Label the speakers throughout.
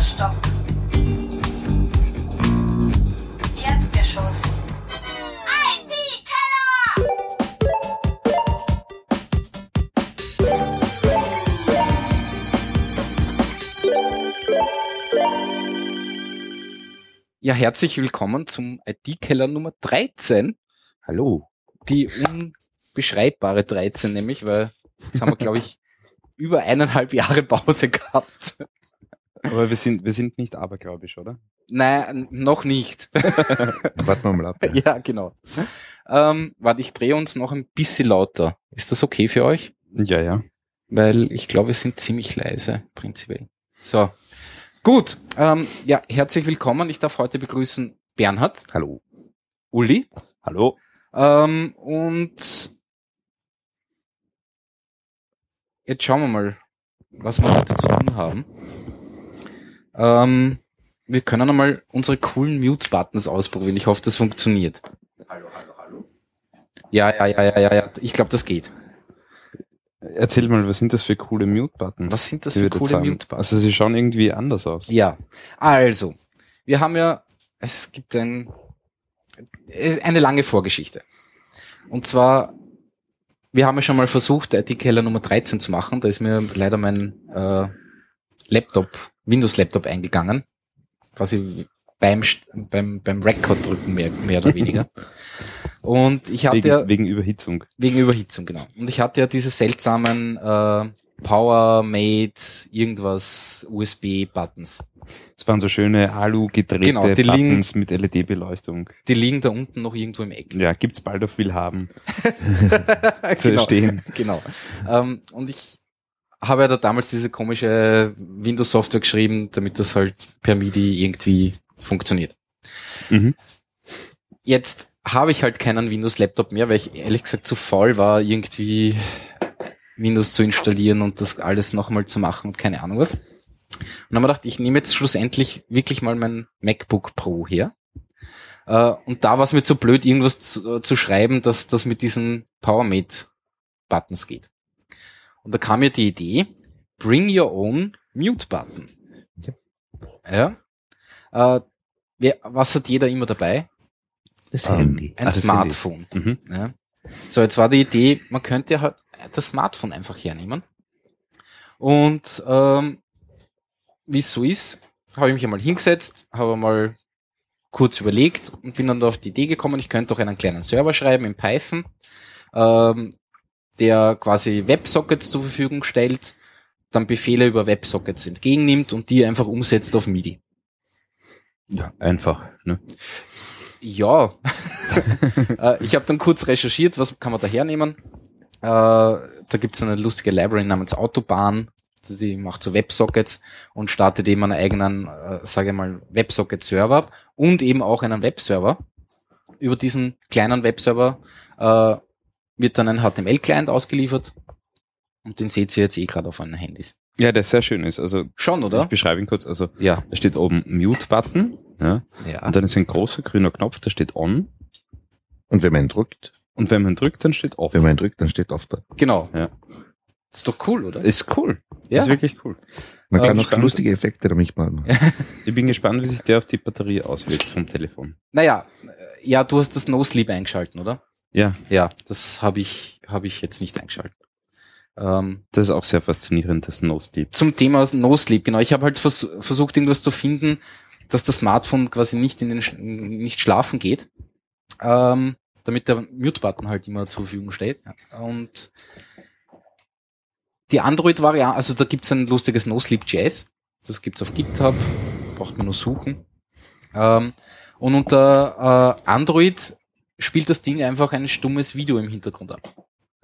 Speaker 1: Stock. Erdgeschoss. IT-Teller!
Speaker 2: Ja, herzlich willkommen zum IT-Keller Nummer 13.
Speaker 3: Hallo.
Speaker 2: Die unbeschreibbare 13 nämlich, weil jetzt haben wir, glaube ich, über eineinhalb Jahre Pause gehabt.
Speaker 4: Aber wir sind, wir sind nicht abergläubisch, oder?
Speaker 2: Nein, noch nicht.
Speaker 3: Warten wir mal ab. ja.
Speaker 2: ja, genau. Ähm, warte, ich drehe uns noch ein bisschen lauter. Ist das okay für euch?
Speaker 4: Ja, ja.
Speaker 2: Weil ich glaube, wir sind ziemlich leise, prinzipiell. So. Gut. Ähm, ja, herzlich willkommen. Ich darf heute begrüßen Bernhard,
Speaker 3: Hallo.
Speaker 2: Uli
Speaker 4: Hallo.
Speaker 2: ähm, und jetzt schauen wir mal, was wir heute zu tun haben. Ähm, wir können einmal unsere coolen Mute-Buttons ausprobieren. Ich hoffe, das funktioniert.
Speaker 4: Hallo, hallo, hallo.
Speaker 2: Ja, ja, ja, ja, ja, ja. Ich glaube, das geht.
Speaker 4: Erzähl mal, was sind das für coole Mute-Buttons?
Speaker 2: Was sind das
Speaker 4: die
Speaker 2: für
Speaker 4: wir jetzt
Speaker 2: coole
Speaker 4: haben?
Speaker 2: Mute-Buttons?
Speaker 4: Also sie schauen irgendwie anders aus.
Speaker 2: Ja, also, wir haben ja, es gibt ein, eine lange Vorgeschichte. Und zwar, wir haben ja schon mal versucht, IT-Keller Nummer 13 zu machen. Da ist mir leider mein äh, Laptop, Windows-Laptop eingegangen. Quasi beim, St- beim, beim Record-Drücken mehr, mehr oder weniger. Und ich hatte
Speaker 4: Wegen,
Speaker 2: ja...
Speaker 4: wegen Überhitzung.
Speaker 2: Wegen Überhitzung, genau. Und ich hatte ja diese seltsamen äh, Power-Made, irgendwas, USB-Buttons.
Speaker 4: Es waren so schöne Alu gedrehte
Speaker 2: Genau, die liegen-
Speaker 4: Buttons mit LED-Beleuchtung.
Speaker 2: Die liegen da unten noch irgendwo im Eck.
Speaker 4: Ja, gibt's bald auf Willhaben zu
Speaker 2: genau.
Speaker 4: erstehen.
Speaker 2: genau. Ähm, und ich habe ja da damals diese komische Windows-Software geschrieben, damit das halt per MIDI irgendwie funktioniert.
Speaker 4: Mhm.
Speaker 2: Jetzt habe ich halt keinen Windows-Laptop mehr, weil ich ehrlich gesagt zu faul war, irgendwie Windows zu installieren und das alles nochmal zu machen und keine Ahnung was. Und dann habe ich gedacht, ich nehme jetzt schlussendlich wirklich mal mein MacBook Pro her. Äh, Und da war es mir zu blöd, irgendwas zu, äh, zu schreiben, dass das mit diesen PowerMate-Buttons geht. Und da kam mir die Idee, bring your own Mute-Button. Ja. Äh, wer, was hat jeder immer dabei?
Speaker 3: Das
Speaker 4: Ähm,
Speaker 3: Handy.
Speaker 2: Ein
Speaker 4: Also das Handy.
Speaker 2: Smartphone.
Speaker 4: Mhm.
Speaker 2: Ja. So, jetzt war die Idee, man könnte ja halt das Smartphone einfach hernehmen. Und ähm, wie es so ist, habe ich mich einmal hingesetzt, habe mal kurz überlegt und bin dann auf die Idee gekommen, ich könnte auch einen kleinen Server schreiben in Python, ähm, der quasi Websockets zur Verfügung stellt, dann Befehle über Websockets entgegennimmt und die einfach umsetzt auf MIDI.
Speaker 4: Ja, einfach. Ne?
Speaker 2: Ja, Äh, ich habe dann kurz recherchiert, was kann man da hernehmen. Äh, Da gibt es eine lustige Library namens Autobahn, die macht so Websockets und startet eben einen eigenen, äh, sage ich mal, Websocket-Server ab und eben auch einen Webserver. Über diesen kleinen Webserver äh, wird dann ein HTML-Client ausgeliefert und den seht ihr jetzt eh gerade auf euren Handys.
Speaker 4: Ja, der sehr schön ist. Also
Speaker 2: Schon, oder?
Speaker 4: ich beschreibe ihn kurz. Also
Speaker 2: Ja.
Speaker 4: da steht oben Mute-Button. Ja?
Speaker 2: ja.
Speaker 4: Und dann ist ein großer grüner Knopf, da steht On.
Speaker 3: Und wenn man ihn drückt,
Speaker 4: Und wenn man drückt, dann steht Off.
Speaker 3: wenn man ihn drückt, dann steht oft da.
Speaker 2: Genau.
Speaker 4: Ja.
Speaker 2: Ist doch cool, oder?
Speaker 4: Ist cool.
Speaker 2: Ja.
Speaker 4: Ist wirklich cool.
Speaker 3: Man
Speaker 2: Ähm,
Speaker 3: kann auch
Speaker 4: spannend.
Speaker 3: lustige Effekte damit machen.
Speaker 4: Ich bin gespannt, wie sich der auf die Batterie auswirkt vom Telefon.
Speaker 2: Naja, äh, ja, du hast das No-Sleep eingeschalten, oder?
Speaker 4: Ja,
Speaker 2: Ja, das habe ich, hab ich jetzt nicht eingeschaltet. Ähm,
Speaker 4: das ist auch sehr faszinierend, das No-Sleep.
Speaker 2: zum Thema No Sleep, genau. Ich habe halt vers versucht, irgendwas zu finden, dass das Smartphone quasi nicht in den Sch nicht schlafen geht, ähm, damit der Mute-Button halt immer zur Verfügung steht. Und die Android-Variante, also da gibt's ein lustiges No Sleep Jazz, das gibt's auf GitHub, braucht man nur suchen. Ähm, und unter äh, Android spielt das Ding einfach ein stummes Video im Hintergrund ab.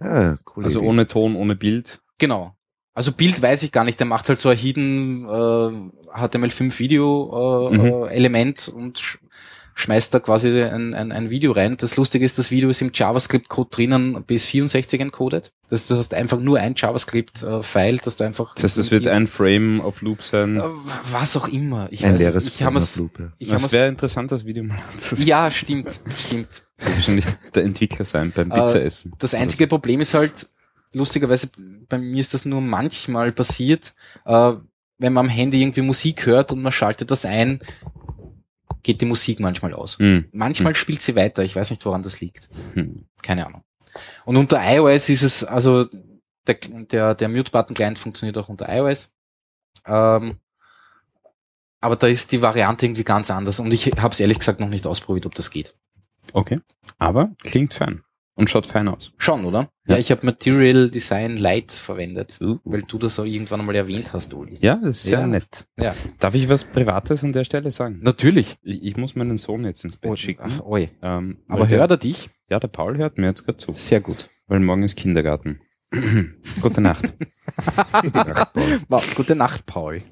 Speaker 3: Ja, cool.
Speaker 4: Also ohne Ton, ohne Bild.
Speaker 2: Genau. Also Bild weiß ich gar nicht, der macht halt so ein Hidden äh, HTML5 Video äh,
Speaker 4: Mhm.
Speaker 2: äh, Element und sch schmeißt da quasi ein, ein, ein Video rein. Das Lustige ist, das Video ist im JavaScript-Code drinnen bis 64 encoded. Das, du hast einfach nur ein JavaScript-File, dass du einfach...
Speaker 4: Das heißt, es wird ein Frame auf Loop sein.
Speaker 2: Äh, Was auch immer. Ich
Speaker 3: ein
Speaker 2: weiß,
Speaker 3: leeres
Speaker 2: ich habe es...
Speaker 3: Flammenflug, ja.
Speaker 2: Ich habe
Speaker 4: es wäre
Speaker 2: es...
Speaker 4: interessant, das Video mal anzusehen.
Speaker 2: Ja, stimmt, stimmt.
Speaker 4: Wahrscheinlich der Entwickler sein beim
Speaker 2: Äh,
Speaker 4: Pizzaessen.
Speaker 2: Das einzige Problem ist halt, lustigerweise, bei mir ist das nur manchmal passiert, äh, wenn man am Handy irgendwie Musik hört und man schaltet das ein, geht die Musik manchmal aus.
Speaker 4: Hm.
Speaker 2: Manchmal spielt sie weiter. Ich weiß nicht, woran das liegt.
Speaker 4: Hm.
Speaker 2: Keine Ahnung. Und unter iOS ist es, also der, der, der Mute-Button-Client funktioniert auch unter iOS. Ähm, aber da ist die Variante irgendwie ganz anders und ich habe es ehrlich gesagt noch nicht ausprobiert, ob das geht.
Speaker 4: Okay. Aber klingt fein. Und schaut fein aus.
Speaker 2: Schon, oder? Ja,
Speaker 4: Ja.
Speaker 2: ich habe Material Design Light verwendet, weil du das auch irgendwann einmal erwähnt hast, Uli.
Speaker 4: Ja, das ist
Speaker 2: Ja.
Speaker 4: ja nett.
Speaker 2: Ja.
Speaker 4: Darf ich was Privates an der Stelle sagen?
Speaker 2: Natürlich. Oh,
Speaker 4: Ich, ich muss meinen Sohn jetzt ins Bett schicken.
Speaker 2: Ach, oi.
Speaker 4: Ähm,
Speaker 2: Aber
Speaker 4: weil der-
Speaker 2: hört er dich?
Speaker 4: Ja, der Paul hört mir jetzt gerade zu,
Speaker 2: Sehr gut.
Speaker 4: weil morgen ist Kindergarten. Gute Nacht.
Speaker 2: Wow, gute Nacht, Paul.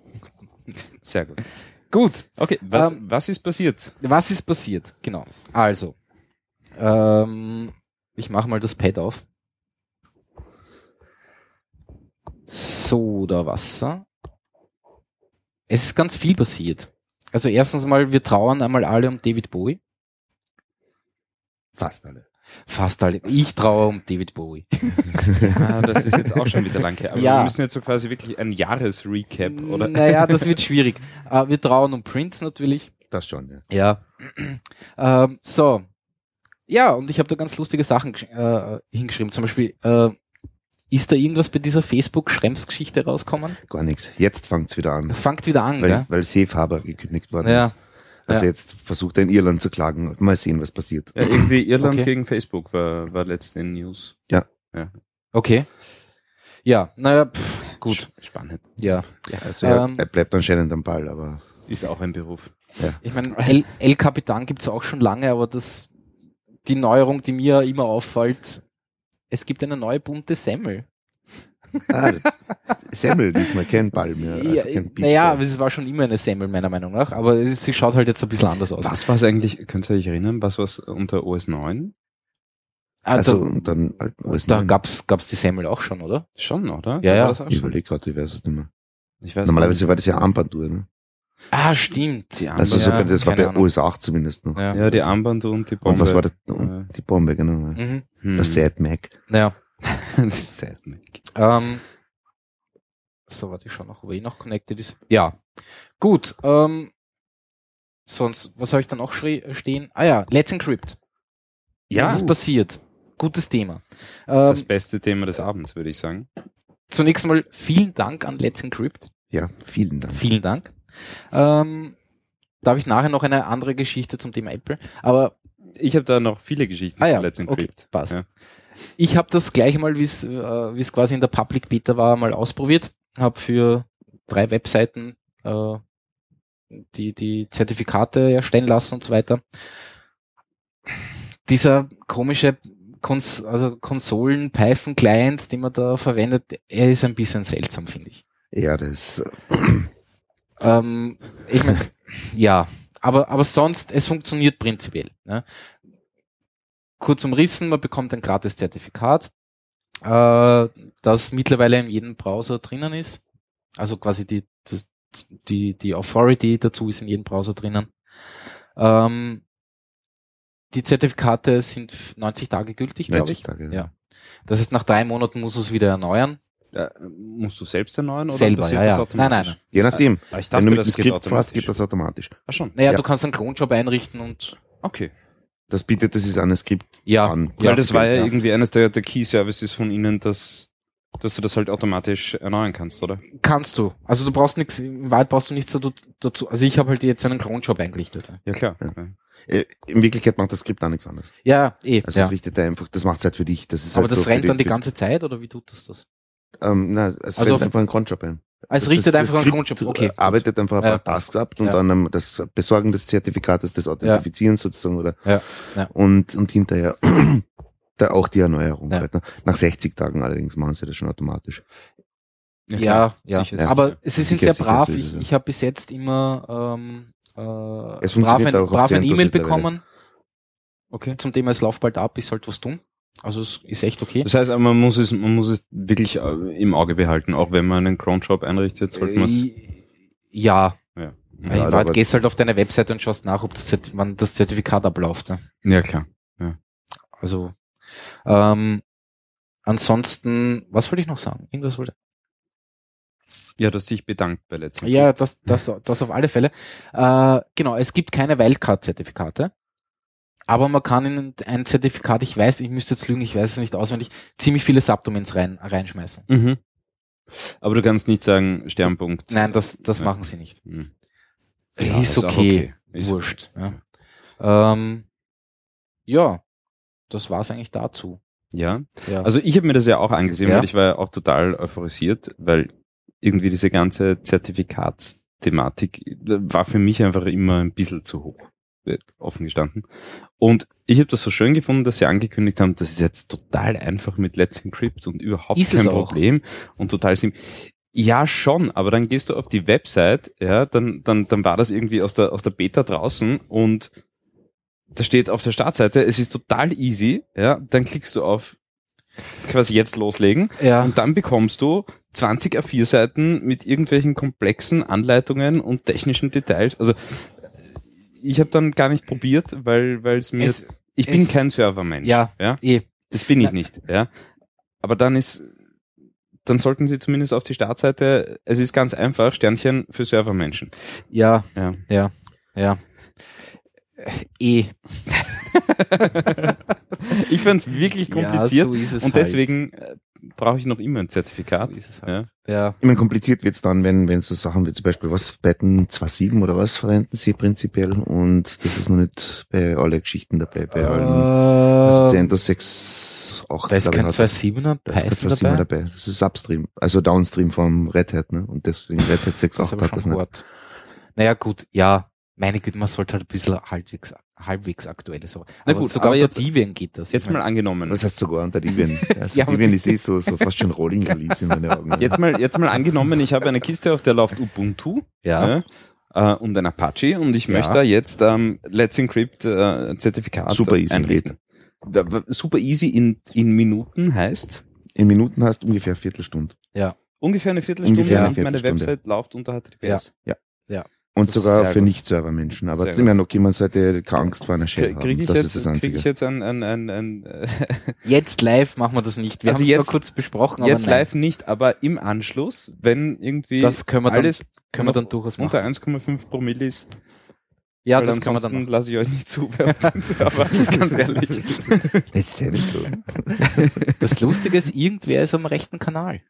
Speaker 4: Sehr gut.
Speaker 2: Gut.
Speaker 4: Okay, was,
Speaker 2: Ähm,
Speaker 4: was ist passiert?
Speaker 2: Was ist passiert? Genau. Also, ähm, ich mache mal das Pad auf. Sodawasser. Es ist ganz viel passiert. Also erstens mal, wir trauern einmal alle um David Bowie.
Speaker 3: Fast alle.
Speaker 2: Fast alle. Ich traue um David Bowie.
Speaker 4: Ah, das ist jetzt auch schon wieder lang her. Aber
Speaker 2: Ja.
Speaker 4: wir müssen jetzt so quasi wirklich ein Jahresrecap, oder?
Speaker 2: Naja, das wird schwierig. Äh, wir trauen um Prince natürlich.
Speaker 3: Das schon, ja.
Speaker 2: Ja. ähm, so. Ja, und ich habe da ganz lustige Sachen gesch- äh, hingeschrieben. Zum Beispiel, äh, ist da irgendwas bei dieser Facebook-Schrems-Geschichte rauskommen?
Speaker 3: Gar nichts. Jetzt fängt's wieder an,
Speaker 2: Fangt wieder an,
Speaker 3: weil,
Speaker 2: gell?
Speaker 3: weil Safe Harbor gekündigt worden
Speaker 2: Ja.
Speaker 3: ist. Also
Speaker 2: Ja.
Speaker 3: jetzt versucht er in Irland zu klagen. Mal sehen, was passiert.
Speaker 4: Ja, irgendwie Irland
Speaker 2: Okay.
Speaker 4: gegen Facebook war, war letzte News.
Speaker 2: Okay. Ja, naja, pff, gut.
Speaker 4: Sch- Spannend.
Speaker 2: Ja.
Speaker 3: Also er,
Speaker 2: Ähm.
Speaker 3: er bleibt anscheinend am Ball, aber
Speaker 4: Ist auch ein Beruf.
Speaker 2: Ich meine, El, El Capitan gibt's auch schon lange, aber das die Neuerung, die mir immer auffällt, es gibt eine neue bunte Semmel.
Speaker 3: ah, Semmel diesmal, kein Ball mehr. Also
Speaker 2: Ja,
Speaker 3: kein Beach
Speaker 2: naja, aber
Speaker 3: Ball.
Speaker 2: es war schon immer eine Semmel, meiner Meinung nach, aber es- sie schaut halt jetzt ein bisschen anders aus.
Speaker 4: Was war es eigentlich, könnt ihr euch erinnern, was war es unter OS 9?
Speaker 3: also
Speaker 2: halt da-
Speaker 3: und dann alten OS
Speaker 2: Da
Speaker 3: neun.
Speaker 2: gab's gab's die Semmel auch schon, oder?
Speaker 4: Schon, oder?
Speaker 2: Ja,
Speaker 4: Da
Speaker 2: ja.
Speaker 4: war das auch
Speaker 3: Ich
Speaker 4: schon.
Speaker 3: überlege gerade, ich weiß es nicht mehr.
Speaker 4: Ich weiß
Speaker 3: Also Normalerweise war das ja Armbanduhr, ne?
Speaker 2: Ah, stimmt.
Speaker 4: Die Armband-
Speaker 3: Also so,
Speaker 2: Ja,
Speaker 3: das war
Speaker 2: keine
Speaker 3: bei
Speaker 2: Ahnung.
Speaker 3: OS 8 zumindest noch.
Speaker 2: Ja.
Speaker 4: Ja, die Armband und die Bombe.
Speaker 3: Und was war das?
Speaker 4: Ja.
Speaker 3: Und die Bombe, genau. ja.
Speaker 2: Mhm.
Speaker 4: Hm.
Speaker 3: Der Sad Mac.
Speaker 2: Naja.
Speaker 4: Das ist sad, ne?
Speaker 2: Ähm, so, warte, ich schau noch, ob eh noch connected ist. Ja. Gut. Ähm, sonst, was habe ich da noch schrie- stehen? Ah ja, Let's Encrypt.
Speaker 4: Ja,
Speaker 2: Das ist passiert. Gutes Thema.
Speaker 4: das
Speaker 2: Ähm,
Speaker 4: beste Thema des Abends, würde ich sagen.
Speaker 2: zunächst mal vielen Dank an Let's Encrypt.
Speaker 3: Ja, vielen Dank.
Speaker 2: Vielen Dank. Ähm, da habe ich nachher noch eine andere Geschichte zum Thema Apple. Aber
Speaker 4: Ich habe da noch viele Geschichten
Speaker 2: Ah ja,
Speaker 4: von Let's
Speaker 2: okay,
Speaker 4: Encrypt.
Speaker 2: passt.
Speaker 4: Ja.
Speaker 2: ich habe das gleich mal, wie es äh, wie es quasi in der Public Beta war, mal ausprobiert. Habe für drei Webseiten äh, die, die Zertifikate erstellen lassen und so weiter. Dieser komische Kons also Konsolen-Python-Client, den man da verwendet, er ist ein bisschen seltsam, finde ich.
Speaker 3: Ja, das
Speaker 2: Ähm, ich mein, ja, aber, aber sonst, es funktioniert prinzipiell. Ne? Kurz umrissen, man bekommt ein gratis Zertifikat, äh, das mittlerweile in jedem Browser drinnen ist. Also quasi die, das, die, die Authority dazu ist in jedem Browser drinnen. Ähm, die Zertifikate sind f- 90 Tage gültig, glaube ich.
Speaker 3: Tage. genau.
Speaker 2: Ja. Das heißt, nach drei Monaten muss es wieder erneuern.
Speaker 4: Äh, musst du selbst erneuern oder
Speaker 2: Selber,
Speaker 4: passiert
Speaker 2: ja,
Speaker 4: das
Speaker 2: ja. Nein, nein,
Speaker 4: automatisch?
Speaker 2: nein.
Speaker 3: Je nachdem.
Speaker 4: Ah, ich
Speaker 3: Wenn
Speaker 4: dachte,
Speaker 3: du mit
Speaker 4: das
Speaker 3: dem
Speaker 4: geht
Speaker 3: Skript fährst,
Speaker 4: automatisch.
Speaker 3: geht das automatisch.
Speaker 4: Ach schon.
Speaker 2: Naja,
Speaker 3: Ja.
Speaker 2: du kannst einen Clonjob einrichten und
Speaker 4: Okay.
Speaker 3: Das bietet das ist an das Skript
Speaker 2: ja,
Speaker 3: an.
Speaker 2: Ja,
Speaker 4: Weil das war ja,
Speaker 3: ja.
Speaker 4: irgendwie eines der, der Key Services von Ihnen, dass, dass du das halt automatisch erneuern kannst, oder?
Speaker 2: Kannst du. Also du brauchst nichts, im Wald brauchst du nichts dazu- dazu. Also ich habe halt jetzt einen Clone-Shop eingerichtet.
Speaker 4: Ja, klar.
Speaker 3: Ja.
Speaker 4: Ja.
Speaker 3: Äh, In Wirklichkeit macht das Skript auch nichts anderes.
Speaker 2: Ja, eh.
Speaker 3: Also
Speaker 2: ja.
Speaker 3: es richtet einfach, das macht es halt für dich. Das ist
Speaker 2: Aber
Speaker 3: halt
Speaker 2: das
Speaker 3: so für
Speaker 2: rennt dann die
Speaker 3: für-
Speaker 2: ganze Zeit oder wie tut das das?
Speaker 3: Ähm, nein, es
Speaker 2: Also
Speaker 3: rennt
Speaker 2: auf-
Speaker 3: einfach einen Cronjob ein.
Speaker 2: Ah, es
Speaker 3: Das-
Speaker 2: richtet
Speaker 3: das-
Speaker 2: einfach
Speaker 3: das
Speaker 2: so einen
Speaker 3: Skript,
Speaker 2: Cronjob. Okay.
Speaker 3: Also äh, Arbeitet einfach ein
Speaker 2: Ja,
Speaker 3: paar
Speaker 2: passt.
Speaker 3: Tasks ab und
Speaker 2: Ja.
Speaker 3: dann ähm, das Besorgen des Zertifikates, das Authentifizieren sozusagen oder
Speaker 2: Ja, ja.
Speaker 3: Und, und hinterher da auch die Erneuerung.
Speaker 2: Ja.
Speaker 3: Halt, ne? Nach 60 Tagen allerdings machen sie das schon automatisch.
Speaker 2: Ja, ja.
Speaker 4: sicher,
Speaker 3: Ja.
Speaker 4: sicher.
Speaker 2: Aber sie sind
Speaker 3: Sicher,
Speaker 2: sehr
Speaker 3: sicher,
Speaker 2: brav.
Speaker 3: so ist es,
Speaker 2: Ich,
Speaker 3: ja.
Speaker 2: ich habe bis jetzt immer ähm, äh, brav
Speaker 3: Es funktioniert
Speaker 2: ein,
Speaker 3: auch auf
Speaker 2: brav ein
Speaker 3: CentOS
Speaker 2: E-Mail
Speaker 3: mittlerweile.
Speaker 2: bekommen
Speaker 4: okay.
Speaker 2: zum Thema es läuft bald ab, ich sollte was tun. Also es ist echt okay.
Speaker 4: Das heißt, aber man muss es, man muss es wirklich äh, im Auge behalten. Auch wenn man einen Cronjob einrichtet, sollte man es.
Speaker 2: Äh, ja, ja,
Speaker 4: Ja.
Speaker 3: Ja,
Speaker 2: ich warte,
Speaker 3: aber-
Speaker 2: gehst halt auf deine Webseite und schaust nach, ob das, Zert- wann das Zertifikat abläuft. Ne?
Speaker 4: ja, klar.
Speaker 2: Also, ähm, ansonsten, was wollte ich noch sagen? Irgendwas wollte
Speaker 4: Ja, dass dich bedankt bei letztem
Speaker 2: Ja, das, das, das auf alle Fälle. Äh, genau, es gibt keine Wildcard-Zertifikate, aber man kann in ein Zertifikat, ich weiß, ich müsste jetzt lügen, ich weiß es nicht auswendig, ziemlich viele Subdomains rein, reinschmeißen.
Speaker 4: Mhm. Aber du kannst nicht sagen, Sternpunkt.
Speaker 2: Nein, das, das
Speaker 4: Ja.
Speaker 2: machen sie nicht.
Speaker 4: Hm.
Speaker 2: ist
Speaker 4: auch
Speaker 2: okay.
Speaker 4: Ist-
Speaker 2: Wurscht. Ja. Ähm, ja, das war's eigentlich dazu.
Speaker 4: Ja.
Speaker 2: Ja.
Speaker 4: Also ich habe mir das ja auch angesehen,
Speaker 2: Ja.
Speaker 4: weil ich war ja auch total euphorisiert, weil irgendwie diese ganze Zertifikatsthematik äh, war für mich einfach immer ein bisschen zu hoch, äh, offen gestanden. Und ich habe das so schön gefunden, dass sie angekündigt haben, das ist jetzt total einfach mit Let's Encrypt und überhaupt
Speaker 2: Ist es
Speaker 4: kein
Speaker 2: auch.
Speaker 4: Problem und total simpel. Ja, schon, aber dann gehst du auf die Website, ja, dann, dann, dann war das irgendwie aus der, aus der Beta draußen und da steht auf der Startseite, es ist total easy, ja, dann klickst du auf quasi jetzt loslegen
Speaker 2: ja.
Speaker 4: und dann bekommst du 20 A4-Seiten mit irgendwelchen komplexen Anleitungen und technischen Details. Also ich habe dann gar nicht probiert, weil weil es mir
Speaker 2: Es,
Speaker 4: ich bin
Speaker 2: es-
Speaker 4: kein Servermensch,
Speaker 2: Ja.
Speaker 4: ja,
Speaker 2: eh,
Speaker 4: das bin ich
Speaker 2: Na-
Speaker 4: nicht, ja. Aber dann ist dann sollten Sie zumindest auf die Startseite, es ist ganz einfach, Sternchen für Servermenschen.
Speaker 2: ja,
Speaker 4: Ja.
Speaker 2: ja, ja. Eh.
Speaker 4: Ich find's wirklich kompliziert
Speaker 2: Ja, so ist es
Speaker 4: und
Speaker 2: halt.
Speaker 4: deswegen äh, brauche ich noch immer ein Zertifikat.
Speaker 2: So ist es halt. Ja.
Speaker 3: Ich meine, kompliziert wird's dann, wenn, wenn so Sachen wie zum Beispiel, was, Python 2.7 oder was verwenden sie prinzipiell und das ist noch nicht bei alle Geschichten dabei, bei allen. Also
Speaker 2: Ähm,
Speaker 3: Center 6 auch,
Speaker 2: Äh, da ist
Speaker 3: glaub ich,
Speaker 2: kein
Speaker 3: hat-
Speaker 2: 2.7er
Speaker 3: da ist
Speaker 2: Python
Speaker 3: kein 2.7
Speaker 2: dabei.
Speaker 3: dabei. Das ist Upstream, also Downstream vom Red Hat, ne? Und deswegen Red Hat 6
Speaker 2: Das ist
Speaker 3: auch
Speaker 2: aber
Speaker 3: hat
Speaker 2: schon
Speaker 3: das nicht.
Speaker 2: Wort. Naja, gut, ja. Meine Güte, man sollte halt ein bisschen halbwegs, halbwegs aktuelle Server.
Speaker 4: Na
Speaker 2: Aber
Speaker 4: gut,
Speaker 2: sogar
Speaker 4: aber
Speaker 2: unter
Speaker 4: jetzt-
Speaker 2: Debian geht das.
Speaker 4: Jetzt
Speaker 2: Ich
Speaker 4: mal
Speaker 2: mein,
Speaker 4: angenommen.
Speaker 3: Was heißt sogar unter Debian? Also
Speaker 2: Ja, aber
Speaker 3: Debian ist eh so, so fast schon Rolling Release in meinen Augen. ne?
Speaker 4: Jetzt mal, jetzt mal angenommen, ich habe eine Kiste, auf der läuft Ubuntu
Speaker 2: Ja.
Speaker 4: ne, äh, und ein Apache und ich
Speaker 2: Ja.
Speaker 4: möchte da jetzt ähm, Let's Encrypt äh, Zertifikat
Speaker 3: Super easy
Speaker 4: einrichten. Da- w- Super easy in, in Minuten heißt
Speaker 3: In Minuten hast du ungefähr eine Viertelstunde.
Speaker 4: ungefähr eine Viertelstunde,
Speaker 3: Ungefähr eine
Speaker 4: und meine
Speaker 3: Viertelstunde.
Speaker 4: Website läuft unter HTTPS.
Speaker 3: Und
Speaker 4: Das ist sehr
Speaker 3: sogar für
Speaker 4: gut.
Speaker 3: Nicht-Server-Menschen. Aber
Speaker 4: Sehr
Speaker 3: ich
Speaker 4: gut.
Speaker 3: meine, okay, man sollte keine Angst vor einer
Speaker 4: Krie-
Speaker 3: Shell
Speaker 4: Kriege
Speaker 3: haben.
Speaker 4: ich,
Speaker 3: Das ist
Speaker 4: jetzt-
Speaker 3: das
Speaker 4: krieg
Speaker 3: Einzige.
Speaker 4: ich jetzt ein, ein, ein, ein äh,
Speaker 2: jetzt live machen wir das nicht. Wir
Speaker 4: Also
Speaker 2: haben es
Speaker 4: jetzt-
Speaker 2: zwar kurz besprochen,
Speaker 4: jetzt
Speaker 2: aber nein,
Speaker 4: live nicht, aber im Anschluss, wenn irgendwie
Speaker 2: Das können wir dann-
Speaker 4: alles
Speaker 2: können wir dann
Speaker 4: noch
Speaker 2: durchaus machen.
Speaker 4: unter 1,5 Promille ist,
Speaker 2: ja,
Speaker 4: weil
Speaker 2: das können wir dann
Speaker 4: ansonsten
Speaker 2: machen.
Speaker 4: lasse ich euch nicht zu, aber ganz ehrlich.
Speaker 3: Das ist ja nicht so.
Speaker 2: Das Lustige ist, irgendwer ist am rechten Kanal.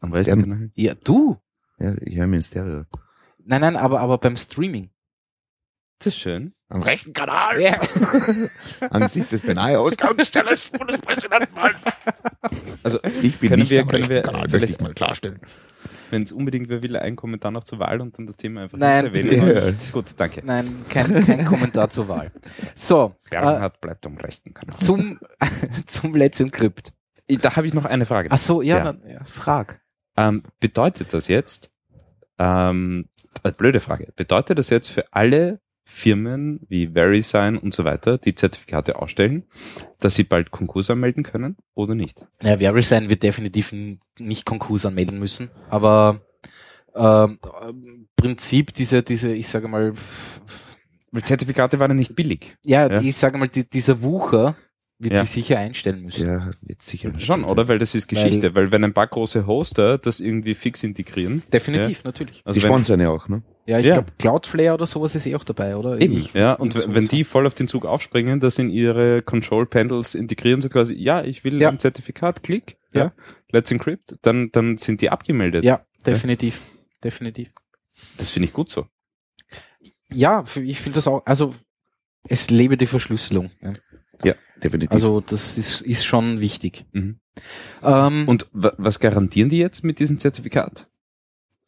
Speaker 4: Am
Speaker 3: Ja.
Speaker 4: Kanal.
Speaker 2: Ja, du.
Speaker 3: Ja, ich höre mir ein Stereo.
Speaker 2: Nein, nein, aber, aber beim Streaming.
Speaker 4: Das ist schön.
Speaker 3: Am rechten
Speaker 2: Kanal.
Speaker 3: Angesichts des beinahe Ausgangsstelle des Bundespräsidenten.
Speaker 4: Also
Speaker 3: Ich bin
Speaker 4: Können
Speaker 3: nicht
Speaker 4: wir-
Speaker 3: am
Speaker 4: können
Speaker 3: rechten
Speaker 4: wir-
Speaker 3: Kanal,
Speaker 4: vielleicht-
Speaker 3: möchte ich mal klarstellen.
Speaker 4: Wenn es unbedingt wer will, einen Kommentar noch zur Wahl und dann das Thema einfach
Speaker 2: Nein,
Speaker 4: nicht Ah. erwähnen.
Speaker 3: bitte
Speaker 4: Aber-
Speaker 3: nicht.
Speaker 4: Gut, danke.
Speaker 2: Nein, kein, kein Kommentar zur Wahl. So, äh,
Speaker 4: Bernhard bleibt am rechten Kanal.
Speaker 2: zum, zum letzten Krypt.
Speaker 4: Da habe ich noch eine Frage.
Speaker 2: Ach so, ja,
Speaker 4: Ja.
Speaker 2: Dann, ja, frag.
Speaker 4: Ähm, bedeutet das jetzt, ähm, äh, blöde Frage, bedeutet das jetzt für alle Firmen wie VeriSign und so weiter, die Zertifikate ausstellen, dass sie bald Konkurs anmelden können oder nicht?
Speaker 2: Ja, VeriSign wird definitiv n- nicht Konkurs anmelden müssen, aber ähm, im Prinzip diese, diese, ich sage mal,
Speaker 4: Weil Zertifikate waren ja nicht billig.
Speaker 2: ja,
Speaker 4: Ja.
Speaker 2: ich sage mal, die, dieser Wucher wird
Speaker 4: Ja.
Speaker 2: sich sicher einstellen müssen.
Speaker 3: Ja, wird sicher. nicht.
Speaker 4: Schon, oder? Weil das ist Geschichte. Weil, wenn ein paar große Hoster das irgendwie fix integrieren,
Speaker 2: Definitiv, natürlich.
Speaker 4: also
Speaker 3: Die
Speaker 4: wenn,
Speaker 3: sponsern ja auch, ne?
Speaker 2: Ja, ich
Speaker 4: Ja.
Speaker 2: glaube, Cloudflare oder sowas ist eh auch dabei, oder?
Speaker 4: Eben,
Speaker 2: Ich,
Speaker 4: ja. Und
Speaker 2: ich-
Speaker 4: w- wenn
Speaker 2: so-
Speaker 4: die voll auf den Zug aufspringen, das in ihre Control Panels integrieren, so quasi, ja, ich will
Speaker 2: Ja.
Speaker 4: ein Zertifikat, klick, ja.
Speaker 2: Ja.
Speaker 4: let's encrypt, dann, dann sind die abgemeldet.
Speaker 2: Ja, definitiv. Definitiv.
Speaker 4: Das finde ich gut so.
Speaker 2: Ja, f- ich finde das auch, also es lebe die Verschlüsselung. Ja.
Speaker 3: Ja, definitiv.
Speaker 2: Also das ist, ist schon wichtig.
Speaker 4: Mhm.
Speaker 2: Ähm, Und
Speaker 4: Und wa- was garantieren die jetzt mit diesem Zertifikat?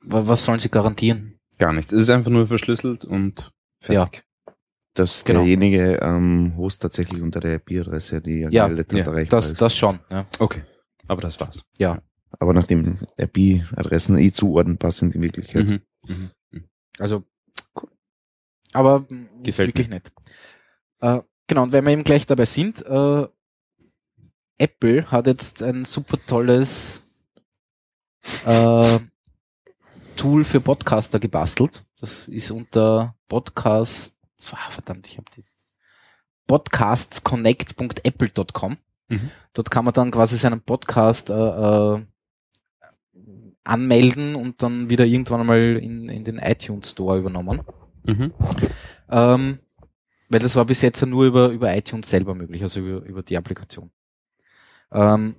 Speaker 2: was sollen sie garantieren?
Speaker 4: Gar nichts. Es ist einfach nur verschlüsselt und fertig.
Speaker 3: dass
Speaker 2: genau.
Speaker 3: derjenige ähm, Host tatsächlich unter der IP-Adresse, die er
Speaker 2: Ja,
Speaker 3: gemeldet hat,
Speaker 4: ja,
Speaker 3: erreichbar
Speaker 2: Das,
Speaker 3: ist.
Speaker 2: das schon. Ja.
Speaker 4: Okay. Aber das war's.
Speaker 3: Aber nachdem IP-Adressen eh zuordnenbar sind in Wirklichkeit.
Speaker 4: Mhm.
Speaker 2: Also, aber mh, ist
Speaker 4: Gefällt
Speaker 2: wirklich nett. Äh, genau, und wenn wir eben gleich dabei sind, äh, Apple hat jetzt ein super tolles äh, Tool für Podcaster gebastelt. Das ist unter Podcast, ah, verdammt, ich habe die podcastsconnect.apple.com.
Speaker 4: Mhm.
Speaker 2: Dort kann man dann quasi seinen Podcast äh, äh, anmelden und dann wieder irgendwann einmal in, in den iTunes Store übernommen.
Speaker 4: Mhm.
Speaker 2: Ähm, weil das war bis jetzt ja nur über, über iTunes selber möglich, also über, über die Applikation. Ähm,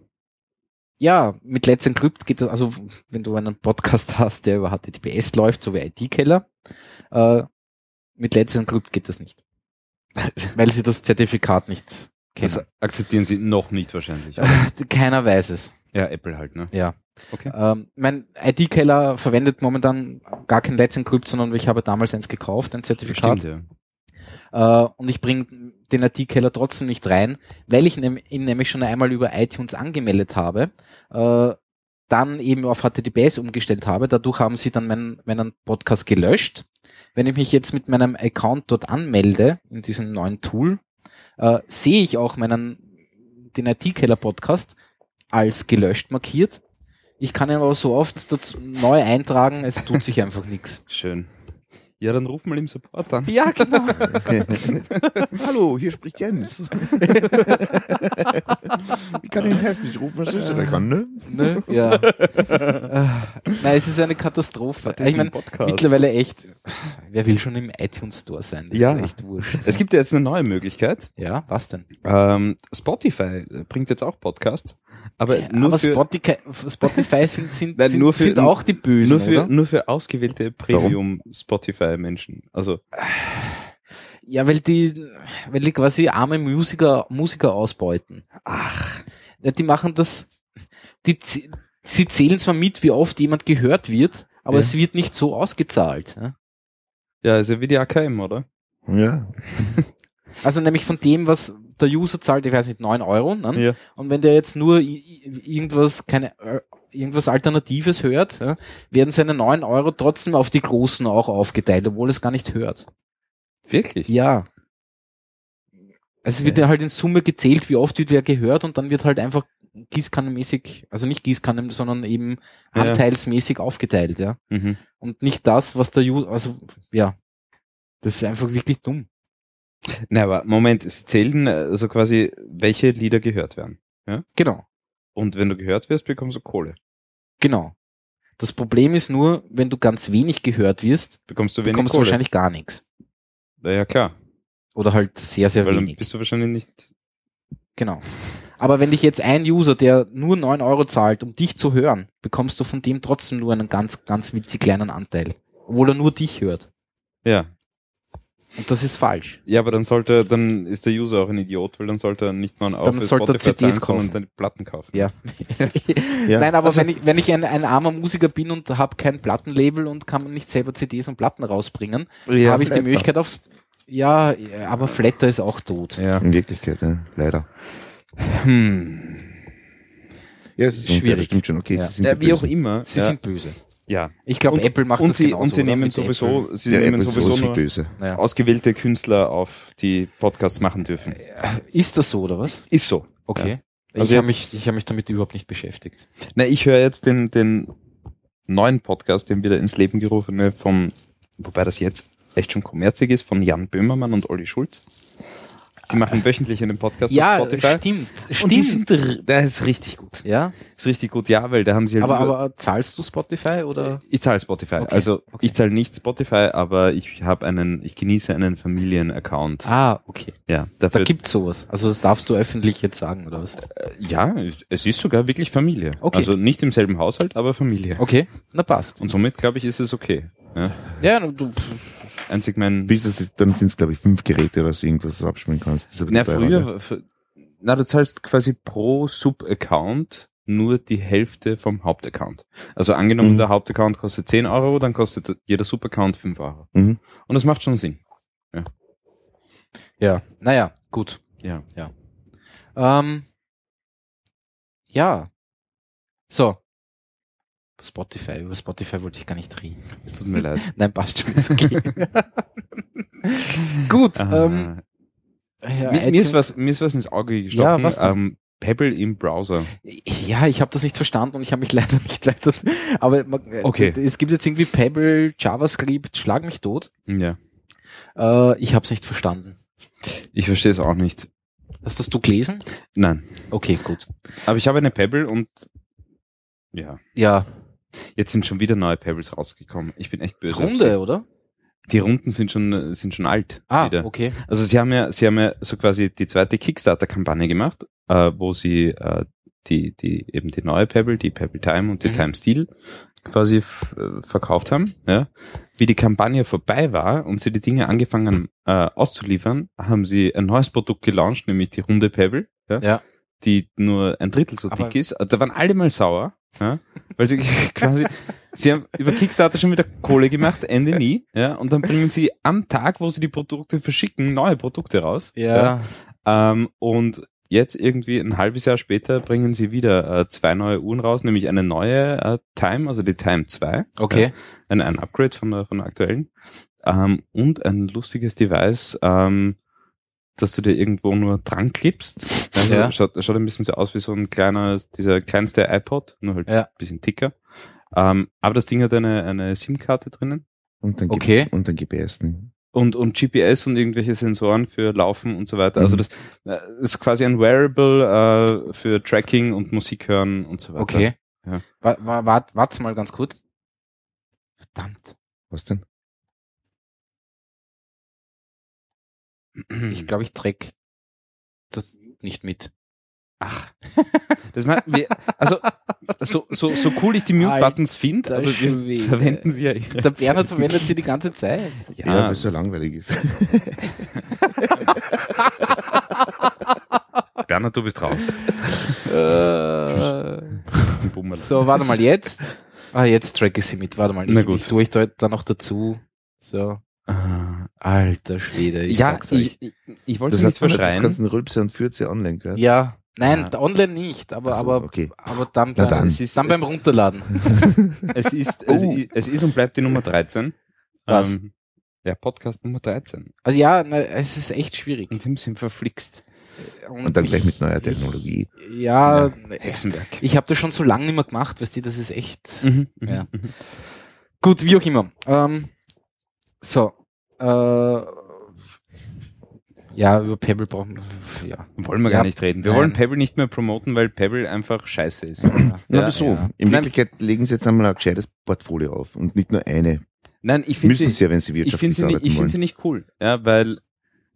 Speaker 2: ja, mit Let's Encrypt geht das, also wenn du einen Podcast hast, der über HTTPS läuft, so wie ID-Keller, äh, mit Let's Encrypt geht das nicht. weil sie das Zertifikat nicht kennen.
Speaker 4: Das akzeptieren sie noch nicht wahrscheinlich.
Speaker 2: Keiner weiß es,
Speaker 4: ja, Apple halt, ne?
Speaker 2: ja.
Speaker 4: Okay.
Speaker 2: Ähm, mein ID-Keller verwendet momentan gar kein Let's Encrypt, sondern ich habe damals eins gekauft, ein Zertifikat.
Speaker 4: Stimmt, ja.
Speaker 2: Äh, und ich bringe den IT-Keller trotzdem nicht rein, weil ich nehm, ihn nämlich schon einmal über iTunes angemeldet habe, äh, dann eben auf HTTPS umgestellt habe. Dadurch haben sie dann meinen, meinen Podcast gelöscht. Wenn ich mich jetzt mit meinem Account dort anmelde, in diesem neuen Tool, äh, sehe ich auch meinen, den IT-Keller-Podcast als gelöscht markiert. Ich kann ihn aber so oft dazu neu eintragen, es tut sich einfach nichts.
Speaker 4: Schön. Ja, dann ruf mal im Support an.
Speaker 2: Ja, genau.
Speaker 3: Hallo, hier spricht Jens. ich kann Ihnen helfen, ich rufe aus Österreich an, ne?
Speaker 2: Ne? Ja. Äh, Nein, es ist eine Katastrophe. Ich meine,
Speaker 4: Podcast.
Speaker 2: mittlerweile echt, wer will schon im iTunes Store sein? Das
Speaker 4: Ja.
Speaker 2: ist echt wurscht.
Speaker 4: Es gibt ja jetzt eine neue Möglichkeit.
Speaker 2: ja, was denn?
Speaker 4: Ähm, Spotify äh, bringt jetzt auch Podcasts, aber nur
Speaker 2: Äh, Aber
Speaker 4: für
Speaker 2: Spotify, Spotify sind, sind,
Speaker 4: Nein,
Speaker 2: sind,
Speaker 4: nur für-
Speaker 2: sind auch die Bösen,
Speaker 4: nur für,
Speaker 2: oder?
Speaker 4: nur für ausgewählte Premium Spotify Menschen. Also
Speaker 2: Ja, weil die, weil die quasi arme Musiker, Musiker ausbeuten. Ach. Ja, die machen das, die, z- sie zählen zwar mit, wie oft jemand gehört wird, aber
Speaker 4: Ja.
Speaker 2: es wird nicht so ausgezahlt. Ja?
Speaker 4: ja, ist ja wie die AKM, oder?
Speaker 3: Ja.
Speaker 2: Also nämlich von dem, was der User zahlt, ich weiß nicht, 9 Euro, ne?
Speaker 4: Ja.
Speaker 2: Und wenn der jetzt nur i- i- irgendwas, keine, äh, irgendwas Alternatives hört, ja, werden seine 9 Euro trotzdem auf die Großen auch aufgeteilt, obwohl es gar nicht hört.
Speaker 4: Wirklich?
Speaker 2: Ja. Also es wird ja halt in Summe gezählt, wie oft wird wer gehört und dann wird halt einfach gießkannenmäßig, also nicht gießkannen, sondern eben
Speaker 4: Ja.
Speaker 2: anteilsmäßig aufgeteilt, ja.
Speaker 4: Mhm.
Speaker 2: Und nicht das, was der User, also ja. Das ist einfach wirklich dumm.
Speaker 4: Na, aber Moment, es zählen äh, also quasi, welche Lieder gehört werden.
Speaker 2: Genau.
Speaker 4: Und wenn du gehört wirst, bekommst du Kohle.
Speaker 2: Genau. Das Problem ist nur, wenn du ganz wenig gehört wirst,
Speaker 4: Bekommst du wenig
Speaker 2: bekommst du
Speaker 4: Kohle.
Speaker 2: wahrscheinlich gar nichts.
Speaker 4: Na ja, klar.
Speaker 2: Oder halt sehr, sehr
Speaker 4: weil dann
Speaker 2: wenig.
Speaker 4: bist du wahrscheinlich nicht.
Speaker 2: Genau. Aber wenn dich jetzt ein User, der nur 9 Euro zahlt, um dich zu hören, bekommst du von dem trotzdem nur einen ganz, ganz witzig kleinen Anteil. Obwohl er nur dich hört.
Speaker 4: Ja.
Speaker 2: Und das ist falsch.
Speaker 4: Ja, aber dann sollte, dann ist der User auch ein Idiot, weil dann sollte er nicht nur ein Auto
Speaker 2: Dann sollte er CDs kaufen.
Speaker 4: sondern dann Platten kaufen.
Speaker 2: Ja.
Speaker 3: Ja.
Speaker 2: Nein, aber
Speaker 3: Also-
Speaker 2: wenn ich, wenn ich ein, ein armer Musiker bin und habe kein Plattenlabel und kann nicht selber CDs und Platten rausbringen,
Speaker 4: Ja,
Speaker 2: habe ich die
Speaker 3: Flatter.
Speaker 2: Möglichkeit aufs... Ja, aber Flatter ist auch tot.
Speaker 4: Ja.
Speaker 3: In Wirklichkeit, ja, leider.
Speaker 4: Hm.
Speaker 3: Ja, es ist unfair,
Speaker 2: Schwierig.
Speaker 3: das stimmt schon. Okay,
Speaker 2: Ja.
Speaker 3: sie sind
Speaker 4: ja
Speaker 3: die
Speaker 4: wie auch
Speaker 3: Bösen.
Speaker 4: immer.
Speaker 2: Sie
Speaker 4: ja.
Speaker 2: sind böse.
Speaker 4: ja.
Speaker 2: Ich glaube,
Speaker 4: Und-
Speaker 2: Apple macht
Speaker 4: Und
Speaker 2: das
Speaker 4: sie,
Speaker 2: genauso.
Speaker 4: und sie
Speaker 2: oder?
Speaker 4: nehmen
Speaker 2: Mit Apple.
Speaker 4: sowieso, sie
Speaker 3: ja,
Speaker 4: nehmen
Speaker 3: Apple ist
Speaker 4: sowieso
Speaker 3: so
Speaker 4: nur
Speaker 3: böse.
Speaker 2: Naja.
Speaker 4: ausgewählte Künstler auf, die Podcasts machen dürfen.
Speaker 2: Ist das so, oder was?
Speaker 4: Ist so.
Speaker 2: Äh, Okay.
Speaker 4: Also
Speaker 2: ich habe
Speaker 4: jetzt-
Speaker 2: mich, ich hab mich damit überhaupt nicht beschäftigt.
Speaker 4: Na, ich höre jetzt den, den neuen Podcast, den wieder ins Leben gerufene vom, wobei das jetzt echt schon kommerzig ist, von Jan Böhmermann und Olli Schulz. Die machen wöchentlich einen Podcast auf Spotify.
Speaker 2: stimmt.
Speaker 4: Und die sind, der ist richtig gut.
Speaker 2: Ja,
Speaker 4: Ist richtig gut, ja, weil da haben sie halt
Speaker 2: aber,
Speaker 4: über-
Speaker 2: aber zahlst du Spotify oder?
Speaker 4: ich zahle Spotify.
Speaker 2: Okay,
Speaker 4: Also
Speaker 2: okay.
Speaker 4: ich zahle nicht Spotify, aber ich habe einen, ich genieße einen Familienaccount.
Speaker 2: Ah, okay.
Speaker 4: Ja,
Speaker 2: Da
Speaker 4: dafür.
Speaker 2: gibt's sowas. Also das darfst du öffentlich jetzt sagen oder was?
Speaker 4: ja, es- es ist sogar wirklich Familie.
Speaker 2: Okay.
Speaker 4: Also nicht im selben Haushalt, aber Familie.
Speaker 2: Okay, na passt.
Speaker 4: Und somit glaube ich, ist es okay. Ja.
Speaker 2: Ja, na, du,
Speaker 4: Einzig mein
Speaker 3: Bis es, dann sind es, glaube ich, fünf Geräte oder so irgendwas, das du abspielen kannst. Das ist aber
Speaker 4: Na,
Speaker 3: dabei,
Speaker 4: früher,
Speaker 3: oder?
Speaker 4: war- fr- na, du zahlst quasi pro Sub-Account nur die Hälfte vom Hauptaccount. Also angenommen,
Speaker 3: Mhm.
Speaker 4: der Hauptaccount kostet 10 Euro, dann kostet jeder Sub-Account 5 Euro.
Speaker 3: Mhm.
Speaker 4: Und das macht schon Sinn.
Speaker 2: ja, naja, gut.
Speaker 4: Ja.
Speaker 2: Ähm, ja. So. Spotify, über Spotify wollte ich gar nicht reden.
Speaker 4: Es tut mir leid.
Speaker 2: Nein, passt schon, ist okay. gut, ähm,
Speaker 4: Aha.
Speaker 2: ja,
Speaker 4: mir, mir, ist
Speaker 2: iTunes-
Speaker 4: was, mir ist was ins Auge gestochen.
Speaker 2: Ja, was denn?
Speaker 4: ähm, Pebble im Browser.
Speaker 2: Ja, ich habe das nicht verstanden und ich habe mich leider nicht weiter. Aber man, äh,
Speaker 4: Okay.
Speaker 2: es gibt jetzt irgendwie Pebble, JavaScript, schlag mich tot.
Speaker 4: Ja.
Speaker 2: Äh, ich habe es nicht verstanden.
Speaker 4: Ich verstehe es auch nicht.
Speaker 2: Hast das du gelesen?
Speaker 4: Nein.
Speaker 2: Okay, gut.
Speaker 4: Aber ich habe eine Pebble und ja.
Speaker 2: Ja,
Speaker 4: Jetzt sind schon wieder neue Pebbles rausgekommen. Ich bin echt böse. auf
Speaker 2: Runde, oder?
Speaker 4: sie. Die Runden sind schon, äh, sind schon alt.
Speaker 2: Ah,
Speaker 4: wieder.
Speaker 2: okay.
Speaker 4: Also sie haben ja, sie haben ja so quasi die zweite Kickstarter-Kampagne gemacht, äh, wo sie äh, die, die eben die neue Pebble, die Pebble Time und die
Speaker 2: Mhm.
Speaker 4: Time Steel quasi f- äh, verkauft haben. Ja. Wie die Kampagne vorbei war und sie die Dinge angefangen haben, äh, auszuliefern, haben sie ein neues Produkt gelauncht, nämlich die runde Pebble, ja,
Speaker 2: Ja.
Speaker 4: die nur ein Drittel so
Speaker 2: Aber-
Speaker 4: dick ist. Da waren alle mal sauer, ja, weil sie quasi Sie haben über Kickstarter schon wieder Kohle gemacht, Ende nie, ja, und dann bringen sie am Tag, wo sie die Produkte verschicken, neue Produkte raus.
Speaker 2: Ja,
Speaker 4: Ja, ähm, und jetzt irgendwie ein halbes Jahr später bringen sie wieder äh, zwei neue Uhren raus, nämlich eine neue äh, Time, also die Time 2,
Speaker 2: okay.
Speaker 4: ein, ein Upgrade von der, von der aktuellen, ähm, und ein lustiges Device, ähm, dass du dir irgendwo nur dran klippst. Also
Speaker 2: Ja.
Speaker 4: schaut, schaut ein bisschen so aus wie so ein kleiner, dieser kleinste iPod, nur halt
Speaker 2: Ja.
Speaker 4: ein bisschen dicker. Ähm, aber das Ding hat eine, eine SIM-Karte drinnen
Speaker 3: Und dann, G-
Speaker 2: Okay.
Speaker 3: und dann GPS. ne?
Speaker 4: und, und GPS und irgendwelche Sensoren für Laufen und so weiter. Also
Speaker 3: Mhm.
Speaker 4: das äh, ist quasi ein Wearable äh, für Tracking und Musik hören und so weiter.
Speaker 2: Okay.
Speaker 4: Ja.
Speaker 2: Wa- wa- wart, wart's mal ganz kurz. Verdammt.
Speaker 3: Was denn?
Speaker 2: Ich glaube, ich träg das nicht mit.
Speaker 4: Ach. Das mein, wir, also so, so, so cool ich die Mute-Buttons finde,
Speaker 2: Alter
Speaker 4: aber wir
Speaker 2: Schwede.
Speaker 4: verwenden sie ja ihre
Speaker 2: Der Bernhard verwendet sie die ganze Zeit.
Speaker 3: Ja,
Speaker 4: Ja,
Speaker 3: weil es so langweilig ist.
Speaker 4: Bernhard, du bist raus.
Speaker 3: Äh,
Speaker 2: So, warte mal, jetzt. Ah, jetzt track ich sie mit. Warte mal, ich,
Speaker 4: Na gut.
Speaker 2: ich tue ich da, da noch dazu. So.
Speaker 3: Ah,
Speaker 2: Alter Schwede, ich
Speaker 4: ja,
Speaker 2: sag's euch.
Speaker 4: ich, ich, ich wollte es
Speaker 3: hat
Speaker 4: nicht
Speaker 3: man Das
Speaker 4: verschreien.
Speaker 3: ganze Rülpse und Fürze online gehört.
Speaker 2: Ja. Nein,
Speaker 4: Ja.
Speaker 2: da online nicht, aber,
Speaker 3: Ach so,
Speaker 2: aber,
Speaker 3: okay.
Speaker 2: aber dann,
Speaker 3: Na
Speaker 2: beim-
Speaker 3: dann.
Speaker 2: dann,
Speaker 4: ist,
Speaker 2: beim Runterladen.
Speaker 4: es, ist, es,
Speaker 2: Oh.
Speaker 4: i- es ist und bleibt die Nummer 13.
Speaker 2: Was?
Speaker 4: Ähm, der Podcast Nummer 13.
Speaker 2: Also ja, na, es ist echt schwierig.
Speaker 4: Und dem sind verflixt.
Speaker 3: Und dann gleich
Speaker 2: ich-
Speaker 3: mit neuer Technologie.
Speaker 2: Ich, ja,
Speaker 4: Hexenwerk.
Speaker 2: ich habe das schon so lange nicht mehr gemacht, weißt du, das ist echt.
Speaker 4: Mhm, mhm,
Speaker 2: Ja.
Speaker 4: mhm.
Speaker 2: Gut, wie auch immer. Ähm, so. Äh, ja, über Pebble brauchen wir. Ja.
Speaker 4: Wollen wir gar
Speaker 2: Ja.
Speaker 4: nicht reden. Wir
Speaker 2: Nein.
Speaker 4: wollen Pebble nicht mehr promoten, weil Pebble einfach scheiße ist.
Speaker 3: Na,
Speaker 4: Ja,
Speaker 3: wieso?
Speaker 2: ja.
Speaker 3: In
Speaker 4: Nein.
Speaker 3: Wirklichkeit legen sie jetzt einmal ein gescheites Portfolio auf und nicht nur eine.
Speaker 4: Nein, ich finde
Speaker 3: Müssen sie,
Speaker 4: sie,
Speaker 3: ja, wenn sie
Speaker 4: ich finde
Speaker 3: wirtschaftlich
Speaker 4: sie, nicht-
Speaker 3: arbeiten
Speaker 4: ich
Speaker 3: wollen.
Speaker 4: finde sie nicht cool. Ja, weil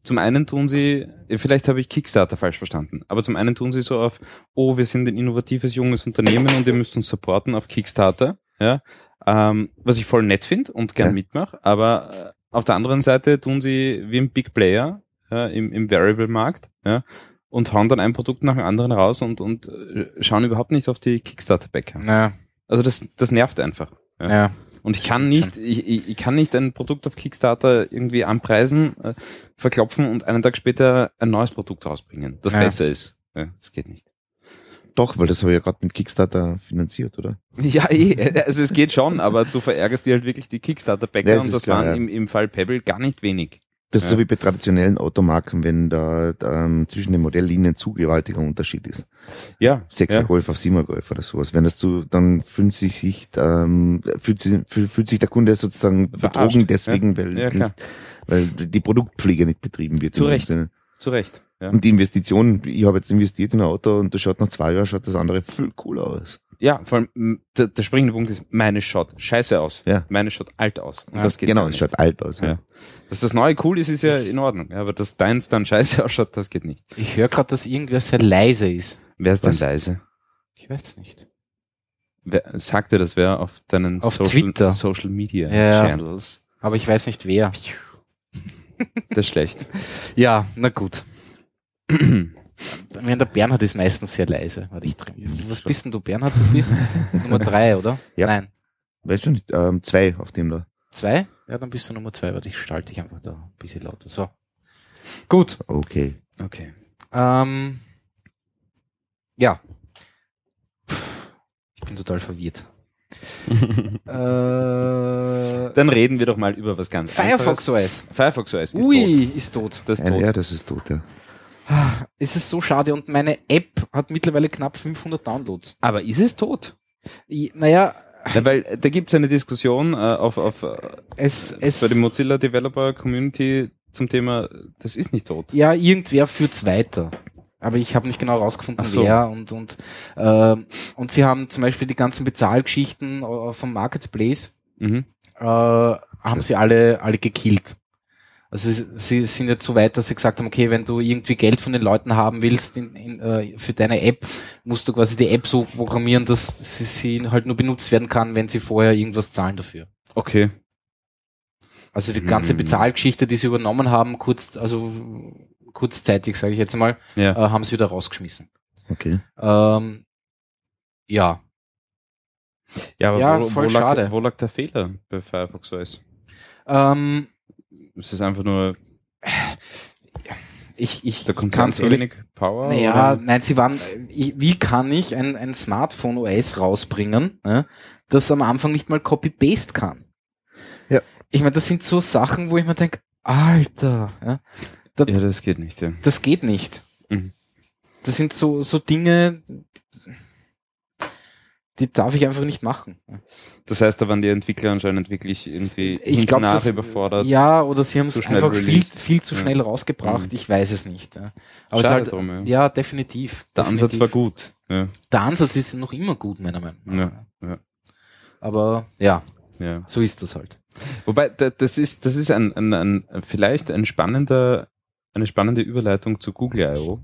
Speaker 4: zum einen tun sie, vielleicht habe ich Kickstarter falsch verstanden, aber zum einen tun sie so auf, oh, wir sind ein innovatives junges Unternehmen und ihr müsst uns supporten auf Kickstarter, ja, ähm, was ich voll nett finde und gern
Speaker 3: Ja.
Speaker 4: mitmache, aber äh, auf der anderen Seite tun sie wie ein Big Player ja, im, im Variable-Markt, ja, und hauen dann ein Produkt nach dem anderen raus und, und äh, schauen überhaupt nicht auf die Kickstarter-Bäcker.
Speaker 2: Na,
Speaker 4: Also das, das nervt einfach.
Speaker 2: ja.
Speaker 4: Und ich kann
Speaker 2: Stimmt
Speaker 4: nicht, ich, ich, ich kann nicht ein Produkt auf Kickstarter irgendwie anpreisen, äh, verklopfen und einen Tag später ein neues Produkt rausbringen, das
Speaker 2: Ja.
Speaker 4: besser ist. Ja, das geht nicht.
Speaker 3: Doch, weil das habe ich ja gerade mit Kickstarter finanziert, oder?
Speaker 4: Ja, eh, äh, also es geht schon, aber du verärgerst dir halt wirklich die Kickstarter-Bäcker
Speaker 3: Ja, das
Speaker 4: und
Speaker 3: ist
Speaker 4: das
Speaker 3: klar,
Speaker 4: waren
Speaker 3: ja.
Speaker 4: im, im Fall Pebble gar nicht wenig.
Speaker 3: Das ist
Speaker 4: Ja.
Speaker 3: so wie bei traditionellen Automarken, wenn da ähm, zwischen den Modelllinien zu gewaltiger Unterschied ist.
Speaker 4: Ja,
Speaker 3: 6er
Speaker 4: ja.
Speaker 3: Golf auf 7er Golf oder sowas. Wenn das zu, dann fühlt sich, sich, ähm, fühlt, sich fühlt, fühlt sich der Kunde sozusagen
Speaker 4: Verarscht,
Speaker 3: betrogen deswegen, weil,
Speaker 4: Ja, klar.
Speaker 3: weil die Produktpflege nicht betrieben wird.
Speaker 4: Zu
Speaker 3: in dem
Speaker 4: Recht.
Speaker 3: Sinne.
Speaker 4: zu Recht. Ja.
Speaker 3: Und die Investition, ich habe jetzt investiert in ein Auto und das schaut nach zwei Jahren, schaut das andere viel cooler aus.
Speaker 4: ja, vor allem m, der, der springende Punkt ist, meine schaut scheiße aus.
Speaker 3: Ja.
Speaker 4: Meine schaut alt aus. Und
Speaker 2: Ja.
Speaker 4: das geht
Speaker 3: genau,
Speaker 4: gar
Speaker 3: es
Speaker 4: nicht.
Speaker 3: schaut alt aus.
Speaker 4: Ja. Dass das neue cool ist, ist ja in Ordnung. Ja, aber dass deins dann scheiße ausschaut, das geht nicht.
Speaker 2: Ich höre gerade, dass irgendwer sehr leise ist.
Speaker 4: Wer ist denn
Speaker 3: Was?
Speaker 4: leise?
Speaker 2: Ich weiß nicht.
Speaker 4: Wer, sag dir das wer auf deinen
Speaker 2: Auf
Speaker 4: Social,
Speaker 2: Twitter.
Speaker 4: Social Media
Speaker 2: Ja.
Speaker 4: Channels?
Speaker 2: Aber ich weiß nicht wer.
Speaker 4: Das ist schlecht.
Speaker 2: Ja, na gut. Wenn der Bernhard ist meistens sehr leise. Warte, ich trinke. Was bist denn du, Bernhard? Du bist Nummer drei, oder?
Speaker 3: Ja.
Speaker 2: Nein.
Speaker 3: Weißt du nicht, ähm, zwei auf dem da.
Speaker 2: Zwei? Ja, dann bist du Nummer zwei. Warte, ich schalte dich einfach da ein bisschen lauter. So. Gut.
Speaker 3: Okay.
Speaker 4: Okay.
Speaker 2: Ähm, ja. Puh, Ich bin total verwirrt. äh,
Speaker 4: Dann reden wir doch mal über was ganz
Speaker 2: Firefox
Speaker 4: Einfaches.
Speaker 2: OS.
Speaker 4: Firefox OS ist tot.
Speaker 2: Ui, ist tot.
Speaker 4: Das ist
Speaker 3: Ja, ja,
Speaker 4: tot.
Speaker 3: das ist tot, ja.
Speaker 2: Es ist so schade und meine App hat mittlerweile knapp 500 Downloads.
Speaker 4: Aber ist es tot?
Speaker 2: Ich, naja,
Speaker 4: Ja, weil äh, da gibt es eine Diskussion äh, auf, auf, äh,
Speaker 2: es, es
Speaker 4: bei der Mozilla Developer Community zum Thema, das ist nicht tot.
Speaker 2: ja, irgendwer führt's weiter. aber ich habe nicht genau rausgefunden,
Speaker 4: Ach so.
Speaker 2: wer und und ähm, und sie haben zum Beispiel die ganzen Bezahlgeschichten äh, vom Marketplace
Speaker 4: Mhm.
Speaker 2: äh, haben sie alle alle gekillt. Also sie, sie sind jetzt so weit, dass sie gesagt haben, okay, wenn du irgendwie Geld von den Leuten haben willst in, in, äh, für deine App, musst du quasi die App so programmieren, dass sie, sie halt nur benutzt werden kann, wenn sie vorher irgendwas zahlen dafür.
Speaker 4: Okay.
Speaker 2: Also die ganze
Speaker 4: Hm.
Speaker 2: Bezahlgeschichte, die sie übernommen haben, kurz, also kurzzeitig, sage ich jetzt mal, äh,
Speaker 4: Ja.
Speaker 2: haben sie wieder rausgeschmissen.
Speaker 3: Okay.
Speaker 2: Ähm, ja,
Speaker 4: Ja, aber
Speaker 2: Ja,
Speaker 4: wo,
Speaker 2: voll
Speaker 4: wo, lag,
Speaker 2: schade.
Speaker 4: wo lag der Fehler bei Firefox OS?
Speaker 2: ähm,
Speaker 4: Es ist einfach nur,
Speaker 2: ich, ich
Speaker 4: da kommt
Speaker 2: kann's
Speaker 4: ganz wenig Power.
Speaker 2: Naja,
Speaker 4: oder?
Speaker 2: nein, sie waren, ich- wie kann ich ein, ein Smartphone OS rausbringen, ne, das am Anfang nicht mal Copy-Paste kann?
Speaker 3: Ja.
Speaker 2: Ich meine, das sind so Sachen, wo ich mir denke, Alter, ja, das,
Speaker 4: ja, das geht nicht, ja.
Speaker 2: das geht nicht.
Speaker 4: Mhm.
Speaker 2: Das sind so, so Dinge, die darf ich einfach nicht machen.
Speaker 4: Das heißt, da waren die Entwickler anscheinend wirklich irgendwie
Speaker 2: Ich glaube,
Speaker 4: nach
Speaker 2: das-
Speaker 4: überfordert.
Speaker 2: Ja, oder sie haben es
Speaker 4: Zu schnell
Speaker 2: einfach viel,
Speaker 4: released.
Speaker 2: viel zu
Speaker 4: Ja.
Speaker 2: schnell rausgebracht.
Speaker 4: Mhm.
Speaker 2: Ich weiß es nicht. Ja. Aber es
Speaker 4: aber
Speaker 2: ist
Speaker 4: Schade
Speaker 2: halt,
Speaker 4: drum, ja.
Speaker 2: ja, definitiv.
Speaker 4: Der Ansatz
Speaker 2: definitiv.
Speaker 4: war gut. Ja,
Speaker 2: Der Ansatz ist noch immer gut, meiner Meinung nach.
Speaker 4: Ja, ja.
Speaker 2: Aber ja,
Speaker 4: ja.
Speaker 2: so ist das halt.
Speaker 4: Wobei, da- das ist, das ist ein, ein, ein vielleicht ein spannender, eine spannende Überleitung zu Google I.O.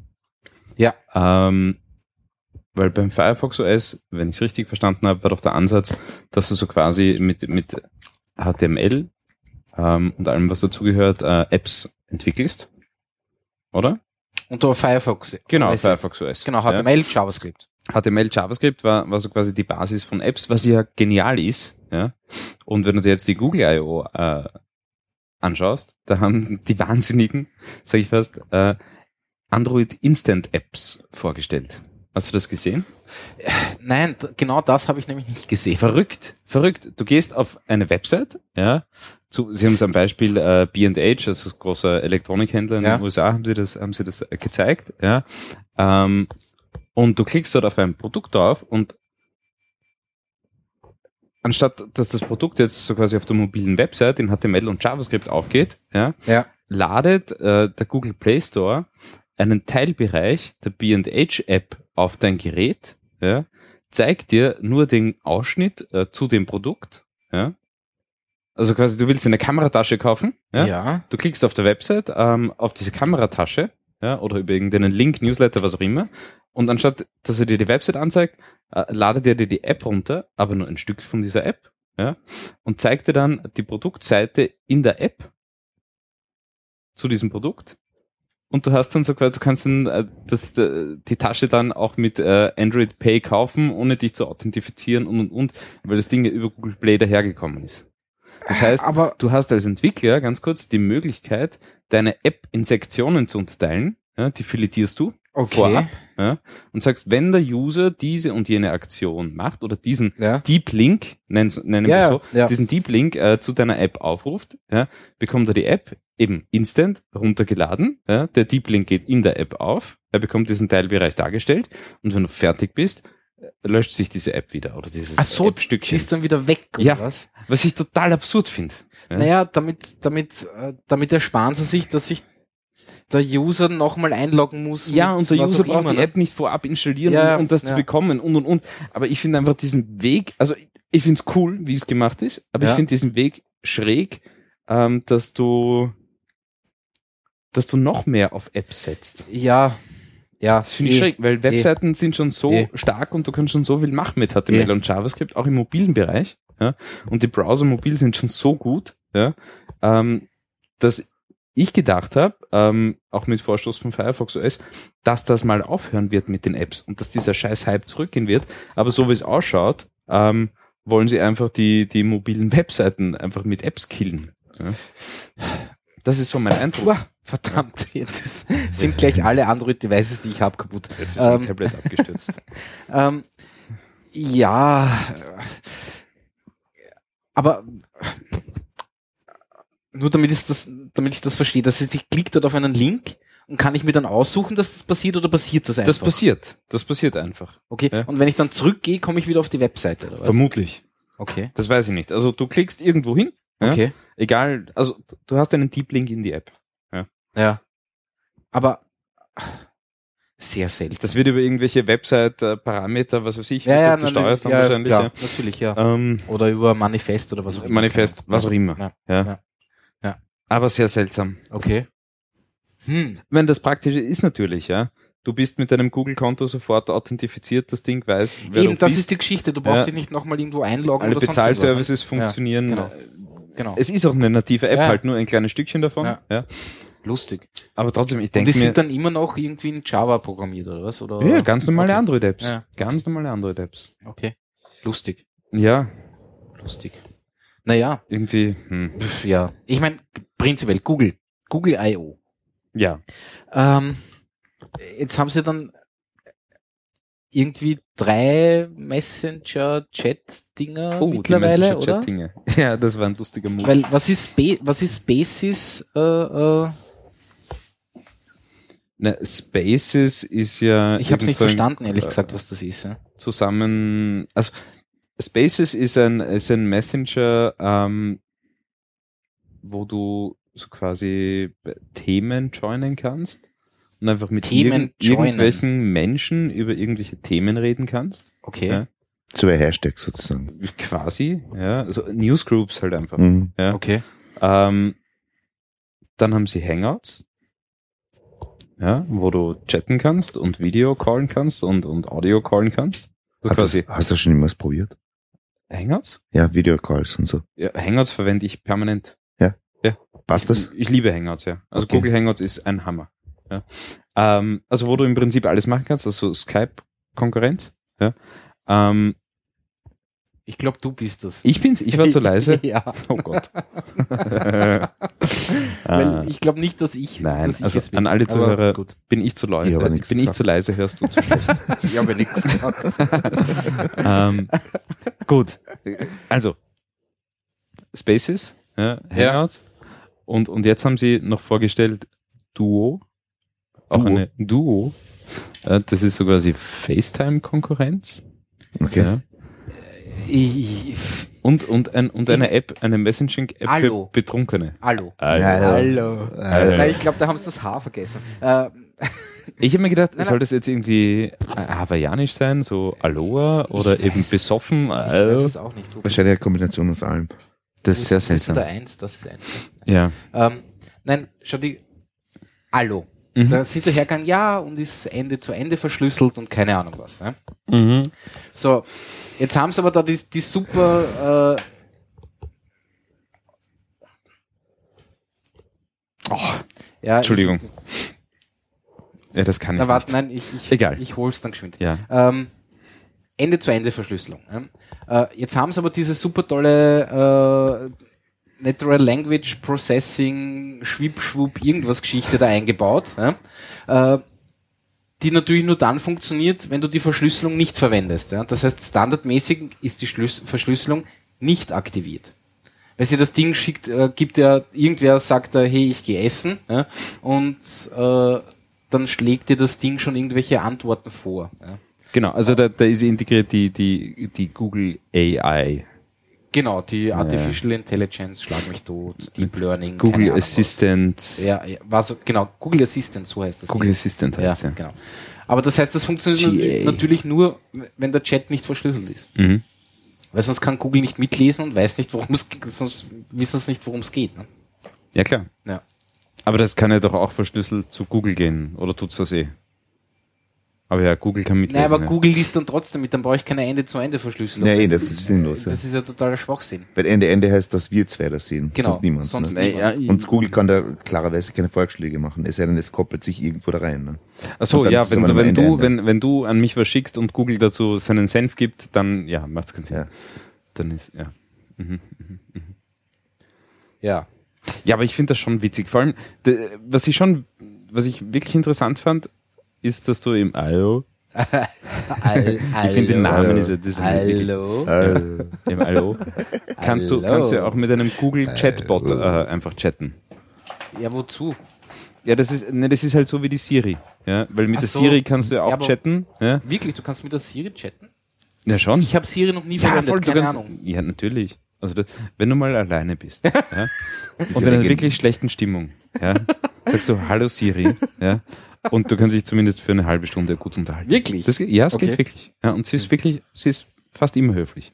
Speaker 2: Ja.
Speaker 4: Ähm, weil beim Firefox OS, wenn ich es richtig verstanden habe, war doch der Ansatz, dass du so quasi mit, mit HTML ähm, und allem, was dazugehört, äh, Apps entwickelst. Oder?
Speaker 2: Unter Firefox.
Speaker 4: Genau,
Speaker 2: OS jetzt.
Speaker 4: Firefox OS.
Speaker 2: Genau,
Speaker 4: Ja.
Speaker 2: HTML, JavaScript.
Speaker 4: HTML, JavaScript war, war so quasi die Basis von Apps, was ja genial ist. Ja? Und wenn du dir jetzt die Google I.O. Äh, anschaust, da haben die Wahnsinnigen, sage ich fast, äh, Android Instant Apps vorgestellt. Hast du das gesehen?
Speaker 2: Nein, d- genau das habe ich nämlich nicht gesehen.
Speaker 4: Verrückt, verrückt. Du gehst auf eine Website, ja, zu, sie haben es am Beispiel äh, B&H, also das großer Elektronikhändler in
Speaker 2: Ja.
Speaker 4: den USA, haben sie das, haben sie das äh, gezeigt, ja. Ähm, und du klickst dort auf ein Produkt drauf und anstatt, dass das Produkt jetzt so quasi auf der mobilen Website in HTML und JavaScript aufgeht, ja,
Speaker 2: Ja.
Speaker 4: ladet äh, der Google Play Store einen Teilbereich der B&H App auf dein Gerät, ja, zeigt dir nur den Ausschnitt äh, zu dem Produkt, ja. Also quasi, du willst eine Kameratasche kaufen, ja.
Speaker 2: ja.
Speaker 4: Du klickst auf der Website ähm, auf diese Kameratasche ja, oder über irgendeinen Link, Newsletter, was auch immer. Und anstatt, dass er dir die Website anzeigt, äh, ladet er dir die App runter, aber nur ein Stück von dieser App ja, und zeigt dir dann die Produktseite in der App zu diesem Produkt. Und du hast dann so quasi, du kannst dann äh, das, äh, die Tasche dann auch mit äh, Android Pay kaufen, ohne dich zu authentifizieren und und und, weil das Ding ja über Google Play dahergekommen ist. Das heißt,
Speaker 2: Aber
Speaker 4: du hast als Entwickler ganz kurz die Möglichkeit, deine App in Sektionen zu unterteilen. Ja, die filetierst du
Speaker 2: okay.
Speaker 4: vorab ja, und sagst, wenn der User diese und jene Aktion macht oder diesen
Speaker 2: Ja.
Speaker 4: Deep Link, nenn's- nennen wir
Speaker 2: Ja,
Speaker 4: so,
Speaker 2: ja.
Speaker 4: diesen Deep Link äh, zu deiner App aufruft, ja, bekommt er die App eben instant runtergeladen. Ja, der Deep Link geht in der App auf, er bekommt diesen Teilbereich dargestellt und wenn du fertig bist, äh, löscht sich diese App wieder oder dieses
Speaker 2: Ach so, Die
Speaker 4: App-Stückchen.
Speaker 2: ist dann wieder weg, oder
Speaker 4: Ja.
Speaker 2: was?
Speaker 4: Was ich total absurd finde. Ja.
Speaker 2: Naja, damit, damit, äh, damit ersparen sie sich, dass sich der User nochmal einloggen muss.
Speaker 4: Ja,
Speaker 2: mit
Speaker 4: und der
Speaker 2: was
Speaker 4: User
Speaker 2: auch
Speaker 4: braucht
Speaker 2: immer,
Speaker 4: die
Speaker 2: ne?
Speaker 4: App nicht vorab installieren,
Speaker 2: Ja,
Speaker 4: um, um das
Speaker 2: ja.
Speaker 4: zu bekommen und und und. Aber ich finde einfach diesen Weg, also ich- ich finde es cool, wie es gemacht ist, aber
Speaker 2: Ja.
Speaker 4: ich finde diesen Weg schräg, ähm, dass du dass du noch mehr auf Apps setzt.
Speaker 2: Ja. Ja.
Speaker 4: Das finde ich
Speaker 2: eh.
Speaker 4: schräg, weil Webseiten sind schon so
Speaker 2: Eh.
Speaker 4: stark und du kannst schon so viel machen mit HTML
Speaker 2: Eh.
Speaker 4: und JavaScript, auch im mobilen Bereich. Ja? Und die Browser mobil sind schon so gut, ja? ähm, dass ich gedacht habe, ähm, auch mit Vorstoß von Firefox OS, dass das mal aufhören wird mit den Apps und dass dieser scheiß Hype zurückgehen wird. Aber so wie es ausschaut, ähm, wollen sie einfach die, die mobilen Webseiten einfach mit Apps killen. Ja? Das ist so mein Eindruck.
Speaker 2: Uah, verdammt, jetzt ist, sind gleich alle Android-Devices, die ich habe, kaputt.
Speaker 4: Jetzt ist
Speaker 2: Ähm.
Speaker 4: Tablet abgestürzt.
Speaker 2: Ähm, ja, äh, aber nur damit, ist das, damit ich das verstehe, dass ich, ich klicke dort auf einen Link und kann ich mir dann aussuchen, dass das passiert oder passiert das einfach?
Speaker 4: Das passiert. Das passiert einfach.
Speaker 2: Okay,
Speaker 4: ja.
Speaker 2: und wenn ich dann zurückgehe, komme ich wieder auf die Webseite oder was?
Speaker 4: Vermutlich.
Speaker 2: Okay,
Speaker 4: Das weiß ich nicht. Also du klickst irgendwo hin, Ja.
Speaker 2: okay,
Speaker 4: egal, also du hast einen Deep Link in die App.
Speaker 2: ja. Aber Sehr selten.
Speaker 4: Das wird über irgendwelche Website-Parameter, was weiß ich, wird das gesteuert dann
Speaker 2: ja,
Speaker 4: wahrscheinlich.
Speaker 2: klar,
Speaker 4: ja.
Speaker 2: natürlich, ja.
Speaker 4: Ähm,
Speaker 2: Oder über Manifest oder was auch immer. Also,
Speaker 4: Manifest, was auch immer.
Speaker 2: Ja,
Speaker 4: Ja.
Speaker 2: Ja. Ja.
Speaker 4: Aber sehr seltsam.
Speaker 2: okay. Hm.
Speaker 4: Ich meine, das Praktische ist natürlich, ja. Du bist mit deinem Google-Konto sofort authentifiziert, das Ding weiß, wer
Speaker 2: Eben,
Speaker 4: du
Speaker 2: das
Speaker 4: bist.
Speaker 2: ist die Geschichte. Du brauchst
Speaker 4: Ja.
Speaker 2: dich nicht nochmal irgendwo einloggen
Speaker 4: Alle
Speaker 2: oder sonst irgendwas.
Speaker 4: Bezahlservices funktionieren. Äh,
Speaker 2: Ja, Genau.
Speaker 4: Es ist auch eine native App,
Speaker 2: Ja.
Speaker 4: halt nur ein kleines Stückchen davon. Ja.
Speaker 2: Ja. Lustig.
Speaker 4: Aber trotzdem, ich
Speaker 2: Und die
Speaker 4: denke mir,
Speaker 2: sind dann immer noch irgendwie in Java programmiert oder was? Oder?
Speaker 4: ja, ganz normale
Speaker 2: Okay.
Speaker 4: Android-Apps.
Speaker 2: Ja.
Speaker 4: Ganz normale Android-Apps.
Speaker 2: Okay. Lustig.
Speaker 4: Ja,
Speaker 2: Lustig. Naja,
Speaker 4: irgendwie, hm.
Speaker 2: pf, ja. Ich meine, prinzipiell Google. Google I.O.
Speaker 4: ja.
Speaker 2: Ähm, jetzt haben sie dann irgendwie drei Messenger-Chat-Dinger
Speaker 4: Oh,
Speaker 2: mittlerweile,
Speaker 4: Messenger-Chat
Speaker 2: oder?
Speaker 4: Dinge. Ja, das war ein lustiger Move.
Speaker 2: Weil was ist, Ba- was ist Basis? Äh, äh,
Speaker 4: Na, Spaces ist ja.
Speaker 2: ich habe es nicht
Speaker 4: irgend so ein
Speaker 2: verstanden, ehrlich
Speaker 4: äh,
Speaker 2: gesagt, was das ist. Ja.
Speaker 4: Zusammen. Also, Spaces ist ein, ist ein Messenger, ähm, wo du so quasi äh, Themen joinen kannst und einfach mit
Speaker 2: Themen
Speaker 4: irgend,
Speaker 2: joinen.
Speaker 4: irgendwelchen Menschen über irgendwelche Themen reden kannst.
Speaker 2: Okay.
Speaker 4: Ja.
Speaker 3: Zwei Hashtags sozusagen.
Speaker 4: Quasi, ja. Also Newsgroups halt einfach.
Speaker 3: Mhm.
Speaker 4: Ja.
Speaker 2: Okay.
Speaker 4: Ähm, dann haben sie Hangouts, ja, wo du chatten kannst und Video callen kannst und, und Audio callen kannst. Also
Speaker 3: Hast,
Speaker 4: quasi
Speaker 3: du, hast du schon immer was probiert?
Speaker 4: Hangouts?
Speaker 3: Ja, Videocalls und so.
Speaker 4: Ja, Hangouts verwende ich permanent.
Speaker 3: Passt das?
Speaker 4: Ich liebe Hangouts, ja. Also
Speaker 3: Okay.
Speaker 4: Google Hangouts ist ein Hammer. Ja. Ähm, also wo du im Prinzip alles machen kannst, also Skype-Konkurrenz. Ja. Ähm,
Speaker 2: Ich glaube, du bist das.
Speaker 4: ich bin's, ich war zu leise.
Speaker 2: ja.
Speaker 4: Oh Gott. Ah.
Speaker 2: Weil ich glaube nicht, dass ich,
Speaker 4: Nein,
Speaker 2: dass ich
Speaker 4: also
Speaker 2: es bin.
Speaker 4: an alle
Speaker 2: Aber
Speaker 4: Zuhörer-
Speaker 2: Gut.
Speaker 4: Bin ich zu leise?
Speaker 3: Ich habe
Speaker 4: Bin
Speaker 3: nichts
Speaker 4: ich
Speaker 3: gesagt.
Speaker 4: zu leise? Hörst du zu schlecht?
Speaker 2: Ich habe nichts gesagt.
Speaker 4: ähm, gut. Also, Spaces, ja,
Speaker 2: Ja.
Speaker 4: Hangouts. Und, und jetzt haben sie noch vorgestellt Duo. Auch
Speaker 3: Duo.
Speaker 4: eine Duo. Äh, Das ist so quasi FaceTime-Konkurrenz.
Speaker 3: Okay.
Speaker 4: Ja.
Speaker 2: Ich,
Speaker 4: Und, und, ein, und eine App, eine Messaging-App
Speaker 2: Hallo.
Speaker 4: für Betrunkene. Also,
Speaker 2: hallo.
Speaker 3: Hallo. Hallo.
Speaker 2: Nein, ich glaube, da haben sie das H vergessen. Äh,
Speaker 4: Ich habe mir gedacht,
Speaker 2: Nein,
Speaker 4: soll das jetzt irgendwie äh, hawaiianisch sein, so Aloha oder
Speaker 2: Ich
Speaker 4: eben
Speaker 2: weiß-
Speaker 4: besoffen?
Speaker 2: ich
Speaker 4: Äh,
Speaker 2: weiß es auch nicht. Wo-
Speaker 3: Wahrscheinlich eine Kombination aus allem.
Speaker 4: das ist sehr
Speaker 2: wo denn Da
Speaker 4: seltsam.
Speaker 2: eins, das ist eins.
Speaker 4: Ja.
Speaker 2: Ähm, nein, schau die. Hallo.
Speaker 4: Mhm.
Speaker 2: Da sind sie hergegangen, ja, und ist Ende zu Ende verschlüsselt und keine Ahnung was. Ne?
Speaker 4: Mhm.
Speaker 2: So, jetzt haben sie aber da die, die super. Äh, oh, ja,
Speaker 4: Entschuldigung. Ja, das kann
Speaker 2: Ich,
Speaker 4: ich
Speaker 2: na, warte,
Speaker 4: nicht.
Speaker 2: nein, ich, ich,
Speaker 4: Egal.
Speaker 2: ich hol's dann geschwind.
Speaker 4: Ja.
Speaker 2: Ähm, Ende zu Ende Verschlüsselung. ja. Äh, jetzt haben sie aber diese super tolle äh, Natural Language Processing Schwibschwupp irgendwas Geschichte da eingebaut, ja, äh, die natürlich nur dann funktioniert, wenn du die Verschlüsselung nicht verwendest. Ja. Das heißt, standardmäßig ist die Schlüs Verschlüsselung nicht aktiviert. Weil sie das Ding schickt, äh, gibt ja, irgendwer sagt da, hey, ich gehe essen, ja, und äh, dann schlägt dir das Ding schon irgendwelche Antworten vor. Ja.
Speaker 4: Genau, also da, da ist integriert die, die, die Google AI,
Speaker 2: Genau, die Artificial Intelligence, schlag mich tot, Deep Learning. keine
Speaker 4: Google
Speaker 2: Ahnung
Speaker 4: Assistant.
Speaker 2: Was. Ja, ja war so, genau, Google Assistant, so heißt das.
Speaker 4: Google
Speaker 2: Ding.
Speaker 4: Assistant
Speaker 2: ja,
Speaker 4: heißt ja.
Speaker 2: genau. Aber das heißt, das funktioniert
Speaker 4: GA.
Speaker 2: nat- natürlich nur, wenn der Chat nicht verschlüsselt ist.
Speaker 4: Mhm.
Speaker 2: Weil sonst kann Google nicht mitlesen und weiß nicht, worum es, sonst wissen es nicht, worum es geht. Ne?
Speaker 4: Ja, klar.
Speaker 2: Ja.
Speaker 4: Aber das kann ja doch auch verschlüsselt zu Google gehen, oder tut's das eh? Aber ja, Google kann mitlesen.
Speaker 2: Nein, aber
Speaker 4: ja.
Speaker 2: Google liest dann trotzdem mit, dann brauche ich keine Ende-zu-Ende-Verschlüsselung.
Speaker 3: Nee, das ist sinnlos. Ja.
Speaker 2: Das ist ja totaler Schwachsinn.
Speaker 3: Weil Ende Ende heißt, dass wir zwei das sehen.
Speaker 2: Genau,
Speaker 3: Sonst niemand.
Speaker 2: sonst
Speaker 3: ne?
Speaker 2: niemand.
Speaker 4: Nee, ja,
Speaker 3: Und Google kann da klarerweise keine Vorschläge machen, es sei denn, es koppelt sich irgendwo da rein. Ne?
Speaker 4: Achso,
Speaker 3: Und dann
Speaker 4: ja,
Speaker 3: ist
Speaker 4: wenn,
Speaker 3: es
Speaker 4: du-
Speaker 3: aber
Speaker 4: wenn
Speaker 3: Ende,
Speaker 4: du,
Speaker 3: Ende.
Speaker 4: wenn, wenn du an mich was schickst und Google dazu seinen Senf gibt, dann ja, macht's keinen Sinn.
Speaker 3: Ja.
Speaker 4: Dann ist, ja.
Speaker 2: Ja.
Speaker 4: Ja, aber ich finde das schon witzig. Vor allem, d- was ich schon, was ich wirklich interessant fand, ist, dass du im Allo,
Speaker 2: Al
Speaker 4: ich finde den Namen ist ja das ist ja wirklich-
Speaker 2: Hallo.
Speaker 3: Äh,
Speaker 4: im Allo, kannst du,
Speaker 2: Hallo.
Speaker 4: kannst du ja auch mit einem Google Chatbot äh, einfach chatten.
Speaker 2: Ja, wozu?
Speaker 4: Ja, das ist, ne, das ist halt so wie die Siri. Ja, weil mit
Speaker 2: Ach
Speaker 4: der
Speaker 2: so.
Speaker 4: Siri kannst du ja
Speaker 2: Ja,
Speaker 4: auch
Speaker 2: aber-
Speaker 4: chatten. Ja,
Speaker 2: Wirklich, du kannst mit der Siri chatten?
Speaker 4: ja schon.
Speaker 2: Ich habe Siri noch nie
Speaker 4: ja,
Speaker 2: verwendet,
Speaker 4: voll, du
Speaker 2: keine
Speaker 4: kannst,
Speaker 2: Ahnung.
Speaker 4: ja, natürlich. Also, das, wenn du mal alleine bist ja, und in
Speaker 3: ja
Speaker 4: einer
Speaker 3: gegen-
Speaker 4: wirklich schlechten Stimmung, ja, sagst du Hallo Siri, ja, Und du kannst dich zumindest für eine halbe Stunde gut unterhalten.
Speaker 2: Wirklich?
Speaker 4: Das, geht- ja, es
Speaker 2: Okay. Hm.
Speaker 4: geht wirklich. Ja, und sie ist wirklich, sie ist fast immer höflich.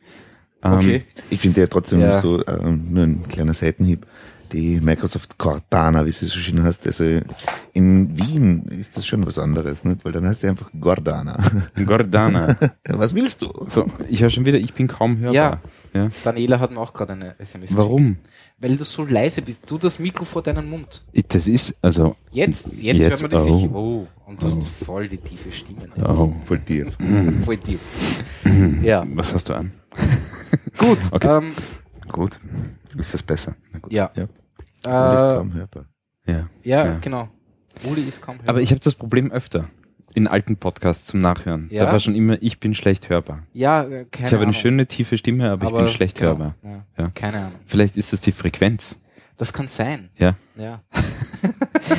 Speaker 4: Ähm,
Speaker 2: Okay.
Speaker 3: Ich finde ja trotzdem
Speaker 2: Ja.
Speaker 3: so ähm, nur ein kleiner Seitenhieb. Die Microsoft Cortana, wie sie so schön heißt, also in Wien ist das schon was anderes, nicht? Weil dann heißt sie einfach Gordana.
Speaker 4: Gordana.
Speaker 3: Was willst du?
Speaker 4: So, ich höre schon wieder, ich bin kaum hörbar. Ja.
Speaker 2: Daniela hat mir auch gerade eine SMS geschickt.
Speaker 4: Warum?
Speaker 2: Weil du so leise bist. Du das Mikro vor deinen Mund.
Speaker 4: Ich- Das ist, also,
Speaker 2: Jetzt, jetzt, hört
Speaker 4: Jetzt,
Speaker 2: man dich
Speaker 4: oh.
Speaker 2: sicher. Oh, und du hast voll die tiefe Stimme. ne?
Speaker 4: oh,
Speaker 3: Voll tief.
Speaker 2: Äh, Voll tief. ja,
Speaker 4: was hast du an?
Speaker 2: gut.
Speaker 4: Okay.
Speaker 2: Ähm,
Speaker 4: Gut. Ist das besser? Na gut.
Speaker 2: ja.
Speaker 3: Ja. Du bist
Speaker 2: Äh,
Speaker 3: kaum hörbar.
Speaker 4: Ja.
Speaker 2: ja,
Speaker 4: Ja.
Speaker 2: genau. Uli ist kaum
Speaker 4: Aber
Speaker 2: hörbar.
Speaker 4: ich habe das Problem öfter in alten Podcasts zum Nachhören.
Speaker 2: Ja?
Speaker 4: Da war schon immer, ich bin schlecht hörbar.
Speaker 2: ja, äh, keine
Speaker 4: ich habe eine
Speaker 2: Ahnung.
Speaker 4: schöne tiefe Stimme, aber, ich bin schlecht
Speaker 2: genau,
Speaker 4: hörbar.
Speaker 2: Ja.
Speaker 4: Ja.
Speaker 2: Keine Ahnung.
Speaker 4: Vielleicht ist das die Frequenz.
Speaker 2: Das kann sein.
Speaker 4: Ja.
Speaker 2: Ja.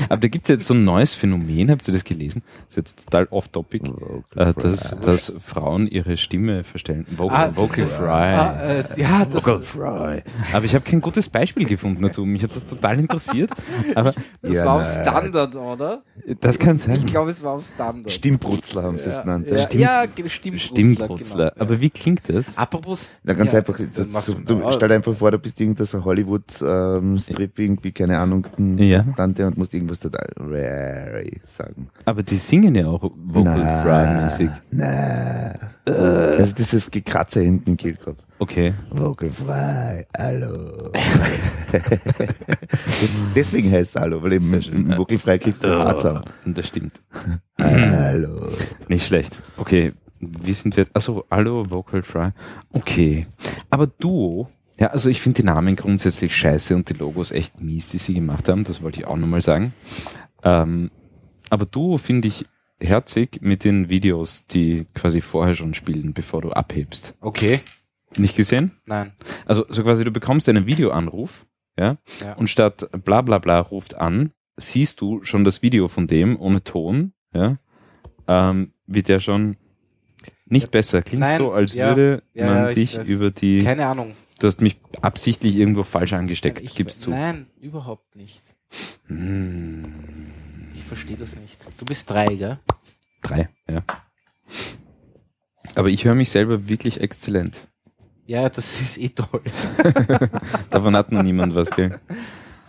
Speaker 4: Aber da gibt's jetzt so ein neues Phänomen, habt ihr das gelesen? Das ist jetzt total off-topic, äh, dass, dass Frauen ihre Stimme verstellen. Vocal,
Speaker 2: Ah,
Speaker 4: vocal
Speaker 2: Ah,
Speaker 4: fry.
Speaker 2: äh, ja, das,
Speaker 4: Vocal fry. Aber ich habe kein gutes Beispiel gefunden dazu. Mich hat das total interessiert. Aber
Speaker 2: das
Speaker 3: Ja,
Speaker 2: war auf
Speaker 3: nein.
Speaker 2: Standard, oder?
Speaker 4: das kann
Speaker 2: Ich
Speaker 4: sein.
Speaker 2: glaube, es war auf Standard.
Speaker 3: Stimmputzler haben sie es
Speaker 2: ja,
Speaker 3: genannt.
Speaker 2: Ja,
Speaker 3: Stimm-
Speaker 2: ja, ge- Stimmputzler.
Speaker 4: Stimmputzler.
Speaker 2: Genau.
Speaker 4: Aber wie klingt das?
Speaker 2: Apropos.
Speaker 3: Na, ganz
Speaker 2: ja,
Speaker 3: einfach,
Speaker 2: dann
Speaker 3: das,
Speaker 2: machst
Speaker 3: so,
Speaker 2: du-
Speaker 3: du, stell dir einfach vor, du bist irgendein so Hollywood-Strip, irgendwie, keine Ahnung, n-
Speaker 4: Ja.
Speaker 3: Tante und musst irgendwas total very sagen.
Speaker 4: Aber die singen ja auch Vocal
Speaker 3: Na.
Speaker 4: Fry-mäßig.
Speaker 3: Na.
Speaker 2: Äh.
Speaker 3: Das ist dieses Gekratzer hinten im Kehlkopf.
Speaker 4: Okay.
Speaker 3: Vocal frei, hallo. das, deswegen heißt es hallo, weil eben
Speaker 4: schön, ja.
Speaker 3: Vocal frei kriegst du Arzt haben.
Speaker 4: Und das stimmt.
Speaker 3: Hallo.
Speaker 4: Nicht schlecht. Okay. Wie sind wir? Achso, hallo, Vocal Fry. Okay. Aber Duo. Ja, also ich finde die Namen grundsätzlich scheiße und die Logos echt mies, die sie gemacht haben. Das wollte ich auch nochmal sagen. Ähm, aber Duo finde ich herzig mit den Videos, die quasi vorher schon spielen, bevor du abhebst.
Speaker 2: Okay,
Speaker 4: Nicht gesehen?
Speaker 2: nein.
Speaker 4: Also so quasi, du bekommst einen Videoanruf, ja,
Speaker 2: Ja.
Speaker 4: und statt bla bla bla ruft an, siehst du schon das Video von dem ohne Ton, ja, ähm, wird ja schon nicht besser. Klingt
Speaker 2: Nein,
Speaker 4: so, als
Speaker 2: ja,
Speaker 4: würde
Speaker 2: ja,
Speaker 4: man
Speaker 2: ja, ich
Speaker 4: dich
Speaker 2: weiß.
Speaker 4: über die,
Speaker 2: Keine Ahnung.
Speaker 4: du hast mich absichtlich irgendwo falsch angesteckt,
Speaker 2: Nein, ich-
Speaker 4: gibst zu.
Speaker 2: Nein, überhaupt nicht.
Speaker 4: Hm,
Speaker 2: Ich verstehe das nicht. Du bist drei, gell?
Speaker 4: drei, ja. Aber ich höre mich selber wirklich exzellent.
Speaker 2: Ja, das ist eh toll.
Speaker 4: Davon hat noch niemand was, gell?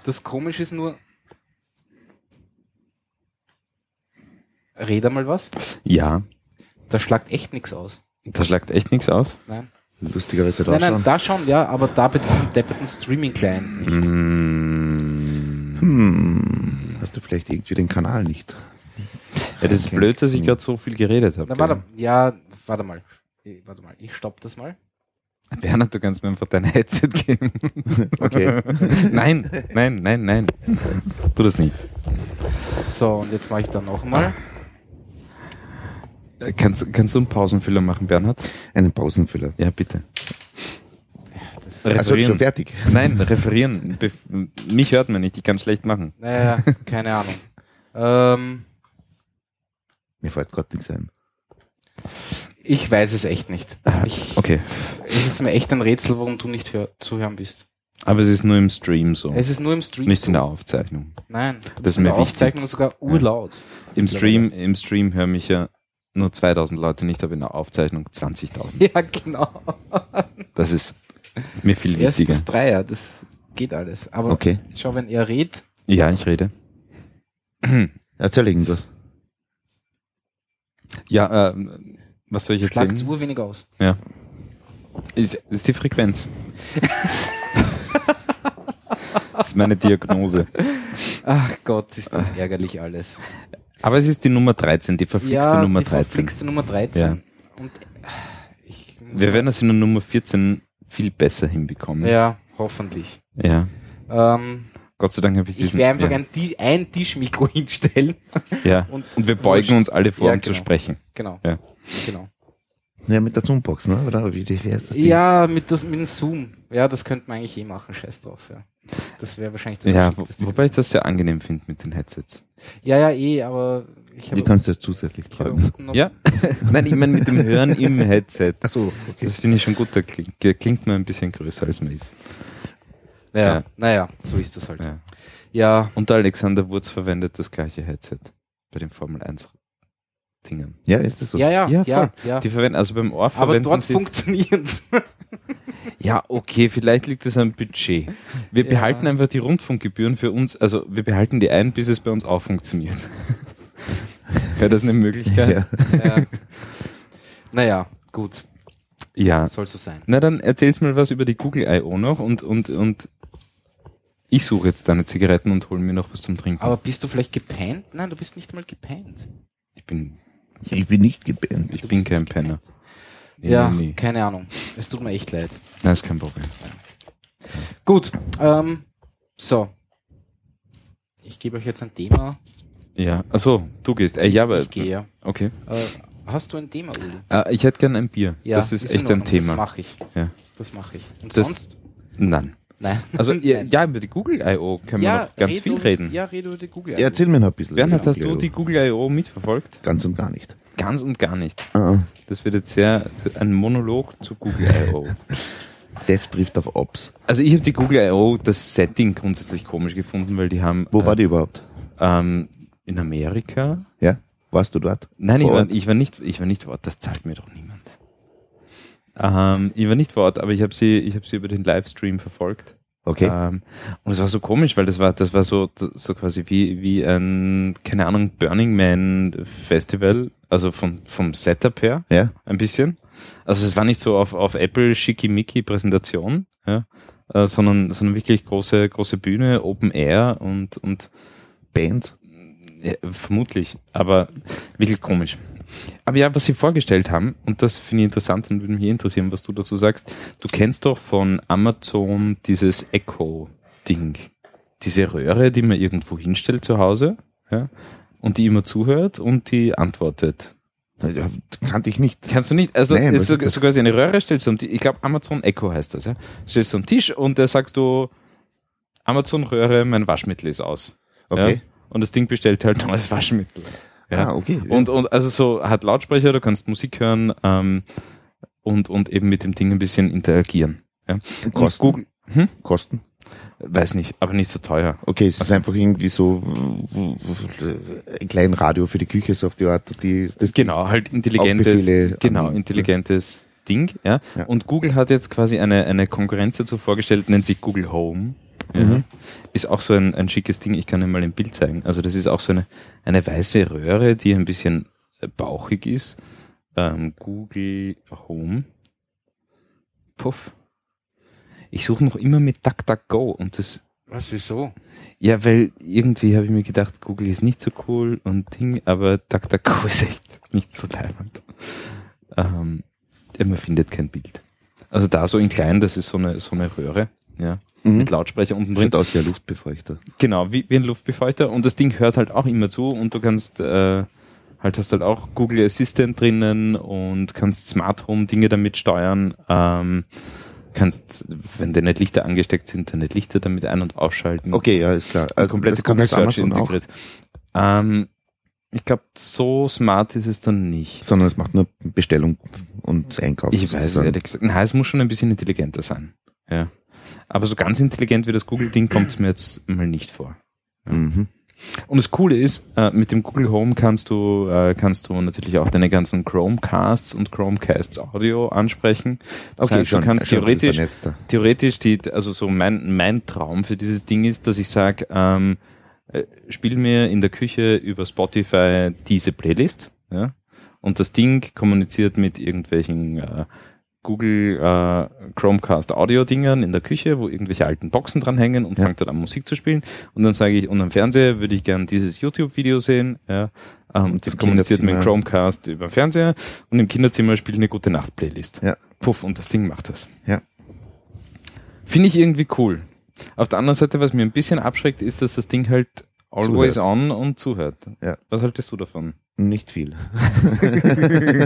Speaker 2: Das Komische ist nur. Red mal was.
Speaker 4: Ja,
Speaker 2: Da schlagt echt nichts aus.
Speaker 4: da schlagt echt nichts aus.
Speaker 2: Nein.
Speaker 3: Lustigerweise da
Speaker 2: Nein, nein,
Speaker 3: schon.
Speaker 2: da schon, ja, aber da bei diesem depperten Streaming-Client nicht.
Speaker 3: Mhm.
Speaker 4: Hm.
Speaker 3: Hm, hast du vielleicht irgendwie den Kanal nicht?
Speaker 4: Ja, das ist
Speaker 3: Okay.
Speaker 4: blöd, dass ich gerade so viel geredet habe.
Speaker 2: Na, warte, ja, warte mal. Eh, Warte mal, ich stopp das mal.
Speaker 4: Bernhard, du kannst mir einfach dein Headset geben.
Speaker 3: Okay.
Speaker 4: nein, nein, nein, nein. Tu das nicht.
Speaker 2: So, und jetzt mache ich da nochmal.
Speaker 3: Ah.
Speaker 4: Äh, Kannst, kannst du einen Pausenfüller machen, Bernhard?
Speaker 3: Einen Pausenfüller.
Speaker 4: Ja, bitte.
Speaker 3: Also schon fertig.
Speaker 4: Nein, referieren. Bef mich hört man nicht, ich kann schlecht machen.
Speaker 2: Naja, keine Ahnung. Ähm,
Speaker 3: Mir fällt Gott nichts ein.
Speaker 2: ich weiß es echt nicht. Ich,
Speaker 4: Okay.
Speaker 2: Es ist mir echt ein Rätsel, warum du nicht hör zuhören bist.
Speaker 4: Aber es ist nur im Stream so.
Speaker 2: Es ist nur im Stream.
Speaker 4: Nicht in der
Speaker 2: so.
Speaker 4: Aufzeichnung.
Speaker 2: Nein, du
Speaker 4: ist
Speaker 2: bist in
Speaker 4: mir
Speaker 2: der
Speaker 4: wichtig.
Speaker 2: Aufzeichnung sogar urlaut.
Speaker 4: Im Stream, im Stream hören mich ja nur 2000 Leute nicht, aber in der Aufzeichnung 20.000.
Speaker 2: Ja, genau.
Speaker 4: Das ist mir viel
Speaker 2: Erst
Speaker 4: wichtiger.
Speaker 2: das Dreier, das geht alles. Aber
Speaker 4: Okay.
Speaker 2: schau, wenn er redet,
Speaker 4: Ja, ich rede.
Speaker 3: Erzähl irgendwas.
Speaker 4: Ja, ähm, was soll ich jetzt
Speaker 2: schlagt es
Speaker 4: sagen?
Speaker 2: urwenig aus.
Speaker 4: Ja. Ist, ist die Frequenz. das ist meine Diagnose.
Speaker 2: Ach Gott, ist das ärgerlich alles.
Speaker 4: Aber es ist die Nummer 13, die verflixte Nummer
Speaker 2: die
Speaker 4: 13.
Speaker 2: verflixte Nummer 13. Und äh, ich muss
Speaker 4: Wir werden ne? das in der Nummer 14 viel besser hinbekommen.
Speaker 2: Ja, hoffentlich.
Speaker 4: Ja.
Speaker 2: Ähm,
Speaker 4: Gott sei Dank habe ich
Speaker 2: ich
Speaker 4: diesen.
Speaker 2: werde einfach
Speaker 4: ja.
Speaker 2: ein, Ti- ein Tischmikro hinstellen.
Speaker 4: ja.
Speaker 2: Und,
Speaker 4: Und wir beugen uns alle vor,
Speaker 2: Ja,
Speaker 4: um zu
Speaker 2: genau.
Speaker 4: sprechen.
Speaker 2: Genau.
Speaker 4: Ja.
Speaker 2: genau.
Speaker 3: Ja, mit der Zoombox, ne? Oder wie, wie heißt das Ding?
Speaker 2: Ja, mit, das, mit dem Zoom. Ja, das könnte man eigentlich eh machen, scheiß drauf. Ja. Das wäre wahrscheinlich das
Speaker 4: ja, wo,
Speaker 2: Geschickteste.
Speaker 4: wobei ich das sehr angenehm finde mit den Headsets.
Speaker 2: Ja, ja, eh, aber ich
Speaker 3: Die
Speaker 2: habe
Speaker 3: kannst du ja zusätzlich
Speaker 2: ich habe
Speaker 4: Genau.
Speaker 3: tragen.
Speaker 2: unten noch.
Speaker 4: Ja? Nein, ich meine mit dem Hören im Headset.
Speaker 3: Ach so, okay.
Speaker 4: Das finde ich schon gut. Da klingt, da klingt man ein bisschen größer, als man ist.
Speaker 2: Ja,
Speaker 4: Ja.
Speaker 2: naja, so ist das halt.
Speaker 4: Ja.
Speaker 2: Ja,
Speaker 4: Und der Alexander Wurz verwendet das gleiche Headset. bei den Formel 1 Dingen.
Speaker 3: Ja, ist das so?
Speaker 2: Ja, ja,
Speaker 4: Ja,
Speaker 2: ja,
Speaker 4: voll.
Speaker 2: ja.
Speaker 4: Die verwenden, also beim ORF
Speaker 2: Aber
Speaker 4: verwenden
Speaker 2: dort
Speaker 4: sie-
Speaker 2: funktioniert's.
Speaker 4: Ja, okay, vielleicht liegt es am Budget. Wir
Speaker 2: Ja.
Speaker 4: behalten einfach die Rundfunkgebühren für uns, also wir behalten die ein, bis es bei uns auch funktioniert. Wäre das eine Möglichkeit?
Speaker 3: Ja.
Speaker 2: ja. Naja, gut.
Speaker 4: Ja.
Speaker 2: Soll so sein.
Speaker 4: Na dann erzähl's mal was über die Google I.O. noch und, und, und ich suche jetzt deine Zigaretten und hole mir noch was zum Trinken.
Speaker 2: Aber bist du vielleicht gepennt? Nein, du bist nicht mal gepennt.
Speaker 4: ich bin,
Speaker 3: Ich bin nicht gebannt.
Speaker 4: ich
Speaker 2: Du
Speaker 4: bin
Speaker 2: bist
Speaker 4: kein
Speaker 2: nicht
Speaker 4: Penner.
Speaker 2: gepennt.
Speaker 4: Nee,
Speaker 2: ja,
Speaker 4: nee, nee.
Speaker 2: keine Ahnung. Es tut mir echt leid.
Speaker 4: Nein, ist kein Problem.
Speaker 2: Gut, ähm, so. Ich gebe euch jetzt ein Thema.
Speaker 4: Ja, achso, du gehst. Äh, ja, aber,
Speaker 2: Ich gehe.
Speaker 4: okay.
Speaker 2: Äh, hast du ein Thema, Uli?
Speaker 4: Äh, ich hätte gern ein Bier. das ist,
Speaker 2: in
Speaker 4: echt
Speaker 2: Ordnung,
Speaker 4: ein
Speaker 2: Das
Speaker 4: Thema.
Speaker 2: mache ich.
Speaker 4: Ja.
Speaker 2: Das mache ich. Und
Speaker 4: Das-
Speaker 2: sonst?
Speaker 4: Nein.
Speaker 2: Nein.
Speaker 4: Also, ja,
Speaker 2: Nein.
Speaker 4: ja, über die Google I.O. können wir noch ganz
Speaker 2: red
Speaker 4: viel
Speaker 2: über-
Speaker 4: reden.
Speaker 2: Ja, rede über die Google.
Speaker 3: Ja, erzähl mir noch ein bisschen.
Speaker 4: Bernhard,
Speaker 3: Ja,
Speaker 4: hast du die Google I.O. mitverfolgt?
Speaker 3: Ganz und gar nicht.
Speaker 4: Ganz und gar nicht.
Speaker 3: Ah,
Speaker 4: Das wird jetzt sehr zu- ein Monolog zu Google I.O.
Speaker 3: Dev trifft auf Ops.
Speaker 4: also ich habe die Google I.O. das Setting grundsätzlich komisch gefunden, weil die haben
Speaker 3: Wo
Speaker 4: äh,
Speaker 3: war die überhaupt?
Speaker 4: ähm, in Amerika.
Speaker 3: Ja? Warst du dort?
Speaker 4: Nein, ich
Speaker 3: Vor
Speaker 4: war,
Speaker 3: Ort?
Speaker 4: ich war nicht, ich war nicht vor Ort, das zahlt mir doch niemand. Ähm, ich war nicht vor Ort, aber ich habe sie, ich habe sie über den Livestream verfolgt.
Speaker 3: Okay.
Speaker 4: Ähm, und es war so komisch, weil das war, das war so, so quasi wie, wie ein, keine Ahnung, Burning Man Festival, also vom, vom Setup her
Speaker 3: Ja?
Speaker 4: ein bisschen. Also es war nicht so auf, auf Apple schickimicki Präsentation, ja, äh, sondern, sondern wirklich große, große Bühne, Open Air und, und
Speaker 3: Bands?
Speaker 4: ja, vermutlich, aber wirklich komisch. Aber ja, was sie vorgestellt haben, und das finde ich interessant und würde mich eh interessieren, was du dazu sagst. Du kennst doch von Amazon dieses Echo-Ding. Diese Röhre, die man irgendwo hinstellt zu Hause, ja, und die immer zuhört und die antwortet.
Speaker 3: Ja, Kannte ich nicht.
Speaker 4: Kannst du nicht, also
Speaker 3: Nein,
Speaker 4: ist
Speaker 3: was
Speaker 4: so,
Speaker 3: ist das?
Speaker 4: so quasi eine Röhre, stellst du am Tisch, ich glaube Amazon Echo heißt das, ja? Stellst du am Tisch und da sagst du, Amazon Röhre, mein Waschmittel ist aus.
Speaker 3: Okay.
Speaker 4: Ja? Und das Ding bestellt halt neues Waschmittel. Ja.
Speaker 3: Ah, okay.
Speaker 4: Und, und also so hat Lautsprecher, du kannst Musik hören ähm, und, und eben mit dem Ding ein bisschen interagieren. Ja?
Speaker 3: Und
Speaker 4: Und
Speaker 3: Kosten?
Speaker 4: Google, Hm?
Speaker 3: Kosten?
Speaker 4: weiß nicht, aber nicht so teuer.
Speaker 3: Okay, es ist einfach irgendwie so äh, ein kleines Radio für die Küche, so auf die Art. Die, das
Speaker 4: Genau, halt intelligentes,
Speaker 3: Befehle
Speaker 4: genau,
Speaker 3: an-
Speaker 4: intelligentes Ding. Ja?
Speaker 3: Ja.
Speaker 4: Und Google hat jetzt quasi eine, eine Konkurrenz dazu vorgestellt, nennt sich Google Home. Ja.
Speaker 3: Mhm.
Speaker 4: Ist auch so ein, ein schickes Ding, ich kann dir mal ein Bild zeigen. Also das ist auch so eine, eine weiße Röhre, die ein bisschen äh, bauchig ist. Ähm, Google Home. Puff. Ich suche noch immer mit DuckDuckGo und das
Speaker 2: Was, wieso?
Speaker 4: ja, weil irgendwie habe ich mir gedacht, Google ist nicht so cool und Ding, aber DuckDuckGo ist echt nicht so leibend. Ähm, ja, man findet kein Bild. Also da so in klein, das ist so eine, so eine Röhre, ja,
Speaker 3: Mhm.
Speaker 4: mit Lautsprecher unten drin.
Speaker 3: Schaut aus wie ein Luftbefeuchter.
Speaker 4: Genau, wie, wie ein Luftbefeuchter und das Ding hört halt auch immer zu und du kannst äh, halt hast halt auch Google Assistant drinnen und kannst Smart Home Dinge damit steuern. Ähm, kannst, wenn deine Lichter angesteckt sind, deine Lichter damit ein- und ausschalten
Speaker 3: Okay, ja, ist klar.
Speaker 4: äh,
Speaker 3: Also,
Speaker 4: komplette
Speaker 3: das kann
Speaker 4: Google
Speaker 3: das
Speaker 4: Search
Speaker 3: Amazon auch,
Speaker 4: integriert. Ähm, ich glaube, so smart ist es dann nicht.
Speaker 3: sondern es macht nur Bestellung und Einkauf.
Speaker 4: ich weiß
Speaker 3: sozusagen.
Speaker 4: ehrlich gesagt. Nein, es muss schon ein bisschen intelligenter sein. Ja. Aber so ganz intelligent wie das Google-Ding kommt es mir jetzt mal nicht vor.
Speaker 3: Mhm.
Speaker 4: Und das Coole ist, äh, mit dem Google Home kannst du, äh, kannst du natürlich auch deine ganzen Chromecasts und Chromecasts Audio ansprechen. Das
Speaker 3: Okay,
Speaker 4: heißt,
Speaker 3: schon,
Speaker 4: du kannst
Speaker 3: schon ein bisschen
Speaker 4: theoretisch
Speaker 3: vernetzter.
Speaker 4: theoretisch die, also so mein, mein Traum für dieses Ding ist, dass ich sage, ähm, äh, spiel mir in der Küche über Spotify diese Playlist, ja, und das Ding kommuniziert mit irgendwelchen äh, Google äh, Chromecast Audio Dingern in der Küche, wo irgendwelche alten Boxen dranhängen und
Speaker 3: Ja.
Speaker 4: fängt dann an Musik zu spielen und dann sage ich und am Fernseher würde ich gern dieses YouTube Video sehen, ja, ähm,
Speaker 3: Und
Speaker 4: das
Speaker 3: im
Speaker 4: kommuniziert mit dem
Speaker 3: Kinderzimmer.
Speaker 4: Chromecast über den Fernseher und im Kinderzimmer spielt eine gute Nacht Playlist.
Speaker 3: Ja.
Speaker 4: Puff und das Ding macht das.
Speaker 3: Ja.
Speaker 4: Finde ich irgendwie cool. Auf der anderen Seite, was mir ein bisschen abschreckt, ist, dass das Ding halt always
Speaker 3: Zuhört.
Speaker 4: on und zuhört.
Speaker 3: Ja.
Speaker 4: Was haltest du davon?
Speaker 3: Nicht viel.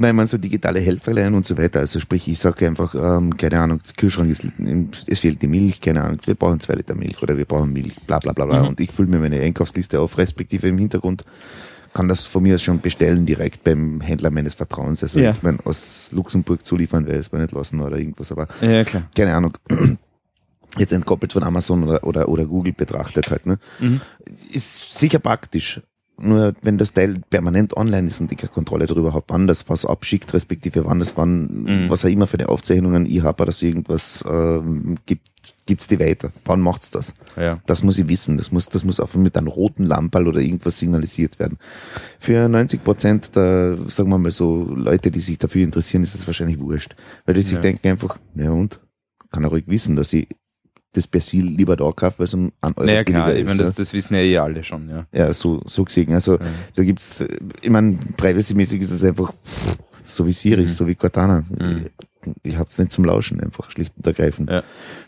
Speaker 3: Nein, man so digitale Helferlein und so weiter. Also sprich, ich sage einfach, ähm, keine Ahnung, der Kühlschrank ist, im- es fehlt die Milch, keine Ahnung, wir brauchen zwei Liter Milch oder wir brauchen Milch, bla bla bla bla.
Speaker 4: Mhm.
Speaker 3: Und ich fülle mir meine Einkaufsliste auf, respektive im Hintergrund kann das von mir aus schon bestellen direkt beim Händler meines Vertrauens. Also
Speaker 4: Ja.
Speaker 3: ich meine, aus Luxemburg zuliefern wäre es mir nicht lassen oder irgendwas, aber
Speaker 4: Ja, klar.
Speaker 3: keine Ahnung. jetzt entkoppelt von Amazon oder, oder, oder Google betrachtet halt. Ne?
Speaker 4: Mhm.
Speaker 3: Ist sicher praktisch. Nur wenn das Teil permanent online ist und ich keine Kontrolle darüber habe, wann das was abschickt, respektive wann das wann,
Speaker 4: Mhm.
Speaker 3: was auch immer für die Aufzeichnungen ich habe, dass irgendwas ähm, gibt, gibt's die weiter. Wann macht's das?
Speaker 4: Ja.
Speaker 3: Das muss ich wissen. Das muss, das muss auch mit einem roten Lamperl oder irgendwas signalisiert werden. Für 90 Prozent der, sagen wir mal so, Leute, die sich dafür interessieren, ist das wahrscheinlich wurscht. Weil die sich
Speaker 4: Ja.
Speaker 3: denken einfach, ja und? Kann er ruhig wissen, dass ich das Persil lieber da kaufe, weil es um an Euro
Speaker 4: Naja, klar,
Speaker 3: billiger
Speaker 4: ich meine,
Speaker 3: ist.
Speaker 4: das, das wissen ja eh alle schon, ja.
Speaker 3: ja. ja, so, so gesehen. Also
Speaker 4: Ja.
Speaker 3: da gibt's, äh, ich meine, privacy-mäßig ist es einfach pff, so wie Siri,
Speaker 4: Mhm.
Speaker 3: so wie Cortana.
Speaker 4: Mhm.
Speaker 3: Ich hab's nicht zum Lauschen, einfach schlicht und ergreifend.
Speaker 4: Ja.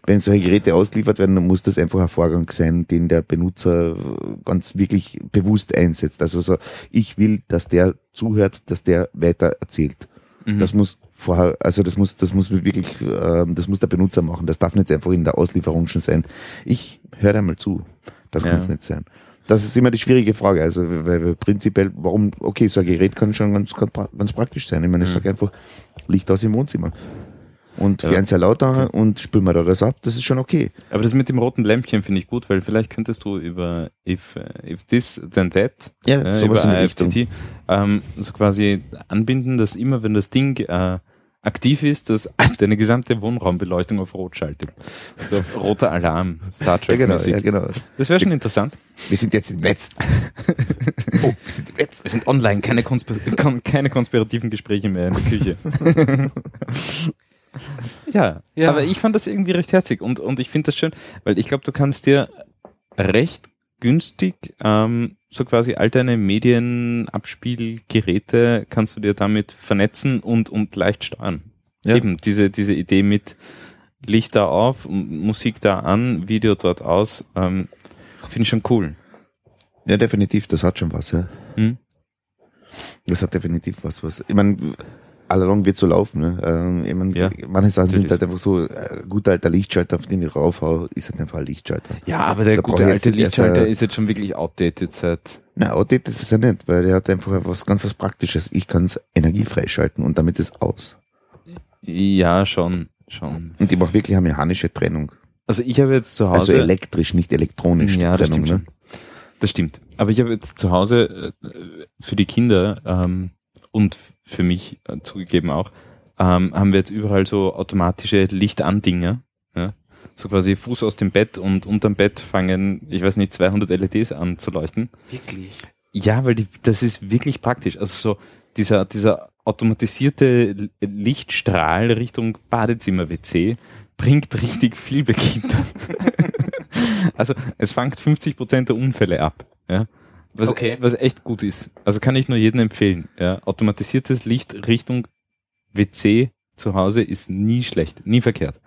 Speaker 3: Wenn solche Geräte ausgeliefert werden, dann muss das einfach ein Vorgang sein, den der Benutzer ganz wirklich bewusst einsetzt. Also so, ich will, dass der zuhört, dass der weiter erzählt.
Speaker 4: Mhm.
Speaker 3: Das muss vorher, also das muss, das muss wirklich, ähm, das muss der Benutzer machen. Das darf nicht einfach in der Auslieferung schon sein. Ich höre einmal zu. Das
Speaker 4: Ja.
Speaker 3: kann es nicht sein. Das ist immer die schwierige Frage. Also weil wir prinzipiell, warum, okay, so ein Gerät kann schon ganz, ganz pra- ganz praktisch sein. Ich meine, ich
Speaker 4: Mhm.
Speaker 3: sage einfach, Licht aus im Wohnzimmer. Und
Speaker 4: Ja.
Speaker 3: Fernseher lauter und spül mal da das ab, das ist schon okay.
Speaker 4: Aber das mit dem roten Lämpchen finde ich gut, weil vielleicht könntest du über if, äh, if this, then that,
Speaker 3: Ja,
Speaker 4: äh,
Speaker 3: sowas
Speaker 4: über
Speaker 3: in die Richtung.
Speaker 4: IFTT, ähm, so quasi anbinden, dass immer, wenn das Ding äh, aktiv ist, dass deine gesamte Wohnraumbeleuchtung auf Rot schaltet. So auf roter Alarm, Star
Speaker 3: Ja,
Speaker 4: Trek.
Speaker 3: genau,
Speaker 4: mäßig.
Speaker 3: ja, genau.
Speaker 4: Das wäre schon interessant.
Speaker 3: Wir sind jetzt im Netz. oh, wir sind im Netz.
Speaker 4: Wir sind online, keine, Konspir kon keine konspirativen Gespräche mehr in der Küche. ja,
Speaker 2: Ja.
Speaker 4: aber ich fand das irgendwie recht herzig und, und ich finde das schön, weil ich glaube, du kannst dir recht günstig ähm, so quasi all deine Medienabspielgeräte kannst du dir damit vernetzen und, und leicht steuern.
Speaker 3: Ja.
Speaker 4: Eben diese, diese Idee mit Licht da auf, M- Musik da an, Video dort aus, ähm, finde ich schon cool.
Speaker 3: Ja, definitiv, das hat schon was, ja.
Speaker 4: Hm?
Speaker 3: Das hat definitiv was, was. Ich meine, all along wird so laufen. Ne? Ähm, ich mein,
Speaker 4: Ja,
Speaker 3: manche Sachen sind
Speaker 4: natürlich.
Speaker 3: halt einfach so, äh, guter alter Lichtschalter, auf den ich raufhau, ist halt einfach ein Lichtschalter.
Speaker 4: Ja, aber der
Speaker 3: Da brauche
Speaker 4: gute
Speaker 3: ich
Speaker 4: alte
Speaker 3: jetzt nicht erst,
Speaker 4: Lichtschalter
Speaker 3: äh,
Speaker 4: ist jetzt schon wirklich outdated seit.
Speaker 3: Na, outdated ist es ja nicht, weil der hat einfach was ganz was Praktisches. Ich kann es energiefrei schalten und damit ist aus.
Speaker 4: Ja, schon, schon.
Speaker 3: Und ich mache wirklich eine mechanische Trennung.
Speaker 4: Also ich habe jetzt zu
Speaker 3: Also
Speaker 4: Hause.
Speaker 3: elektrisch, nicht elektronisch die
Speaker 4: ja, das
Speaker 3: Trennung.
Speaker 4: stimmt
Speaker 3: Ne?
Speaker 4: schon. Das stimmt. Aber ich habe jetzt zu Hause äh, für die Kinder ähm, und für mich äh, zugegeben auch, ähm, haben wir jetzt überall so automatische Lichtandinger. Ja? So quasi Fuß aus dem Bett und unterm Bett fangen, ich weiß nicht, 200 LEDs an zu leuchten.
Speaker 2: Wirklich.
Speaker 4: Ja, weil die, das ist wirklich praktisch. Also so dieser, dieser automatisierte L- Lichtstrahl Richtung Badezimmer-WC bringt richtig viel bei Kindern. also es fängt 50 Prozent der Unfälle ab. Ja? Was,
Speaker 2: Okay.
Speaker 4: was echt gut ist. Also kann ich nur jedem empfehlen. Ja? Automatisiertes Licht Richtung WC zu Hause ist nie schlecht, nie verkehrt.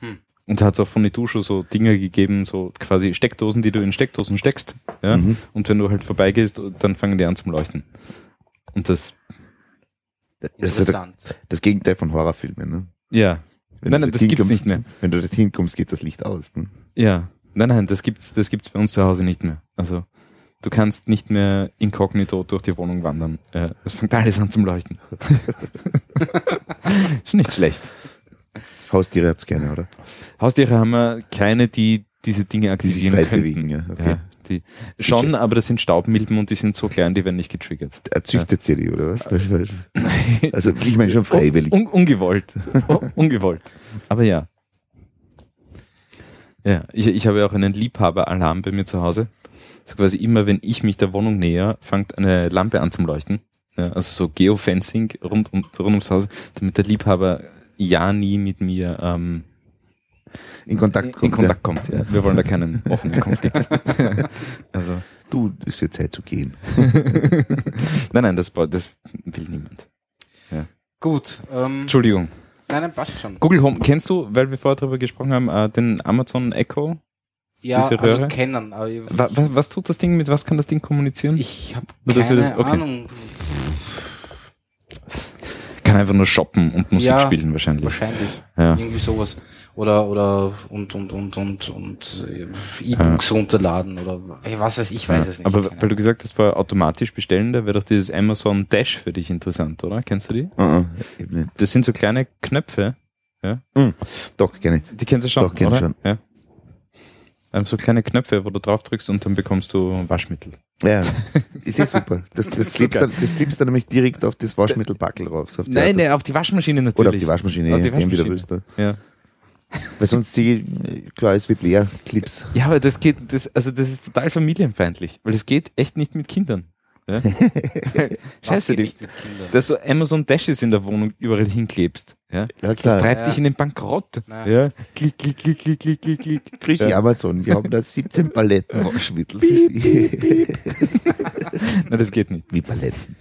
Speaker 2: Hm.
Speaker 4: Und hat es auch von Nitusho so Dinger gegeben, so quasi Steckdosen, die du in Steckdosen steckst. Ja?
Speaker 3: Mhm.
Speaker 4: Und wenn du halt vorbeigehst, dann fangen die an zum Leuchten. Und das,
Speaker 3: Das
Speaker 4: also
Speaker 3: ist ja
Speaker 2: Interessant.
Speaker 3: das Gegenteil von Horrorfilmen. Ne?
Speaker 4: ja, Nein, nein, das
Speaker 3: dorthin
Speaker 4: gibt's
Speaker 3: kommst-
Speaker 4: nicht mehr.
Speaker 3: Wenn du dorthin kommst, geht das Licht aus. Ne?
Speaker 4: ja. Nein, nein, das gibt's, das gibt's bei uns zu Hause nicht mehr. Also, du kannst nicht mehr inkognito durch die Wohnung wandern. Äh, Es fängt alles an zum Leuchten. Ist nicht schlecht.
Speaker 3: Haustiere habt's gerne, oder?
Speaker 4: Haustiere haben wir keine, die diese Dinge
Speaker 3: Die sich
Speaker 4: aktivieren
Speaker 3: frei
Speaker 4: könnten.
Speaker 3: bewegen. Ja. Okay.
Speaker 4: Ja, die, schon, aber das sind Staubmilben und die sind so klein, die werden nicht getriggert.
Speaker 3: Er züchtet sie die, oder
Speaker 4: Äh,
Speaker 3: was? Weil- weil- Also ich meine
Speaker 4: Um
Speaker 3: schon freiwillig.
Speaker 4: Un, ungewollt. Un- ungewollt. Aber ja. Ja, ich, ich habe ja auch einen Liebhaberalarm bei mir zu Hause. So quasi immer, wenn ich mich der Wohnung näher, fängt eine Lampe an zum Leuchten. Ja, also so Geofencing rund, um, rund ums Haus, damit der Liebhaber ja nie mit mir ähm,
Speaker 3: in Kontakt kommt.
Speaker 4: in Kontakt kommt. Ja. Wir wollen da keinen offenen Konflikt. also,
Speaker 3: Ja. Du, ist jetzt Zeit zu gehen.
Speaker 4: nein, nein, das, bra- das will niemand.
Speaker 2: Gut. Ähm,
Speaker 4: Entschuldigung.
Speaker 2: nein, nein, passt schon.
Speaker 4: Google Home, kennst du, weil wir vorher drüber gesprochen haben, äh, den Amazon Echo?
Speaker 2: Ja,
Speaker 4: diese
Speaker 2: also
Speaker 4: Röhre?
Speaker 2: kennen. Aber ich
Speaker 4: Wa wa was tut das Ding? Mit was kann das Ding kommunizieren?
Speaker 2: ich habe
Speaker 4: Nur, dass wir
Speaker 2: keine
Speaker 4: das- okay.
Speaker 2: Ahnung.
Speaker 4: kann einfach nur shoppen und Musik
Speaker 2: Ja.
Speaker 4: spielen wahrscheinlich.
Speaker 2: Wahrscheinlich.
Speaker 4: Ja.
Speaker 2: Irgendwie sowas. Oder, oder, und, und, und, und, und äh, E-Books runterladen oder ey, was weiß ich, weiß es nicht.
Speaker 4: Aber
Speaker 2: Keine
Speaker 4: weil du gesagt hast, vorher automatisch bestellen, da wäre doch dieses Amazon Dash für dich interessant, oder? Kennst du die?
Speaker 3: Uh -uh, Ah, eben nicht.
Speaker 4: Das sind so kleine Knöpfe,
Speaker 3: Doch, gerne.
Speaker 4: Die kennst du schon,
Speaker 3: Doch, kenn ich
Speaker 4: oder?
Speaker 3: schon.
Speaker 4: Ja. Ähm, so kleine Knöpfe, wo du drauf drückst und dann bekommst du Waschmittel.
Speaker 3: Ja, ist eh super. Das, das,
Speaker 4: Super.
Speaker 3: klebst dann, das klebst dann nämlich direkt auf das Waschmittelbackel drauf. So auf die Art, dass-
Speaker 4: nein, auf die Waschmaschine natürlich.
Speaker 3: Oder auf die Waschmaschine,
Speaker 4: Auf die
Speaker 3: je nachdem, wie du
Speaker 4: Waschmaschine.
Speaker 3: willst,
Speaker 4: Ja.
Speaker 3: ne? Weil sonst die, äh, klar, es wird leer, Clips.
Speaker 4: ja, aber das geht, das, also das ist total familienfeindlich, weil es geht echt nicht mit Kindern. Ja? Scheiße, die, dass du Amazon Dashes in der Wohnung überall hinklebst. Ja?
Speaker 3: Ja,
Speaker 4: Das treibt
Speaker 2: Ja.
Speaker 4: dich in den Bankrott.
Speaker 2: Na.
Speaker 4: Ja. Klick, klick, klick, klick, klick, klick, klick.
Speaker 3: Grüß dich,
Speaker 4: Ja.
Speaker 3: Amazon. Wir haben da 17 Paletten Waschmittel für Sie.
Speaker 4: Na, das geht nicht.
Speaker 3: Wie Paletten?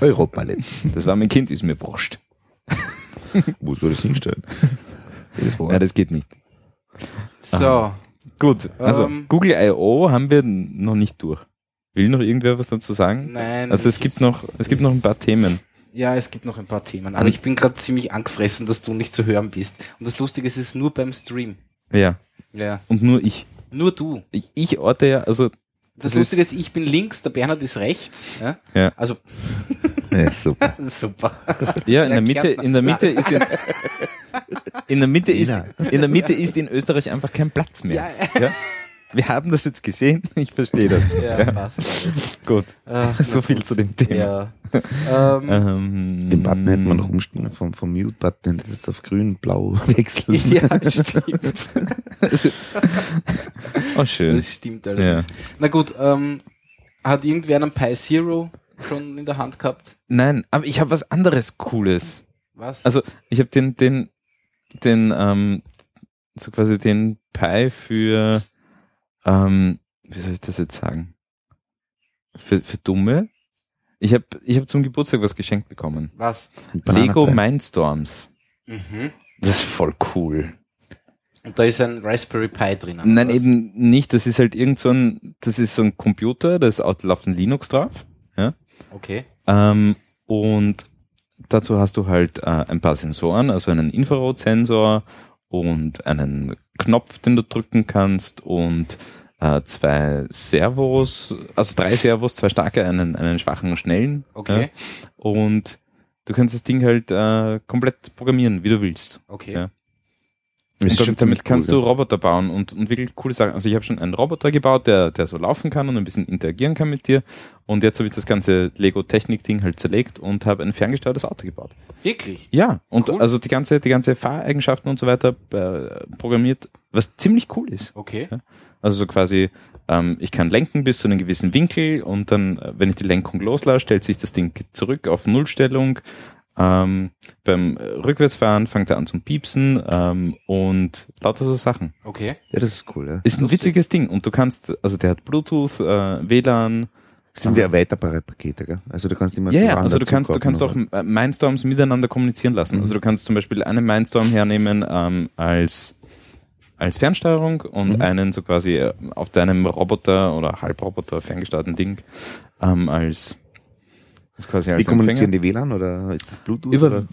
Speaker 3: Europaletten.
Speaker 4: Das war mein Kind, ist mir wurscht.
Speaker 3: Wo soll das hinstellen? Das war
Speaker 4: Ja, das geht nicht. Ah.
Speaker 2: So,
Speaker 4: Gut, also
Speaker 2: Ähm.
Speaker 4: Google I.O. haben wir n- noch nicht durch. Will noch irgendwer was dazu sagen?
Speaker 2: nein.
Speaker 4: also es
Speaker 2: ich-
Speaker 4: gibt noch, es gibt noch ein paar Themen.
Speaker 2: Ja, es gibt noch ein paar Themen. Aber ich bin gerade ziemlich angefressen, dass du nicht zu hören bist. Und das Lustige ist, es ist nur beim Stream.
Speaker 4: Ja.
Speaker 2: Ja.
Speaker 4: Und nur ich.
Speaker 2: Nur du.
Speaker 4: Ich, ich orte ja, also
Speaker 2: Das,
Speaker 4: Das
Speaker 2: Lustige ist, ich bin links, der Bernhard ist rechts. Ja?
Speaker 4: Ja.
Speaker 2: Also,
Speaker 3: ja, super.
Speaker 2: super.
Speaker 4: ja,
Speaker 2: Ja,
Speaker 4: in der Mitte,
Speaker 2: Kärntner.
Speaker 4: in der Mitte ist in, in der Mitte ist
Speaker 3: Wiener.
Speaker 4: in der Mitte ist in Österreich einfach kein Platz mehr. Ja. Wir haben das jetzt gesehen, ich verstehe das.
Speaker 2: Ja, passt alles.
Speaker 4: Gut.
Speaker 2: Ach,
Speaker 4: So
Speaker 2: na
Speaker 4: viel
Speaker 2: gut.
Speaker 4: zu dem Thema.
Speaker 2: Ja. Ähm,
Speaker 4: Ähm,
Speaker 3: Den Button hätte man noch umstellen, vom, vom Mute-Button, das ist auf grün-blau wechseln.
Speaker 2: ja, stimmt.
Speaker 4: Oh, schön.
Speaker 2: Das stimmt allerdings. Na gut, ähm, hat irgendwer einen Pi Zero schon in der Hand gehabt?
Speaker 4: Nein, aber ich habe was anderes Cooles.
Speaker 2: Was?
Speaker 4: Also ich habe den, den, den, ähm, so quasi den Pi für, ähm, wie soll ich das jetzt sagen? Für, für Dumme. Ich habe ich hab zum Geburtstag was geschenkt bekommen.
Speaker 2: Was?
Speaker 4: Lego
Speaker 3: Bananenbrei.
Speaker 4: Mindstorms.
Speaker 2: Mhm.
Speaker 4: Das ist voll cool.
Speaker 2: Und da ist ein Raspberry Pi drin. oder
Speaker 4: Nein,
Speaker 2: was?
Speaker 4: eben nicht. Das ist halt irgend so ein, das ist so ein Computer, da ist auch- läuft ein Linux drauf.
Speaker 2: Okay.
Speaker 4: Ähm, und dazu hast du halt äh, ein paar Sensoren, also einen Infrarotsensor und einen Knopf, den du drücken kannst und äh, zwei Servos, also drei Servos, zwei starke, einen, einen schwachen und schnellen.
Speaker 2: Okay.
Speaker 4: Ja. Und du kannst das Ding halt äh, komplett programmieren, wie du willst.
Speaker 2: Okay.
Speaker 4: Ja.
Speaker 3: Das ist schon
Speaker 4: Und damit damit
Speaker 3: ziemlich
Speaker 4: kannst
Speaker 3: cool,
Speaker 4: du Roboter bauen und, und wirklich coole Sachen. Also ich habe schon einen Roboter gebaut, der, der so laufen kann und ein bisschen interagieren kann mit dir. Und jetzt habe ich das ganze Lego-Technik-Ding halt zerlegt und habe ein ferngesteuertes Auto gebaut.
Speaker 2: Wirklich?
Speaker 4: Ja, und
Speaker 2: Cool.
Speaker 4: also die ganze, die ganze Fahreigenschaften und so weiter äh, programmiert, was ziemlich cool ist.
Speaker 2: Okay.
Speaker 4: Also so quasi, ähm, ich kann lenken bis zu einem gewissen Winkel und dann, äh, wenn ich die Lenkung loslasse, stellt sich das Ding zurück auf Nullstellung. Ähm, beim äh, Rückwärtsfahren fängt er an zum Piepsen ähm, und lauter so Sachen.
Speaker 2: Okay.
Speaker 3: Ja, Ja, das ist cool, ja.
Speaker 4: Ist ein witziges Ding und du kannst, also der hat Bluetooth, äh, WLAN.
Speaker 3: Das sind ja erweiterbare Pakete, gell? Also du kannst immer
Speaker 4: Ja,
Speaker 3: so
Speaker 4: ja,
Speaker 3: Waren
Speaker 4: also du
Speaker 3: dazu
Speaker 4: kannst, du
Speaker 3: kaufen,
Speaker 4: kannst
Speaker 3: oder? Mhm.
Speaker 4: auch äh, Mindstorms miteinander kommunizieren lassen. Also du kannst zum Beispiel einen Mindstorm hernehmen ähm, als als Fernsteuerung und
Speaker 3: Mhm.
Speaker 4: einen so quasi äh, auf deinem Roboter oder Halbroboter ferngesteuerten Ding ähm, als als quasi
Speaker 3: Wie
Speaker 4: als
Speaker 3: kommunizieren
Speaker 4: Empfänger.
Speaker 3: die WLAN oder ist das Bluetooth?
Speaker 4: Über
Speaker 3: oder?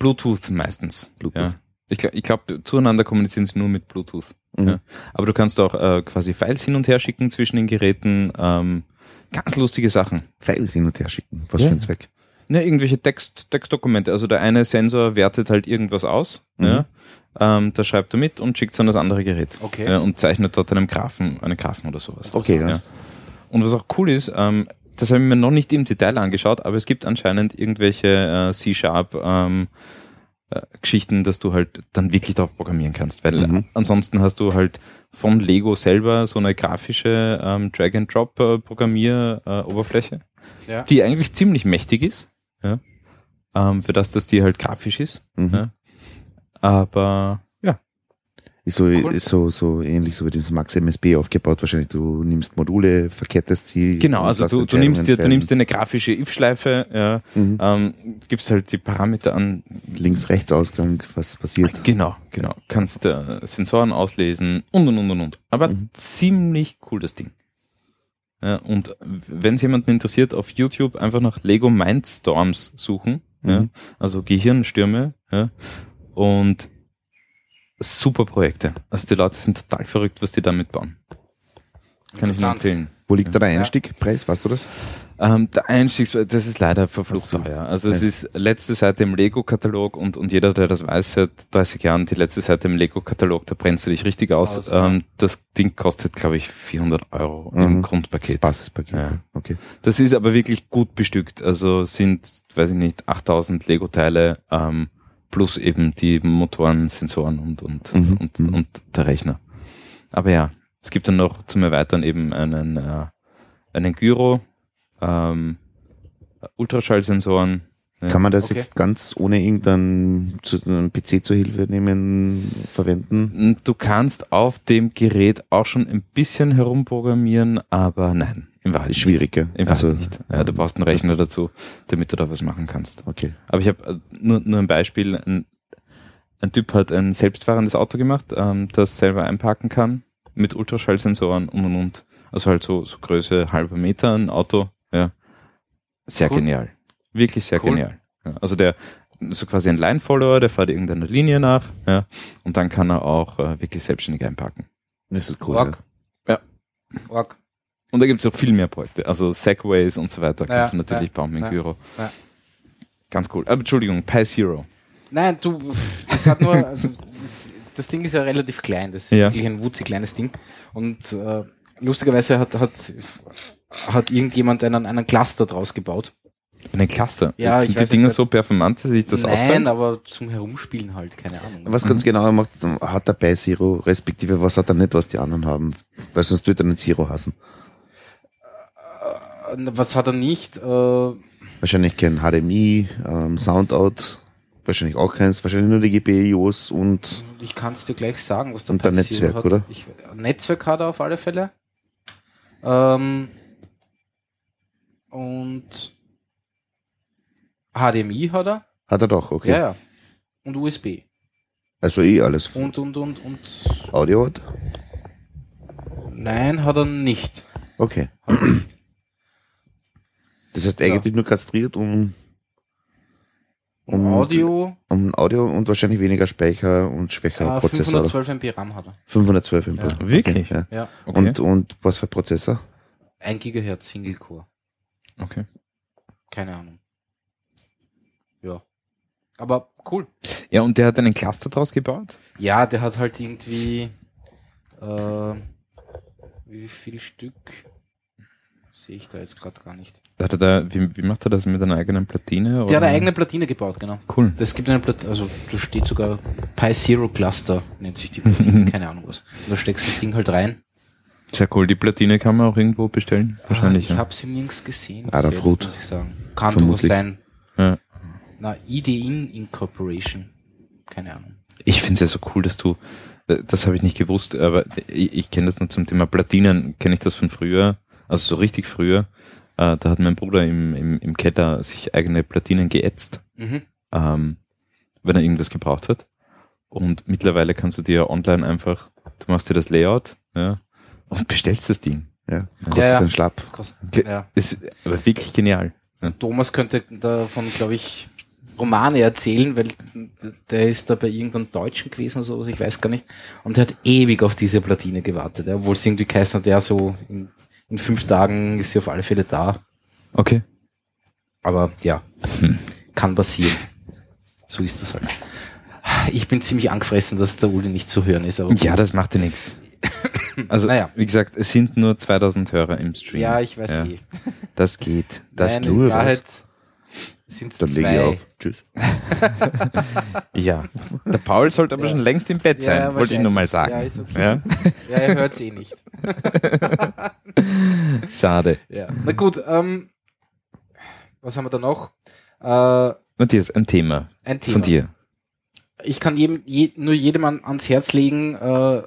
Speaker 4: Bluetooth meistens.
Speaker 3: Bluetooth.
Speaker 4: Ja. Ich, gl- ich glaube, zueinander kommunizieren sie nur mit Bluetooth.
Speaker 3: Mhm.
Speaker 4: Ja. Aber du kannst auch äh, quasi Files hin und her schicken zwischen den Geräten. Ähm, ganz lustige Sachen.
Speaker 3: Files hin und her schicken. Was
Speaker 4: Ja.
Speaker 3: für ein Zweck.
Speaker 4: Ne, irgendwelche Text, Textdokumente. Also der eine Sensor wertet halt irgendwas aus.
Speaker 3: Mhm.
Speaker 4: Ja. Ähm, da schreibt er mit und schickt es an das andere Gerät.
Speaker 2: Okay.
Speaker 4: Ja, und zeichnet dort einen Graphen, einen Graphen oder sowas.
Speaker 3: Okay, ja.
Speaker 4: Ja. Und was auch cool ist, ähm, das habe ich mir noch nicht im Detail angeschaut, aber es gibt anscheinend irgendwelche äh, C-Sharp ähm, äh, Geschichten, dass du halt dann wirklich drauf programmieren kannst, weil
Speaker 3: Mhm.
Speaker 4: ansonsten hast du halt von Lego selber so eine grafische ähm, Drag-and-Drop-Programmier-Oberfläche,
Speaker 2: Ja.
Speaker 4: die eigentlich ziemlich mächtig ist, ja? ähm, für das, dass die halt grafisch ist.
Speaker 3: Mhm.
Speaker 4: Ja. Aber ja,
Speaker 3: Ist so,
Speaker 2: Cool.
Speaker 3: ist so, so ähnlich so wie das Max MSB aufgebaut. Wahrscheinlich du nimmst Module, verkettest sie.
Speaker 4: genau,
Speaker 3: und
Speaker 4: also
Speaker 3: lässt
Speaker 4: du, du, nimmst dir, du
Speaker 3: Entscheidungen
Speaker 4: nimmst dir eine grafische If-Schleife, ja,
Speaker 3: Mhm.
Speaker 4: ähm, gibst halt die Parameter an.
Speaker 3: fällen. Links-Rechts-Ausgang, was passiert.
Speaker 4: Genau, genau. Kannst äh, Sensoren auslesen und und und und und. Aber
Speaker 3: Mhm.
Speaker 4: ziemlich cool das Ding. Ja, und wenn es jemanden interessiert, auf YouTube einfach nach Lego Mindstorms suchen. Ja,
Speaker 3: Mhm.
Speaker 4: also Gehirnstürme ja, und super Projekte. Also die Leute sind total verrückt, was die damit bauen. Kann ich nur
Speaker 2: Interessant.
Speaker 4: empfehlen.
Speaker 3: Wo liegt da der Einstiegpreis? Weißt du das?
Speaker 4: Ähm, der Einstiegspreis, das ist leider verflucht
Speaker 3: Ach so.
Speaker 4: teuer. Also es ist letzte Seite im Lego-Katalog und, und jeder, der das weiß, seit 30 Jahren, die letzte Seite im Lego-Katalog, da brennst du dich richtig aus.
Speaker 2: Aus, ja.
Speaker 4: ähm, das Ding kostet, glaube ich, 400 Euro
Speaker 3: Mhm.
Speaker 4: im Grundpaket.
Speaker 3: Basispaket.
Speaker 4: Ja.
Speaker 3: Okay.
Speaker 4: Das ist aber wirklich gut bestückt. Also sind, weiß ich nicht, 8000 Lego-Teile ähm, plus eben die Motoren, Sensoren und, und,
Speaker 3: Mhm,
Speaker 4: und,
Speaker 3: mhm.
Speaker 4: und der Rechner. Aber ja, es gibt dann noch zum Erweitern eben einen, äh, einen Gyro, ähm, Ultraschallsensoren. Ja.
Speaker 3: Kann man das
Speaker 2: Okay.
Speaker 3: jetzt ganz ohne irgendeinen zu, einen PC zur Hilfe nehmen verwenden?
Speaker 4: Du kannst auf dem Gerät auch schon ein bisschen herumprogrammieren, aber nein, im Wahrheit
Speaker 3: Ist
Speaker 4: nicht.
Speaker 3: schwierig, gell?
Speaker 4: Im Wahrheit nicht. Ja, du
Speaker 3: ähm,
Speaker 4: brauchst einen Rechner dazu, damit du da was machen kannst.
Speaker 3: Okay.
Speaker 4: Aber ich habe nur, nur ein Beispiel. Ein, ein Typ hat ein selbstfahrendes Auto gemacht, ähm, das selber einparken kann mit Ultraschallsensoren und und und. Also halt so, so Größe halber Meter ein Auto. Ja. Sehr
Speaker 2: Cool.
Speaker 4: genial. Wirklich sehr
Speaker 2: Cool.
Speaker 4: genial. Ja, also der so quasi ein Line-Follower, der fährt irgendeiner Linie nach ja, und dann kann er auch äh, wirklich selbstständig einparken.
Speaker 3: Das ist cool.
Speaker 2: Org.
Speaker 4: Ja.
Speaker 2: Org.
Speaker 4: Und da gibt es auch viel mehr Projekte, also Segways und so weiter
Speaker 2: Ja,
Speaker 4: kannst du natürlich
Speaker 2: ja,
Speaker 4: bauen mit
Speaker 2: ja,
Speaker 4: Gyro.
Speaker 2: ja.
Speaker 4: Ganz cool. Aber Entschuldigung, Pi Zero.
Speaker 2: Nein, du, es hat nur, also das, das Ding ist ja relativ klein, das ist
Speaker 4: Ja.
Speaker 2: wirklich ein wutzig kleines Ding. Und äh, lustigerweise hat, hat, hat irgendjemand einen, einen Cluster draus gebaut.
Speaker 4: Einen Cluster.
Speaker 2: Ja, ich
Speaker 4: sind die
Speaker 2: weiß
Speaker 4: Dinger
Speaker 2: nicht,
Speaker 4: so performant, dass sich das
Speaker 2: Nein,
Speaker 4: auszahlt?
Speaker 2: aber zum Herumspielen halt, keine Ahnung.
Speaker 3: Was ganz genau er macht, hat er bei Zero, respektive was hat er nicht, was die anderen haben. Weil sonst wird er nicht Zero hassen.
Speaker 2: Was hat er nicht? Äh,
Speaker 3: Wahrscheinlich kein HDMI, ähm, Soundout, wahrscheinlich auch keins, wahrscheinlich nur die GPIOs und
Speaker 2: ich kann es dir gleich sagen, was da
Speaker 3: Und ein
Speaker 2: passiert
Speaker 3: Netzwerk,
Speaker 2: hat.
Speaker 3: oder?
Speaker 2: Ich, Netzwerk hat er auf alle Fälle. Ähm, und HDMI hat er.
Speaker 3: hat er doch, okay.
Speaker 2: Ja, ja. Und USB.
Speaker 3: Also eh alles.
Speaker 2: Und, und, und, und.
Speaker 3: Audio hat?
Speaker 2: Nein, hat er nicht.
Speaker 3: Okay.
Speaker 2: Hat er nicht.
Speaker 3: Das heißt
Speaker 2: Ja.
Speaker 3: eigentlich nur kastriert, um,
Speaker 2: Und
Speaker 3: Und
Speaker 2: Audio,
Speaker 3: um Audio und wahrscheinlich weniger Speicher und schwächer
Speaker 2: äh,
Speaker 3: Prozessor. oder?
Speaker 2: 512 MB RAM hat er.
Speaker 3: 512 im Pro.
Speaker 4: Wirklich?
Speaker 3: Okay, ja.
Speaker 2: Ja.
Speaker 4: Okay.
Speaker 3: Und, und was für Prozessor?
Speaker 2: 1 Gigahertz Single Core.
Speaker 4: okay.
Speaker 2: Keine Ahnung. Ja. Aber cool.
Speaker 4: Ja, und der hat einen Cluster draus gebaut?
Speaker 2: Ja, der hat halt irgendwie. Äh, wie viel Stück? Sehe ich da jetzt gerade gar nicht.
Speaker 4: Hat er da, wie, wie macht er das mit einer eigenen Platine?
Speaker 2: Der hat eine eigene Platine gebaut, genau.
Speaker 4: Cool.
Speaker 2: Das gibt eine Platine, also da steht sogar Pi Zero Cluster, nennt sich die
Speaker 4: Mhm.
Speaker 2: Platine, keine Ahnung was. Und da steckst du das Ding halt rein
Speaker 4: Sehr cool. Die Platine kann man auch irgendwo bestellen. Wahrscheinlich.
Speaker 2: Ah, Ich
Speaker 4: ja. Ah,
Speaker 2: habe sie nirgends gesehen. bis
Speaker 3: Adafruit.
Speaker 2: Jetzt, muss ich sagen. Kann
Speaker 3: Vermutlich.
Speaker 2: durchaus sein.
Speaker 4: Ja.
Speaker 2: Na, IDIN Incorporation. Keine Ahnung.
Speaker 4: Ich finde es ja so cool, dass du, äh, das habe ich nicht gewusst, aber ich, ich kenne das nur zum Thema Platinen, kenne ich das von früher, also so richtig früher. Äh, da hat mein Bruder im, im, im Keller sich eigene Platinen geätzt.
Speaker 2: Mhm.
Speaker 4: ähm, wenn er irgendwas gebraucht hat. Und mittlerweile kannst du dir online einfach, du machst dir das Layout ja, und bestellst das Ding.
Speaker 3: Ja. Kostet
Speaker 2: Ja, ja.
Speaker 3: einen Schlapp.
Speaker 2: Kost
Speaker 4: Ge-
Speaker 2: ja.
Speaker 4: Ist aber wirklich genial.
Speaker 2: Thomas könnte davon, glaube ich, Romane erzählen, weil der ist da bei irgendeinem Deutschen gewesen oder sowas, ich weiß gar nicht. Und der hat ewig auf diese Platine gewartet, ja, obwohl es irgendwie geheißen hat, ja, so in, in fünf Tagen ist sie auf alle Fälle da.
Speaker 4: Okay.
Speaker 2: Aber ja,
Speaker 3: Hm.
Speaker 2: kann passieren. So ist das halt. Ich bin ziemlich angefressen, dass der Uli nicht zu hören ist. Aber
Speaker 4: Ja, das macht dir nichts. Also,
Speaker 2: Naja.
Speaker 4: wie gesagt, es sind nur 2000 Hörer im Stream.
Speaker 2: ja ich weiß
Speaker 4: Ja.
Speaker 2: eh.
Speaker 4: Das geht. Das
Speaker 2: Nein,
Speaker 4: geht.
Speaker 2: in
Speaker 3: nur
Speaker 2: Wahrheit sind es
Speaker 3: Dann lege ich
Speaker 2: zwei.
Speaker 3: auf. Tschüss.
Speaker 4: Ja. Der Paul sollte aber
Speaker 2: Ja.
Speaker 4: schon längst im Bett
Speaker 2: Ja,
Speaker 4: sein, wollte ich nur mal
Speaker 2: wahrscheinlich.
Speaker 4: sagen.
Speaker 2: Ja, ist okay.
Speaker 4: Ja?
Speaker 2: Ja, er hört es eh nicht.
Speaker 4: Schade.
Speaker 2: Ja. Na gut, ähm, was haben wir da noch? Äh,
Speaker 4: Matthias, ein Thema,
Speaker 2: ein Thema.
Speaker 4: von dir.
Speaker 2: Ich kann jedem, je, nur jedem an, ans Herz legen, äh,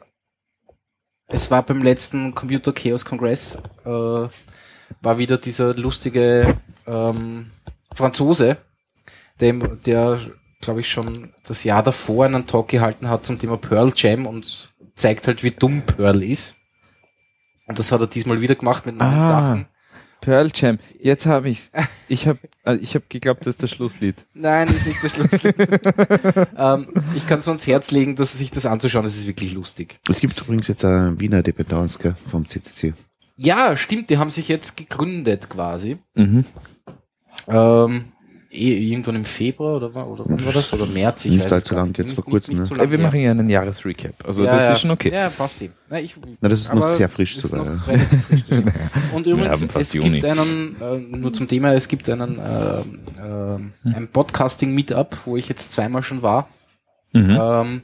Speaker 2: es war beim letzten Computer Chaos Kongress, äh, war wieder dieser lustige ähm, Franzose, dem, der, glaube ich, schon das Jahr davor einen Talk gehalten hat zum Thema Pearl Jam und zeigt halt, wie dumm Pearl ist. Und das hat er diesmal wieder gemacht mit neuen
Speaker 4: Ah.
Speaker 2: Sachen.
Speaker 4: Pearl Jam, jetzt habe ich's. Ich habe äh, ich hab geglaubt, das ist das Schlusslied.
Speaker 2: Nein, ist nicht das Schlusslied. ähm, ich kann es ans Herz legen, dass sich das anzuschauen, das ist wirklich lustig.
Speaker 3: Es gibt übrigens jetzt eine Wiener Dependance gell, äh, vom CCC.
Speaker 2: Ja, stimmt, die haben sich jetzt gegründet quasi.
Speaker 4: Mhm.
Speaker 2: Ähm, eh, irgendwann im Februar oder, wa- oder wann war das? Oder März, ich
Speaker 3: Nicht
Speaker 2: weiß
Speaker 3: allzu
Speaker 2: es gar
Speaker 3: lang,
Speaker 2: nicht.
Speaker 3: jetzt
Speaker 2: Nicht-
Speaker 3: vor
Speaker 2: nicht-
Speaker 3: kurzem,
Speaker 2: nicht
Speaker 3: ne?
Speaker 2: zu lang,
Speaker 4: Ey, wir
Speaker 2: ja.
Speaker 4: machen ja einen Jahresrecap. Also
Speaker 2: Ja,
Speaker 4: das
Speaker 2: ja.
Speaker 4: ist schon okay.
Speaker 2: Ja, passt die. Na, ich,
Speaker 3: Na, das ist noch
Speaker 2: aber
Speaker 3: sehr frisch
Speaker 2: ist
Speaker 3: sogar,
Speaker 2: noch
Speaker 3: ja.
Speaker 2: relativ frisch, das stimmt. Und übrigens,
Speaker 4: haben fast
Speaker 2: es
Speaker 4: Juni.
Speaker 2: gibt einen, äh, nur zum Thema, es gibt einen ähm, ähm, ein Podcasting-Meetup, wo ich jetzt zweimal schon war.
Speaker 4: Mhm.
Speaker 2: Ähm,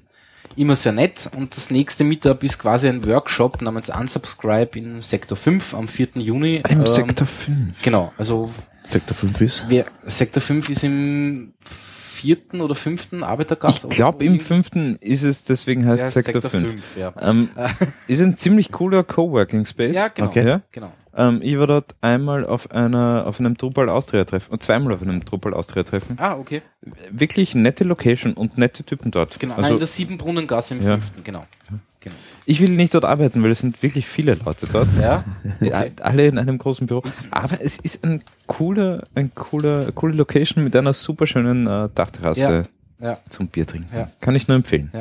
Speaker 2: immer sehr nett. Und das nächste Meetup ist quasi ein Workshop namens Unsubscribe in Sektor 5 am 4. Juni.
Speaker 4: Im
Speaker 2: Ähm,
Speaker 4: Sektor Mhm. 5.
Speaker 2: Genau, also
Speaker 3: Sektor 5 ist.
Speaker 2: wer, Sektor 5 ist im vierten oder fünften Arbeitergast.
Speaker 4: Ich glaube, im fünften ist es, deswegen heißt
Speaker 2: ja,
Speaker 4: es Sektor,
Speaker 2: Sektor
Speaker 4: 5.
Speaker 2: 5 ja.
Speaker 4: Ähm, ist ein ziemlich cooler Coworking Space.
Speaker 2: ja, genau.
Speaker 3: Okay.
Speaker 4: Ja?
Speaker 2: genau.
Speaker 4: Ähm, ich war dort einmal auf einer, auf einem Drupal Austria Treffen und zweimal auf einem Drupal Austria Treffen.
Speaker 2: Ah, okay.
Speaker 4: Wirklich nette Location und nette Typen dort.
Speaker 2: Genau,
Speaker 4: Also
Speaker 2: nein, der Siebenbrunnengasse im
Speaker 4: Ja.
Speaker 2: fünften, genau. genau.
Speaker 4: ich will nicht dort arbeiten, weil es sind wirklich viele Leute dort.
Speaker 2: Ja,
Speaker 4: Ja, alle in einem großen Büro. Aber es ist ein cooler, ein cooler, coole Location mit einer super schönen äh, Dachterrasse
Speaker 2: Ja. ja.
Speaker 4: zum Bier trinken.
Speaker 2: Ja.
Speaker 4: Kann ich nur empfehlen.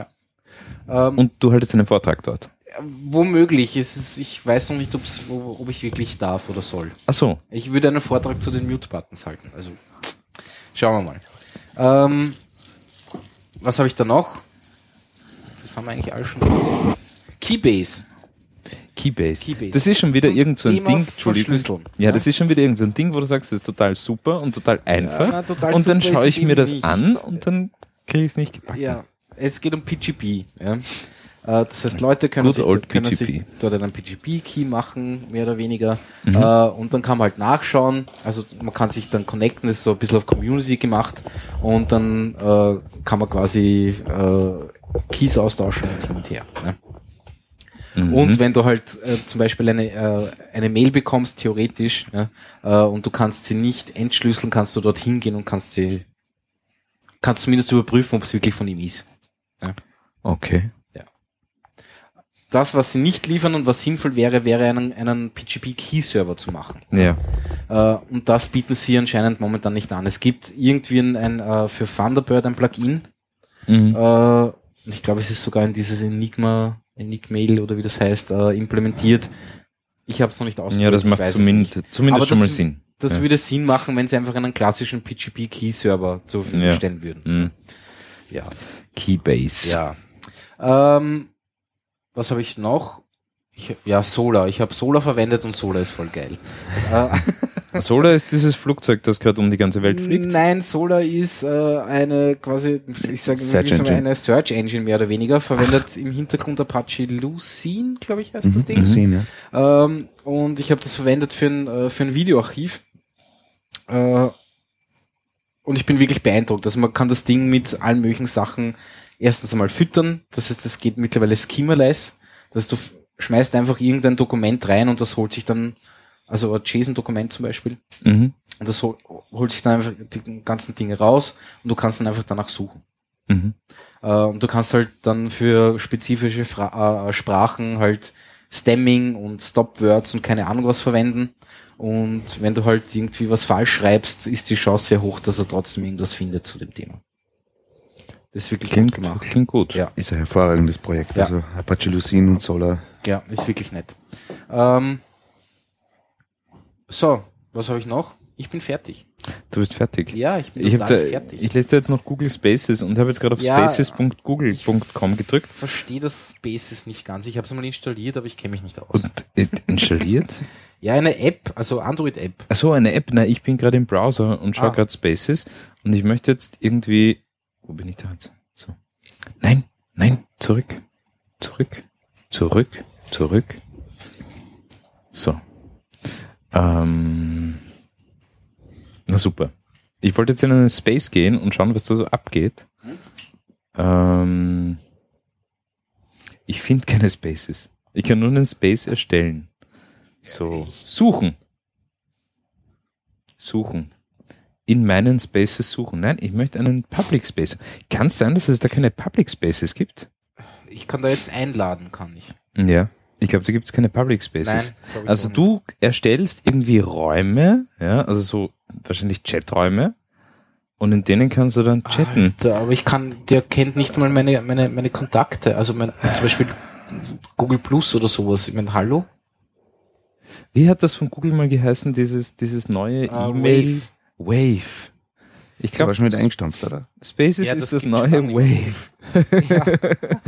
Speaker 2: Ähm,
Speaker 4: Und du haltest einen Vortrag dort.
Speaker 2: womöglich ist es, ich weiß noch nicht, ob's, wo- ob ich wirklich darf oder soll.
Speaker 4: Ach so.
Speaker 2: Ich würde einen Vortrag zu den Mute-Buttons halten. Also schauen wir mal. Ähm, was habe ich da noch? Das haben wir eigentlich alle schon. Keybase.
Speaker 4: Keybase.
Speaker 2: Keybase.
Speaker 4: Das ist schon wieder
Speaker 2: Zum
Speaker 4: irgend so ein
Speaker 2: Thema
Speaker 4: Ding. Entschuldigung.
Speaker 2: verschlüsseln, ne?
Speaker 4: Ja,
Speaker 2: ja.
Speaker 4: das ist schon wieder irgend so ein Ding, wo du sagst, das ist total super und total einfach.
Speaker 2: na, total
Speaker 4: und dann
Speaker 2: super
Speaker 4: schaue
Speaker 2: ist es
Speaker 4: ich mir
Speaker 2: eben
Speaker 4: das
Speaker 2: nicht.
Speaker 4: an und dann kriege ich es nicht gepackt.
Speaker 2: Ja, es geht um PGP. Ja. Äh, Das heißt, Leute können,
Speaker 4: Good
Speaker 2: sich,
Speaker 4: old
Speaker 2: können
Speaker 4: PGP.
Speaker 2: sich dort einen PGP-Key machen, mehr oder weniger.
Speaker 4: Mhm.
Speaker 2: Äh, Und dann kann man halt nachschauen. Also man kann sich dann connecten, ist so ein bisschen auf Community gemacht. Und dann äh, kann man quasi äh, Keys austauschen und hin und her. Ne?
Speaker 4: Mhm.
Speaker 2: Und wenn du halt äh, zum Beispiel eine, äh, eine Mail bekommst, theoretisch, ja, äh, und du kannst sie nicht entschlüsseln, kannst du dorthin gehen und kannst sie, kannst zumindest überprüfen, ob es wirklich von ihm ist.
Speaker 4: Okay.
Speaker 2: Das, was sie nicht liefern und was sinnvoll wäre, wäre einen, einen PGP-Key-Server zu machen.
Speaker 4: Ja.
Speaker 2: Äh, und das bieten sie anscheinend momentan nicht an. Es gibt irgendwie ein, ein äh, für Thunderbird ein Plugin.
Speaker 4: Mhm.
Speaker 2: Äh, und ich glaube, es ist sogar in dieses Enigma, Enigmail oder wie das heißt, äh, implementiert. Ich habe es noch nicht ausprobiert.
Speaker 4: Ja, das
Speaker 2: ich
Speaker 4: macht
Speaker 2: weiß es nicht.
Speaker 4: zumindest,
Speaker 2: Aber
Speaker 4: zumindest schon mal
Speaker 2: das-
Speaker 4: Sinn.
Speaker 2: Das
Speaker 4: ja.
Speaker 2: würde Sinn machen, wenn sie einfach einen klassischen PGP-Key-Server zur Verfügung
Speaker 4: Ja.
Speaker 2: stellen würden.
Speaker 4: Mhm.
Speaker 2: Ja.
Speaker 4: Keybase.
Speaker 2: Ja. Ähm, was habe ich noch? Ich, ja, Solar. Ich habe Solar verwendet und Solar ist voll geil. äh,
Speaker 4: Solar ist dieses Flugzeug, das gerade um die ganze Welt fliegt.
Speaker 2: nein, Solar ist äh, eine quasi, ich sage
Speaker 3: Search
Speaker 2: so
Speaker 3: Engine.
Speaker 2: eine Search Engine mehr oder weniger, verwendet im Hintergrund Apache Lucene, glaube ich, heißt
Speaker 3: Mhm,
Speaker 2: das Ding.
Speaker 3: Sehen, ja.
Speaker 2: Ähm, und ich habe das verwendet für ein, äh, für ein Videoarchiv. Äh, und ich bin wirklich beeindruckt. Also man kann das Ding mit allen möglichen Sachen erstens einmal füttern. Das heißt, das geht mittlerweile schemaless. Dass du f- schmeißt einfach irgendein Dokument rein und das holt sich dann, also ein JSON-Dokument zum Beispiel.
Speaker 4: Mhm.
Speaker 2: Und das hol, holt sich dann einfach die ganzen Dinge raus und du kannst dann einfach danach suchen.
Speaker 4: Mhm.
Speaker 2: Äh, und du kannst halt dann für spezifische Fra äh, Sprachen halt Stemming und Stopwords und keine Ahnung was verwenden. Und wenn du halt irgendwie was falsch schreibst, ist die Chance sehr hoch, dass er trotzdem irgendwas findet zu dem Thema. Das ist wirklich
Speaker 4: Klingt,
Speaker 2: gut gemacht.
Speaker 4: klingt gut.
Speaker 2: Ja.
Speaker 3: Ist ein hervorragendes Projekt.
Speaker 2: Ja.
Speaker 3: Also Apache Lucene und Solar.
Speaker 2: Ja, ist wirklich nett. Ähm, so, was habe ich noch? Ich bin fertig.
Speaker 4: Du bist fertig.
Speaker 2: Ja, ich bin
Speaker 4: Ich, hab da,
Speaker 2: total fertig.
Speaker 4: ich lese da jetzt noch Google Spaces und habe jetzt gerade auf
Speaker 2: Ja,
Speaker 4: spaces.google.com gedrückt
Speaker 2: verstehe das Spaces nicht ganz. Ich habe es mal installiert, aber ich kenne mich nicht aus.
Speaker 4: und äh, installiert.
Speaker 2: Ja, eine App, also Android-App.
Speaker 4: Ach so eine App. Na, ich bin gerade im Browser und schaue
Speaker 2: Ah.
Speaker 4: gerade Spaces und ich möchte jetzt irgendwie. Wo bin ich da jetzt? So. Nein, nein, zurück, zurück, zurück, zurück. So. Ähm. Na super. Ich wollte jetzt in einen Space gehen und schauen, was da so abgeht. Ähm, ich finde keine Spaces. Ich kann nur einen Space erstellen. So, suchen. Suchen. In meinen Spaces suchen. Nein, ich möchte einen Public Space. Kann es sein, dass es da keine Public Spaces gibt?
Speaker 2: Ich kann da jetzt einladen, kann ich.
Speaker 4: Ja. Ich glaube, da gibt es keine Public Spaces.
Speaker 2: Nein. glaub ich
Speaker 4: Also
Speaker 2: auch
Speaker 4: du erstellst irgendwie Räume, ja, also so wahrscheinlich Chaträume und in denen kannst du dann
Speaker 2: nicht.
Speaker 4: chatten.
Speaker 2: Alter, aber ich kann, der kennt nicht mal meine, meine, meine Kontakte. Also mein, zum Beispiel Google Plus oder sowas. Ich meine, hallo?
Speaker 4: Wie hat das von Google mal geheißen, dieses, dieses neue
Speaker 2: Ah,
Speaker 4: E-Mail? Wave.
Speaker 3: Das war
Speaker 4: Ich glaube,
Speaker 3: schon wieder eingestampft, oder?
Speaker 4: Spaces
Speaker 2: Ja,
Speaker 4: ist
Speaker 2: das
Speaker 4: das
Speaker 2: geht
Speaker 4: neue
Speaker 2: schon
Speaker 4: Wave.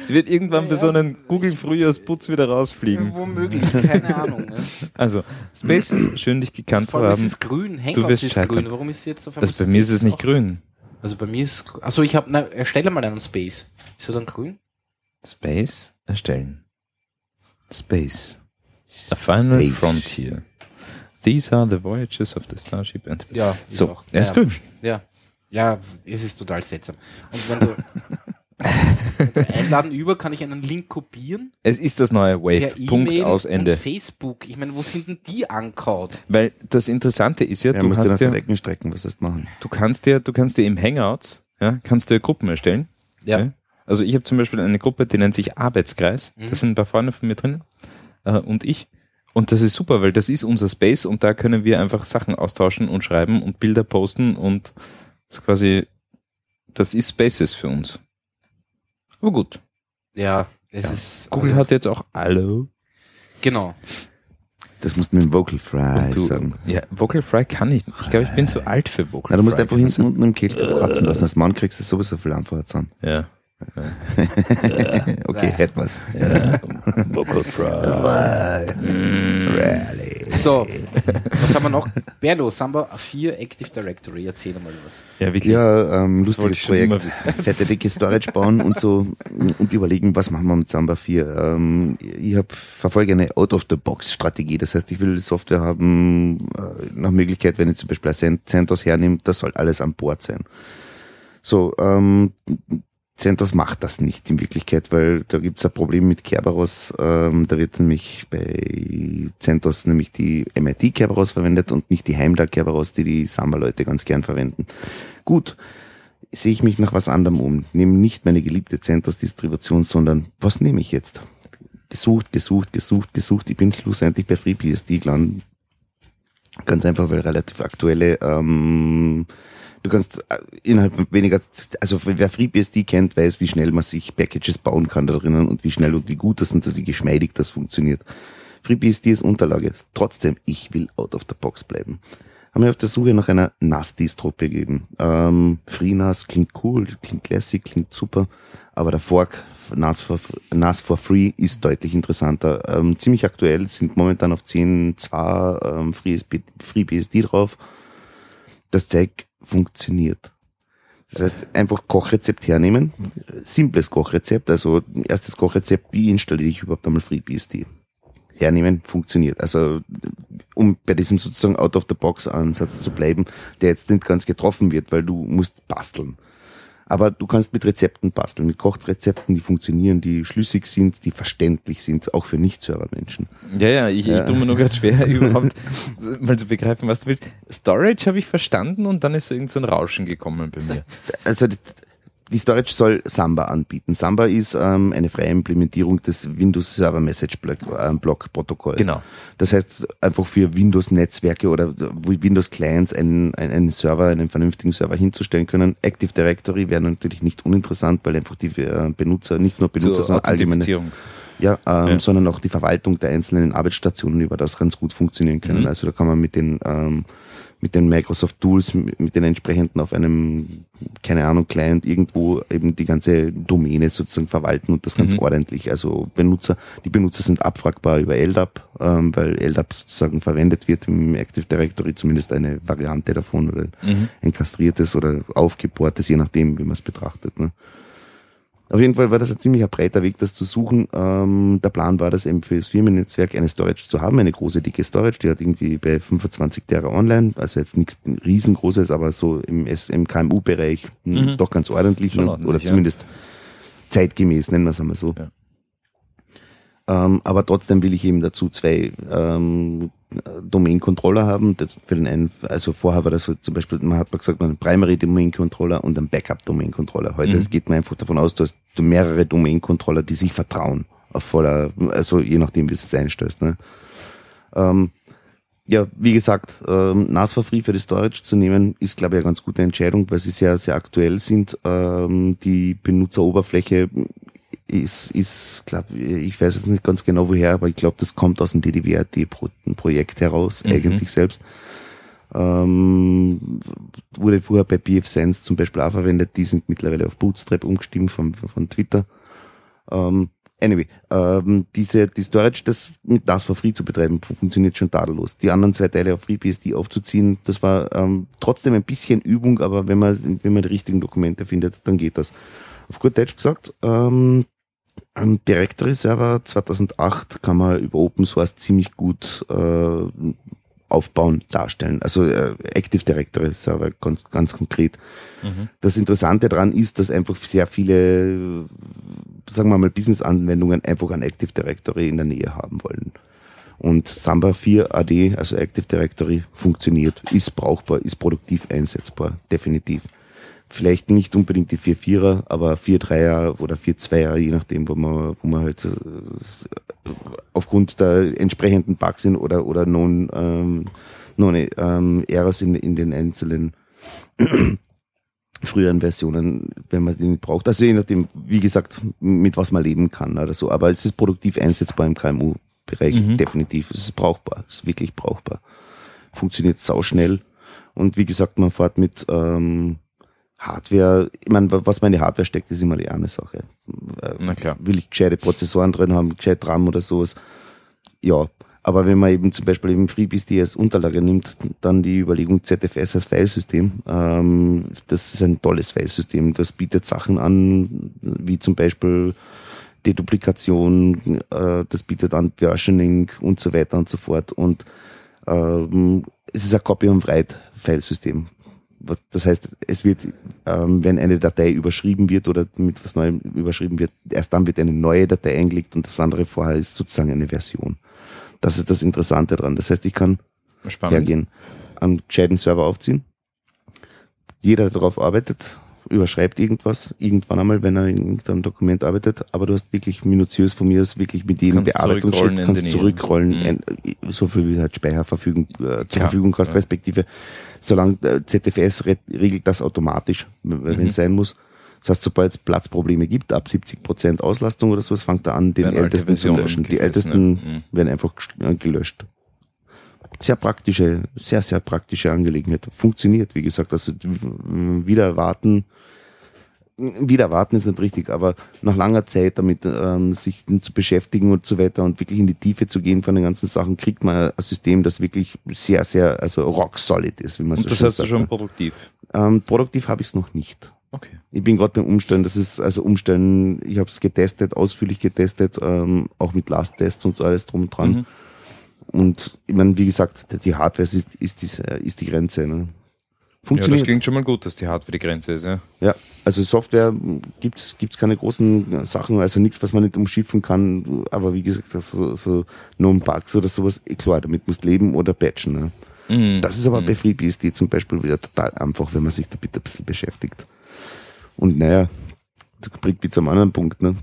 Speaker 4: es wird irgendwann bei so einem Google-Frühjahrsputz wieder rausfliegen.
Speaker 2: Womöglich, keine Ahnung. Ne?
Speaker 4: Also, Spaces, schön dich gekannt zu
Speaker 2: Vor allem ist
Speaker 4: haben.
Speaker 2: es grün,
Speaker 4: Du
Speaker 2: Hangout
Speaker 4: wirst
Speaker 2: ist
Speaker 4: scheitern.
Speaker 2: grün. Warum ist sie jetzt auf einmal
Speaker 4: Also bei mir ist es nicht
Speaker 2: auch-
Speaker 4: grün.
Speaker 2: Also bei mir ist grün. Achso, ich habe, na, erstelle mal einen Space. Ist er dann grün?
Speaker 4: Space erstellen. Space. A final
Speaker 3: Space.
Speaker 4: frontier. These are the voyages of the starship and...
Speaker 2: Ja. ist
Speaker 4: So,
Speaker 2: auch.
Speaker 4: er ist
Speaker 2: ja.
Speaker 4: grün.
Speaker 2: Ja. Ja, es ist total seltsam. Und wenn du, wenn du einladen über, kann ich einen Link kopieren.
Speaker 4: Es ist das neue Wave.
Speaker 2: per
Speaker 4: Punkt
Speaker 2: E-Mail
Speaker 4: aus Ende.
Speaker 2: Und Facebook. Ich meine, wo sind denn die ankaut?
Speaker 4: Weil das Interessante ist ja,
Speaker 3: Ja,
Speaker 4: du,
Speaker 3: musst du nach
Speaker 4: hast ja
Speaker 3: den Ecken strecken, was das machen.
Speaker 4: du kannst ja, du kannst dir im Hangouts, ja, kannst du ja Gruppen erstellen. Ja. Also ich habe zum Beispiel eine Gruppe, die nennt sich Arbeitskreis.
Speaker 2: Mhm.
Speaker 4: Da sind ein paar Freunde von mir drin äh, und ich. Und das ist super, weil das ist unser Space und da können wir einfach Sachen austauschen und schreiben und Bilder posten und so quasi, das ist Spaces für uns. Aber gut,
Speaker 2: Ja, es
Speaker 4: Ja.
Speaker 2: ist.
Speaker 4: Google
Speaker 2: also,
Speaker 4: hat jetzt auch Allo.
Speaker 2: Genau.
Speaker 3: Das musst du mit dem Vocal Fry
Speaker 4: Und du-
Speaker 3: sagen.
Speaker 4: Ja, Vocal Fry kann ich. nicht. Ich glaube, ich bin zu alt für Vocal
Speaker 3: Na, du musst
Speaker 4: Fry.
Speaker 3: einfach hinten unten im Kehlkopf kratzen lassen. Als Mann kriegst du sowieso viel Antwort zusammen.
Speaker 4: Ja.
Speaker 3: okay, hätte was.
Speaker 4: ja. Vocal Fry.
Speaker 2: So, was haben wir noch? Berlo, Samba 4 Active Directory, erzähl mal was.
Speaker 4: Ja, wirklich.
Speaker 3: Ja, ähm,
Speaker 4: Wollte ich
Speaker 3: lustiges
Speaker 4: schon
Speaker 3: Projekt.
Speaker 4: immer wissen.
Speaker 3: Fette, dicke Storage bauen und so und überlegen, was machen wir mit Samba 4. Ähm, ich hab, verfolge eine Out-of-the-Box-Strategie. Das heißt, ich will Software haben, äh, nach Möglichkeit, wenn ich zum Beispiel ein Cent- CentOS hernehme, das soll alles an Bord sein. So, ähm, CentOS macht das nicht in Wirklichkeit, weil da gibt's ein Problem mit Kerberos. Ähm, da wird nämlich bei CentOS nämlich die MIT Kerberos verwendet und nicht die Heimdall Kerberos, die die Samba-Leute ganz gern verwenden. Gut, sehe ich mich nach was anderem um. Nehme nicht meine geliebte CentOS-Distribution, sondern was nehme ich jetzt? Gesucht, gesucht, gesucht, gesucht. Ich bin schlussendlich bei FreeBSD gelandet. Ganz einfach, weil relativ aktuelle ähm, du kannst äh, innerhalb weniger, Z- also wer FreeBSD kennt, weiß, wie schnell man sich Packages bauen kann da drinnen und wie schnell und wie gut das und das, wie geschmeidig das funktioniert. FreeBSD ist Unterlage. Trotzdem, ich will out of the box bleiben. Haben wir auf der Suche nach einer NAS-Distro begeben. Ähm, FreeNAS klingt cool, klingt classic, klingt super, aber der Fork NAS for, NAS for Free ist deutlich interessanter. Ähm, ziemlich aktuell sind momentan auf 10.2 ähm, FreeSP FreeBSD drauf das Zeug funktioniert. Das heißt, einfach Kochrezept hernehmen, simples Kochrezept, also erstes Kochrezept, wie installiere ich überhaupt einmal FreeBSD? Hernehmen, funktioniert. Also, um bei diesem sozusagen Out-of-the-Box-Ansatz zu bleiben, der jetzt nicht ganz getroffen wird, weil du musst basteln. Aber du kannst mit Rezepten basteln, mit Kochrezepten, die funktionieren, die schlüssig sind, die verständlich sind, auch für Nicht-Server-Menschen.
Speaker 4: Ja, ja, ich,
Speaker 3: Ja.
Speaker 4: ich tue mir nur gerade schwer, überhaupt mal zu begreifen, was du willst. Storage habe ich verstanden und dann ist so irgend so ein Rauschen gekommen bei mir.
Speaker 3: also die, die Storage soll Samba anbieten. Samba ist ähm, eine freie Implementierung des Windows Server Message Block, ähm, Block Protokolls.
Speaker 4: Genau.
Speaker 3: Das heißt einfach für Windows Netzwerke oder Windows Clients einen, einen, einen Server, einen vernünftigen Server hinzustellen können. Active Directory wäre natürlich nicht uninteressant, weil einfach die äh, Benutzer, nicht nur Benutzer,
Speaker 4: Zur
Speaker 3: sondern allgemeine
Speaker 4: Authentifizierung.
Speaker 3: ja, ähm,
Speaker 4: Ja.
Speaker 3: sondern auch die Verwaltung der einzelnen Arbeitsstationen über das ganz gut funktionieren können.
Speaker 4: Mhm.
Speaker 3: Also da kann man mit den ähm, mit den Microsoft Tools, m- mit den entsprechenden auf einem, keine Ahnung, Client irgendwo eben die ganze Domäne sozusagen verwalten und das ganz
Speaker 4: Mhm.
Speaker 3: ordentlich. Also Benutzer, die Benutzer sind abfragbar über LDAP, ähm, weil LDAP sozusagen verwendet wird im Active Directory, zumindest eine Variante davon oder
Speaker 4: Mhm.
Speaker 3: ein kastriertes oder aufgebohrtes, je nachdem, wie man es betrachtet. Ne? Auf jeden Fall war das ein ziemlicher breiter Weg, das zu suchen. Ähm, der Plan war das eben für das Firmennetzwerk eine Storage zu haben, eine große, dicke Storage, die hat irgendwie bei 25 Tera online, also jetzt nichts riesengroßes, aber so im, S- im KMU-Bereich
Speaker 4: Mhm.
Speaker 3: hm, doch ganz ordentlich,
Speaker 4: Schon
Speaker 3: ne?
Speaker 4: ordentlich,
Speaker 3: oder
Speaker 4: ja.
Speaker 3: zumindest zeitgemäß, nennen wir es einmal so.
Speaker 4: Ja.
Speaker 3: Ähm, aber trotzdem will ich eben dazu zwei ähm, Domain-Controller haben. Das für den einen, also vorher war das so zum Beispiel, man hat mal gesagt, man hat einen Primary-Domain-Controller und einen Backup-Domain-Controller. Heute
Speaker 4: Mhm.
Speaker 3: geht man einfach davon aus, du hast mehrere Domain-Controller, die sich vertrauen. Auf voller, also je nachdem, wie du es einstellst. Ne? Ähm, ja, wie gesagt, ähm, NAS for Free für die Storage zu nehmen, ist, glaube ich, eine ganz gute Entscheidung, weil sie sehr, sehr aktuell sind. Ähm, die Benutzeroberfläche ist, ist glaub, ich weiß jetzt nicht ganz genau woher, aber ich glaube, das kommt aus dem DDWRT-Projekt heraus,
Speaker 1: Mhm.
Speaker 3: eigentlich selbst. Ähm, wurde vorher bei BF Science zum Beispiel auch verwendet, die sind mittlerweile auf Bootstrap umgestiegen von, von Twitter. Ähm, anyway, ähm, diese, die Storage, das mit NAS for Free zu betreiben, fun- funktioniert schon tadellos. Die anderen zwei Teile auf FreeBSD aufzuziehen, das war ähm, trotzdem ein bisschen Übung, aber wenn man, wenn man die richtigen Dokumente findet, dann geht das. Auf gut Deutsch gesagt, ähm, am Directory Server 2008 kann man über Open Source ziemlich gut äh, aufbauen, darstellen. Also äh, Active Directory Server ganz, ganz konkret.
Speaker 1: Mhm.
Speaker 3: Das Interessante daran ist, dass einfach sehr viele, äh, sagen wir mal, Business-Anwendungen einfach ein Active Directory in der Nähe haben wollen. Und Samba 4 AD, also Active Directory, funktioniert, ist brauchbar, ist produktiv einsetzbar, definitiv. Vielleicht nicht unbedingt die 4.4er, aber 4.3er oder 4.2er, je nachdem, wo man, wo man halt äh, s- aufgrund der entsprechenden Bugs sind oder, oder non, ähm, non ähm, Errors in, in den einzelnen früheren Versionen, wenn man den braucht. Also je nachdem, wie gesagt, mit was man leben kann oder so. Aber es ist produktiv einsetzbar im KMU-Bereich,
Speaker 1: Mhm.
Speaker 3: definitiv. Es ist brauchbar, es ist wirklich brauchbar. Funktioniert sauschnell. Und wie gesagt, man fährt mit ähm, Hardware, ich meine, wa- was man in die Hardware steckt, ist immer die eine Sache. Äh,
Speaker 1: Na klar.
Speaker 3: will ich gescheite Prozessoren drin haben, gescheit RAM oder sowas. Ja, aber wenn man eben zum Beispiel eben FreeBSD als Unterlage nimmt, dann die Überlegung ZFS als Filesystem. Ähm, das ist ein tolles Filesystem. Das bietet Sachen an, wie zum Beispiel Deduplikation, äh, das bietet an Versioning und so weiter und so fort. Und ähm, es ist ein Copy-and-Write-Filesystem. Was- Das heißt, es wird, ähm, wenn eine Datei überschrieben wird oder mit was Neuem überschrieben wird, erst dann wird eine neue Datei eingelegt und das andere vorher ist sozusagen eine Version. Das ist das Interessante dran. Das heißt, ich kann
Speaker 1: Spannend.
Speaker 3: hergehen, einen gescheiten Server aufziehen. Jeder, der darauf arbeitet, überschreibt irgendwas, irgendwann einmal, wenn er in irgendeinem Dokument arbeitet, aber du hast wirklich minutiös von mir aus wirklich mit jedem
Speaker 1: Kannst
Speaker 3: Bearbeitungsschritt
Speaker 1: zurückrollen in
Speaker 3: kannst
Speaker 1: den-
Speaker 3: zurückrollen,
Speaker 1: Mhm.
Speaker 3: ein- so viel wie halt Speicher verfügen, äh,
Speaker 1: Ja,
Speaker 3: zur Verfügung hast,
Speaker 1: ja.
Speaker 3: respektive solange äh, ZFS re- regelt das automatisch, wenn
Speaker 1: Mhm.
Speaker 3: es sein muss. Das heißt, sobald es Platzprobleme gibt, ab 70% Auslastung oder so, es fängt er an, den
Speaker 1: Werden alte
Speaker 3: Ältesten zu
Speaker 1: Versionen
Speaker 3: löschen. Die
Speaker 1: gefressen,
Speaker 3: Ältesten
Speaker 1: ja. Mhm.
Speaker 3: werden einfach gest- äh, gelöscht sehr praktische, sehr, sehr praktische Angelegenheit. Funktioniert, wie gesagt. Also w- wieder erwarten, wieder erwarten ist nicht richtig, aber nach langer Zeit damit ähm, sich zu beschäftigen und so weiter und wirklich in die Tiefe zu gehen von den ganzen Sachen, kriegt man ein System, das wirklich sehr, sehr, also rock solid ist, wie man so
Speaker 1: Und das
Speaker 3: schön
Speaker 1: hast du
Speaker 3: sagt. ne?
Speaker 1: schon produktiv.
Speaker 3: Ähm, produktiv habe ich es noch nicht.
Speaker 1: Okay.
Speaker 3: Ich bin gerade beim Umstellen, das ist also Umstellen, ich habe es getestet, ausführlich getestet, ähm, auch mit Last-Tests und so alles drum und dran.
Speaker 1: Mhm.
Speaker 3: Und ich meine, wie gesagt, die Hardware ist, ist, die, ist die Grenze. Ne?
Speaker 1: Ja, das
Speaker 3: Funktioniert. Ja,
Speaker 1: klingt schon mal gut, dass die Hardware die Grenze ist. Ja.
Speaker 3: also Software gibt's gibt's keine großen Sachen, also nichts, was man nicht umschiffen kann. Aber wie gesagt, das so, so Non-Bugs oder sowas, eh, klar, damit musst leben oder patchen. Ne?
Speaker 1: Mhm.
Speaker 3: Das ist aber bei FreeBSD zum Beispiel wieder total einfach, wenn man sich da bitte ein bisschen beschäftigt. Und naja, das bringt mich zum anderen Punkt. Ne?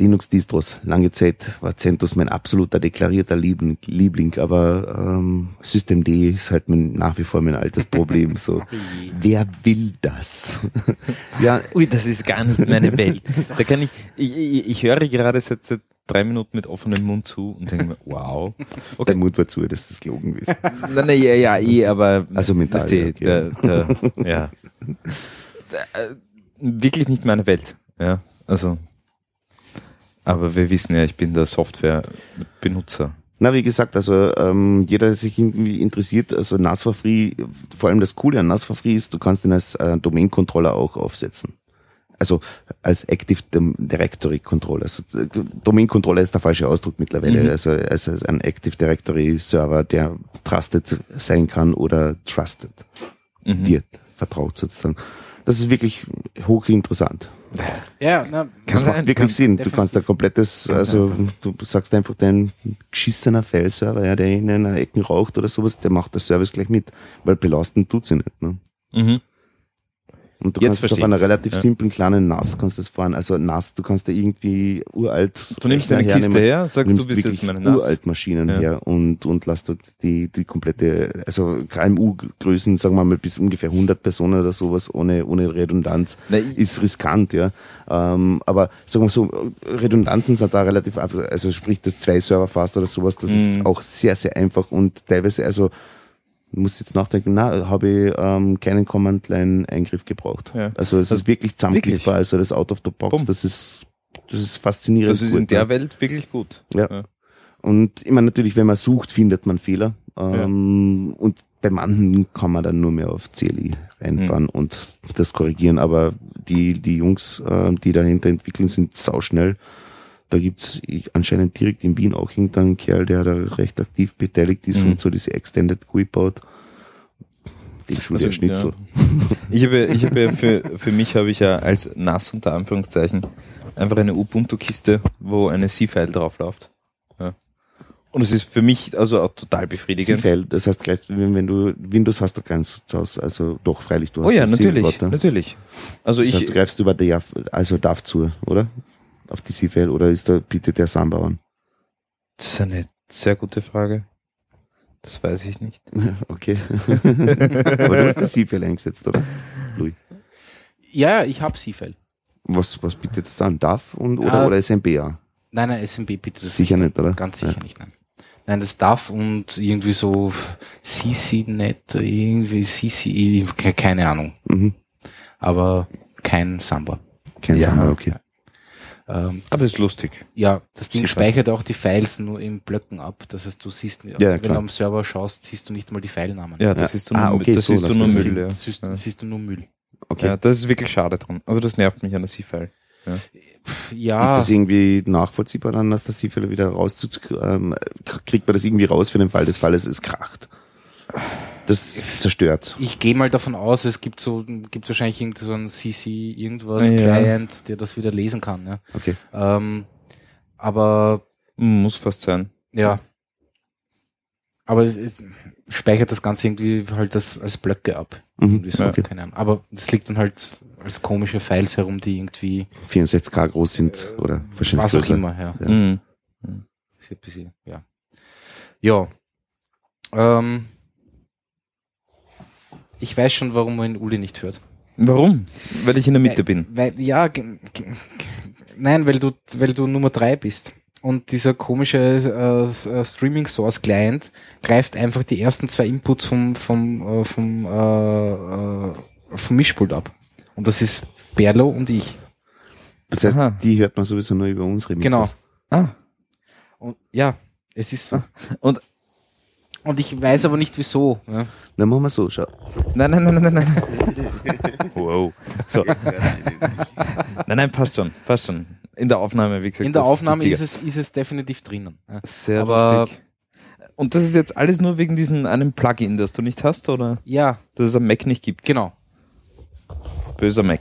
Speaker 3: Linux-Distros, lange Zeit war CentOS mein absoluter deklarierter Liebling, Liebling aber ähm, Systemd ist halt mein, nach wie vor mein altes Problem. So. Wer will das? ja,
Speaker 1: Ui, das ist gar nicht meine Welt. Da kann ich, ich, ich, ich höre gerade seit, seit drei Minuten mit offenem Mund zu und denke mir, wow.
Speaker 3: der
Speaker 1: Okay.
Speaker 3: Mut war zu, das ist gelogen gewesen.
Speaker 1: Nein, nein, ja, ja, eh, aber.
Speaker 3: Also mental,
Speaker 1: weißt du,
Speaker 3: ja, okay.
Speaker 1: der, der, ja. Da, äh, wirklich nicht meine Welt. Ja, also. Aber wir wissen ja, ich bin der Software-Benutzer.
Speaker 3: Na, wie gesagt, also ähm, jeder, der sich irgendwie interessiert, also NAS for Free, vor allem das Coole an NAS for Free ist, du kannst ihn als äh, Domain-Controller auch aufsetzen. Also als Active Dom- Directory Controller. Also, äh, Domain Controller ist der falsche Ausdruck mittlerweile. Also, also als ein Active Directory Server, der trusted sein kann oder trusted,
Speaker 1: Mhm.
Speaker 3: dir vertraut sozusagen. Das ist wirklich hochinteressant.
Speaker 2: Ja, na,
Speaker 3: Das macht wirklich
Speaker 2: kann-
Speaker 3: Sinn. Du
Speaker 2: definitiv.
Speaker 3: kannst ein komplettes, also du sagst einfach dein geschissener File-Server, ja, der in einer Ecke raucht oder sowas, der macht das Service gleich mit, weil belasten tut's ihn nicht. Ne?
Speaker 1: Mhm.
Speaker 3: Und du
Speaker 4: Jetzt
Speaker 3: kannst es auf
Speaker 4: versteh
Speaker 3: einer
Speaker 4: ich's.
Speaker 3: relativ
Speaker 4: Ja.
Speaker 3: simplen kleinen NAS kannst du es fahren. Also NAS, du kannst da irgendwie uralt.
Speaker 4: Du nimmst eine
Speaker 3: hernehmen,
Speaker 4: Kiste her, sagst, du
Speaker 3: nimmst
Speaker 4: bist
Speaker 3: wirklich
Speaker 4: jetzt meine Nase.
Speaker 3: Uralt Maschinen
Speaker 4: Ja.
Speaker 3: her und, und lass dort die, die komplette, also KMU-Größen, sagen wir mal, bis ungefähr 100 Personen oder sowas ohne, ohne Redundanz ist riskant, ja. Ähm, aber sagen wir so, Redundanzen sind da relativ, einfach, also sprich das zwei Server fast oder sowas, das
Speaker 4: Mhm.
Speaker 3: ist auch sehr, sehr einfach und teilweise, also muss jetzt nachdenken, na, habe ich ähm, keinen Command-Line-Eingriff gebraucht.
Speaker 4: Ja.
Speaker 3: Also es ist wirklich zusammenklickbar, also das Out of the Box,
Speaker 4: Bumm.
Speaker 3: das ist das ist faszinierend.
Speaker 4: Das ist
Speaker 3: gut,
Speaker 4: in der
Speaker 3: ja.
Speaker 4: Welt wirklich gut.
Speaker 3: Ja. Und immer natürlich, wenn man sucht, findet man Fehler. Ähm, Und bei manchen kann man dann nur mehr auf CLI
Speaker 4: Hm.
Speaker 3: reinfahren und das korrigieren. Aber die, die Jungs, äh, die dahinter entwickeln, sind sauschnell. Da gibt's ich- anscheinend direkt in Wien auch irgendeinen Kerl, der da recht aktiv beteiligt ist
Speaker 4: Mhm.
Speaker 3: und so diese Extended GUI baut. Den Schulter
Speaker 4: Also,
Speaker 3: Schnitzel.
Speaker 4: Ich habe, ich habe ja für, für mich habe ich ja als NAS unter Anführungszeichen einfach eine Ubuntu-Kiste, wo eine C-File draufläuft. Ja. Und es ist für mich also auch total
Speaker 3: Ja.
Speaker 4: befriedigend.
Speaker 3: File, das heißt, gleich, wenn, wenn du Windows hast, du ganz zu Hause, also doch, freilich, du hast
Speaker 4: Oh ja,
Speaker 3: ein
Speaker 4: natürlich,
Speaker 3: Silberwort, ne?
Speaker 4: natürlich. Also
Speaker 3: das heißt, du
Speaker 4: ich,
Speaker 3: greifst über der, also DAF zu, oder? Auf die C-File oder ist da, bietet der Samba an?
Speaker 4: das ist eine sehr gute Frage. Das weiß ich nicht.
Speaker 3: Okay. Aber du hast das C-File eingesetzt, oder? Louis.
Speaker 2: Ja, ich habe C-File.
Speaker 3: Was, was bietet das an? DAF und, oder,
Speaker 2: Ah.
Speaker 3: oder SMBA?
Speaker 2: Nein, nein, SMB bitte das
Speaker 3: Sicher nicht,
Speaker 4: ne?
Speaker 3: oder?
Speaker 2: Ganz sicher nicht, nein. Nein, das darf und irgendwie so CC-Net, irgendwie CCE, ke- keine Ahnung.
Speaker 3: Mhm.
Speaker 2: Aber kein Samba.
Speaker 3: Kein
Speaker 2: Ja.
Speaker 3: Samba, okay.
Speaker 2: Ähm,
Speaker 4: Aber ist lustig.
Speaker 2: ja, das Ding
Speaker 4: Sicher.
Speaker 2: speichert auch die Files nur in Blöcken ab. Das heißt, du siehst, also
Speaker 3: Ja,
Speaker 2: wenn
Speaker 3: klar.
Speaker 2: du am Server schaust, siehst du nicht mal die Filenamen.
Speaker 4: Ja, das
Speaker 3: Ja.
Speaker 4: ist so nur,
Speaker 3: Ah, okay,
Speaker 4: das
Speaker 3: so,
Speaker 4: ist so
Speaker 3: das
Speaker 4: nur
Speaker 3: ist-
Speaker 4: Müll. Ja.
Speaker 2: Siehst,
Speaker 4: Ja.
Speaker 2: siehst du nur Müll.
Speaker 3: okay.
Speaker 4: ja, das ist wirklich schade dran. Also das nervt mich an der C-File.
Speaker 2: Ja.
Speaker 3: Ist das irgendwie nachvollziehbar dann, dass das C-File wieder raus ähm, kriegt man das irgendwie raus für den Fall des Falles, es kracht. Das zerstört.
Speaker 2: Ich gehe mal davon aus, es gibt so, gibt wahrscheinlich irgend so einen CC irgendwas
Speaker 4: Ja.
Speaker 2: Client, der das wieder lesen kann. Ja.
Speaker 3: Okay.
Speaker 2: Ähm, aber
Speaker 4: Muss fast sein.
Speaker 2: ja, aber es, es speichert das Ganze irgendwie halt das als Blöcke ab.
Speaker 3: Mhm.
Speaker 2: Irgendwie so,
Speaker 3: okay.
Speaker 2: keine Ahnung. Aber das liegt dann halt als komische Files herum, die irgendwie
Speaker 3: 64K groß sind oder wahrscheinlich
Speaker 2: was auch
Speaker 3: größer.
Speaker 2: immer. Ja,
Speaker 3: Ja.
Speaker 4: Mhm.
Speaker 2: ist ein bisschen, ja. Ja. Ähm, ich weiß schon, warum man Uli nicht hört.
Speaker 4: Warum? Weil ich in der Mitte
Speaker 2: Weil-
Speaker 4: bin.
Speaker 2: Weil, ja, g- g- g- nein, weil du, weil du Nummer drei bist. Und dieser komische äh, S- äh, Streaming Source Client greift einfach die ersten zwei Inputs vom, vom, äh, vom, äh, äh, vom Mischpult ab. Und das ist Berlo und ich.
Speaker 3: Das heißt,
Speaker 4: Aha.
Speaker 3: die hört man sowieso nur über unsere Mikros.
Speaker 2: Genau.
Speaker 4: Ah,
Speaker 2: Und, ja, es ist so.
Speaker 4: und
Speaker 2: Und ich weiß aber nicht wieso. Ja.
Speaker 4: Genau.
Speaker 3: Dann machen wir so, schau.
Speaker 4: Nein, nein, nein, nein, nein, nein. Wow. So. nein, nein, passt schon, passt schon. In der Aufnahme, wie gesagt.
Speaker 2: In der
Speaker 4: das
Speaker 2: Aufnahme ist
Speaker 4: Wichtige.
Speaker 2: es, ist es definitiv drinnen. Ja.
Speaker 4: sehr
Speaker 2: aber-
Speaker 4: lustig. Und das ist jetzt alles nur wegen diesem einem Plugin, das du nicht hast, oder?
Speaker 2: ja,
Speaker 4: Das es am Mac nicht gibt.
Speaker 2: genau.
Speaker 4: Böser Mac.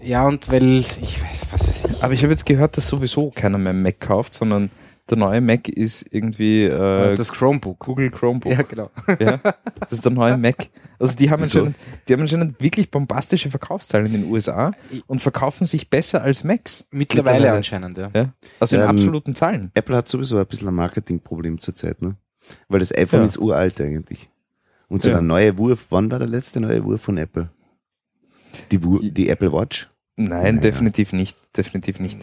Speaker 2: Ja, und weil ich weiß, was weiß ich.
Speaker 4: Aber ich habe jetzt gehört, dass sowieso keiner mehr Mac kauft, sondern der neue Mac ist irgendwie äh,
Speaker 2: das Chromebook.
Speaker 4: Google Chromebook.
Speaker 2: Ja, genau.
Speaker 4: Ja, das ist der neue Mac. Also die haben,
Speaker 3: Wieso?
Speaker 4: anscheinend, die haben anscheinend wirklich bombastische Verkaufszahlen in den USA und verkaufen sich besser als Macs.
Speaker 2: Mittlerweile, anscheinend, ja.
Speaker 4: Ja? Also in
Speaker 3: Ähm,
Speaker 4: absoluten Zahlen.
Speaker 3: Apple hat sowieso ein bisschen ein Marketingproblem zurzeit, ne? Weil das iPhone
Speaker 4: Ja.
Speaker 3: ist uralt eigentlich. Und so
Speaker 4: Ja.
Speaker 3: der neue Wurf, wann war der letzte neue Wurf von Apple? Die, Wur die Apple Watch?
Speaker 4: Nein,
Speaker 3: naja.
Speaker 4: definitiv nicht. Definitiv nicht.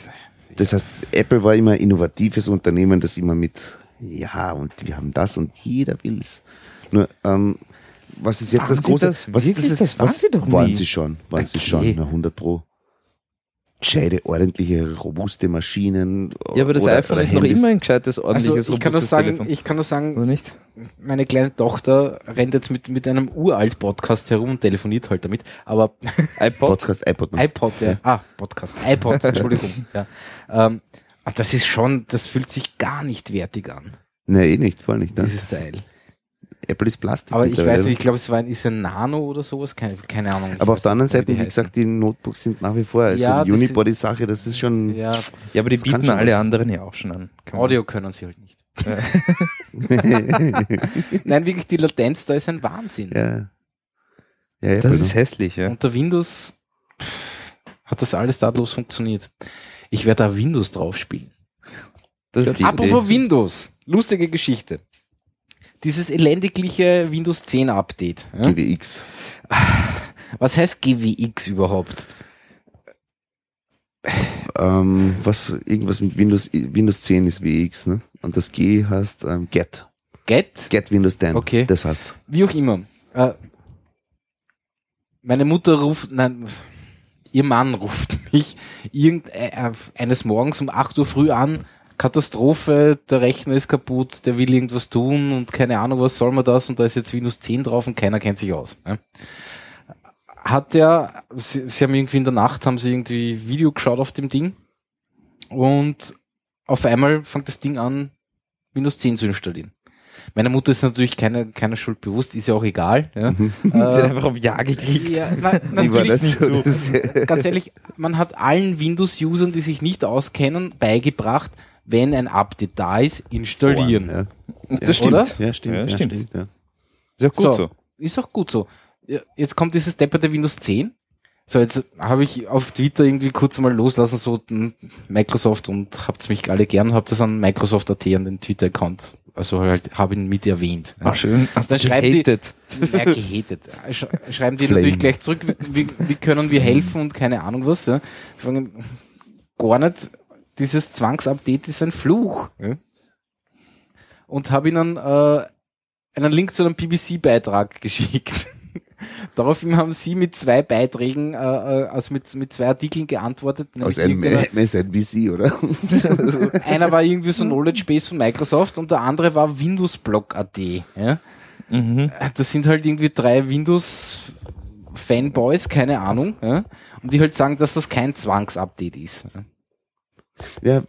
Speaker 3: Das heißt, Apple war immer ein innovatives Unternehmen, das immer mit, ja, und wir haben das und jeder will's. Nur, ähm, was ist jetzt
Speaker 4: Waren
Speaker 3: das
Speaker 4: sie
Speaker 3: große?
Speaker 4: das
Speaker 3: was ist
Speaker 4: wirklich? Das waren sie doch
Speaker 3: Waren
Speaker 4: nie.
Speaker 3: sie schon, waren sie schon,
Speaker 4: Okay.
Speaker 3: na, 100 Pro. Gescheite, ordentliche, robuste Maschinen.
Speaker 4: Ja, aber das
Speaker 3: oder-
Speaker 4: iPhone
Speaker 3: oder
Speaker 4: ist noch
Speaker 3: Handys.
Speaker 4: immer ein gescheites,
Speaker 2: Also
Speaker 4: ordentliches,
Speaker 2: ich kann nur
Speaker 4: robustes
Speaker 2: sagen,
Speaker 4: Telefon.
Speaker 2: ich kann nur sagen,
Speaker 4: Oder nicht?
Speaker 2: meine kleine Tochter rennt jetzt mit, mit einem uralt Podcast herum und telefoniert halt damit. Aber
Speaker 4: iPod?
Speaker 3: Podcast, iPod noch
Speaker 2: iPod, ja. Ah, Podcast. iPod, Entschuldigung. ja. ähm, ah, das ist schon, das fühlt sich gar nicht wertig an,
Speaker 3: Nee, eh nicht, voll nicht. Ne?
Speaker 2: dieses Teil.
Speaker 3: Apple ist Plastik.
Speaker 2: Aber ich
Speaker 3: mittlerweile.
Speaker 2: weiß nicht, ich glaube, es war ein, ist ein Nano oder sowas, keine, keine Ahnung. Ich
Speaker 3: Aber auf
Speaker 2: weiß
Speaker 3: der anderen
Speaker 2: nicht, wie
Speaker 3: Seite,
Speaker 2: die
Speaker 3: wie gesagt, die Notebooks sind nach wie vor, also
Speaker 2: Ja,
Speaker 3: die
Speaker 2: das
Speaker 3: Unibody-Sache, das ist
Speaker 2: heißen.
Speaker 3: schon,
Speaker 2: ja,
Speaker 4: Ja, aber die
Speaker 3: das kann
Speaker 4: bieten
Speaker 3: schon
Speaker 4: alle
Speaker 3: was.
Speaker 4: anderen ja auch schon an. Kann man-
Speaker 2: Audio können sie halt nicht. Nein, wirklich, die Latenz, da ist ein Wahnsinn.
Speaker 3: ja. Ja, Apple,
Speaker 4: Das ist
Speaker 3: ne?
Speaker 4: hässlich, ja.
Speaker 2: Unter Windows hat das alles tadellos funktioniert. Ich werde da Windows drauf spielen.
Speaker 1: Das ist die
Speaker 2: Apropos
Speaker 1: Idee.
Speaker 2: Windows, lustige Geschichte. Dieses elendigliche Windows 10 Update. Ja?
Speaker 3: ne? GWX.
Speaker 2: Was heißt GWX überhaupt?
Speaker 3: Ähm, was, irgendwas mit Windows, Windows 10 ist WX, ne? Und das G heißt ähm, Get.
Speaker 2: Get?
Speaker 3: Get Windows 10.
Speaker 2: Okay.
Speaker 3: Das heißt
Speaker 2: Wie auch immer. Äh, meine Mutter ruft, nein, ihr Mann ruft mich irgend, äh, eines Morgens um 8 Uhr früh an. Katastrophe, der Rechner ist kaputt, der will irgendwas tun und keine Ahnung, was soll man das und da ist jetzt Windows 10 drauf und keiner kennt sich aus. Ne? Hat der, sie, sie haben irgendwie in der Nacht, haben sie irgendwie Video geschaut auf dem Ding und auf einmal fängt das Ding an, Windows 10 zu installieren. Meiner Mutter ist natürlich keine, keine Schuld bewusst, ist ja auch egal. Ja.
Speaker 1: Sie hat
Speaker 2: Äh,
Speaker 1: einfach auf Ja geklickt.
Speaker 2: ja, na,
Speaker 3: Wie war
Speaker 2: natürlich
Speaker 3: das
Speaker 2: nicht
Speaker 3: so?
Speaker 2: so.
Speaker 3: Das ist-
Speaker 2: Ganz ehrlich, man hat allen Windows-Usern, die sich nicht auskennen, beigebracht, wenn ein Update da ist, installieren.
Speaker 3: ja.
Speaker 1: Und
Speaker 3: Ja,
Speaker 1: das stimmt.
Speaker 2: oder?
Speaker 3: ja, stimmt.
Speaker 1: Ja,
Speaker 3: Ja,
Speaker 1: stimmt.
Speaker 3: stimmt. ja.
Speaker 1: Ist auch gut so.
Speaker 2: So. Ist auch gut so. Ja, Jetzt kommt dieses depperte Windows 10. So, jetzt habe ich auf Twitter irgendwie kurz mal loslassen, so hm, Microsoft und habt's mich alle gern, habt das an Microsoft.at an den Twitter-Account. Also halt, habe ihn mit erwähnt. ne? Ja.
Speaker 1: Ah, schön. Hast
Speaker 2: Dann
Speaker 1: du
Speaker 2: schreibt die-
Speaker 1: gehatet.
Speaker 2: Ja, gehatet. Sch schreiben die
Speaker 3: Flame.
Speaker 2: natürlich gleich zurück, wie, wie können wir helfen und keine Ahnung was. Ja. Ich fang- Gar nicht, dieses Zwangsupdate ist ein Fluch. Ja. Und habe ihnen äh, einen Link zu einem BBC-Beitrag geschickt. Daraufhin haben sie mit zwei Beiträgen, äh, äh, also mit, mit zwei Artikeln geantwortet. nämlich
Speaker 3: Aus einem
Speaker 2: irgendeiner-
Speaker 3: MSNBC, oder?
Speaker 2: einer war irgendwie so Knowledge Base von Microsoft und der andere war Windowsblog.at. Ja.
Speaker 1: Mhm.
Speaker 2: das sind halt irgendwie drei Windows Fanboys, keine Ahnung, ja? und die halt sagen, dass das kein Zwangsupdate ist.
Speaker 3: Ja,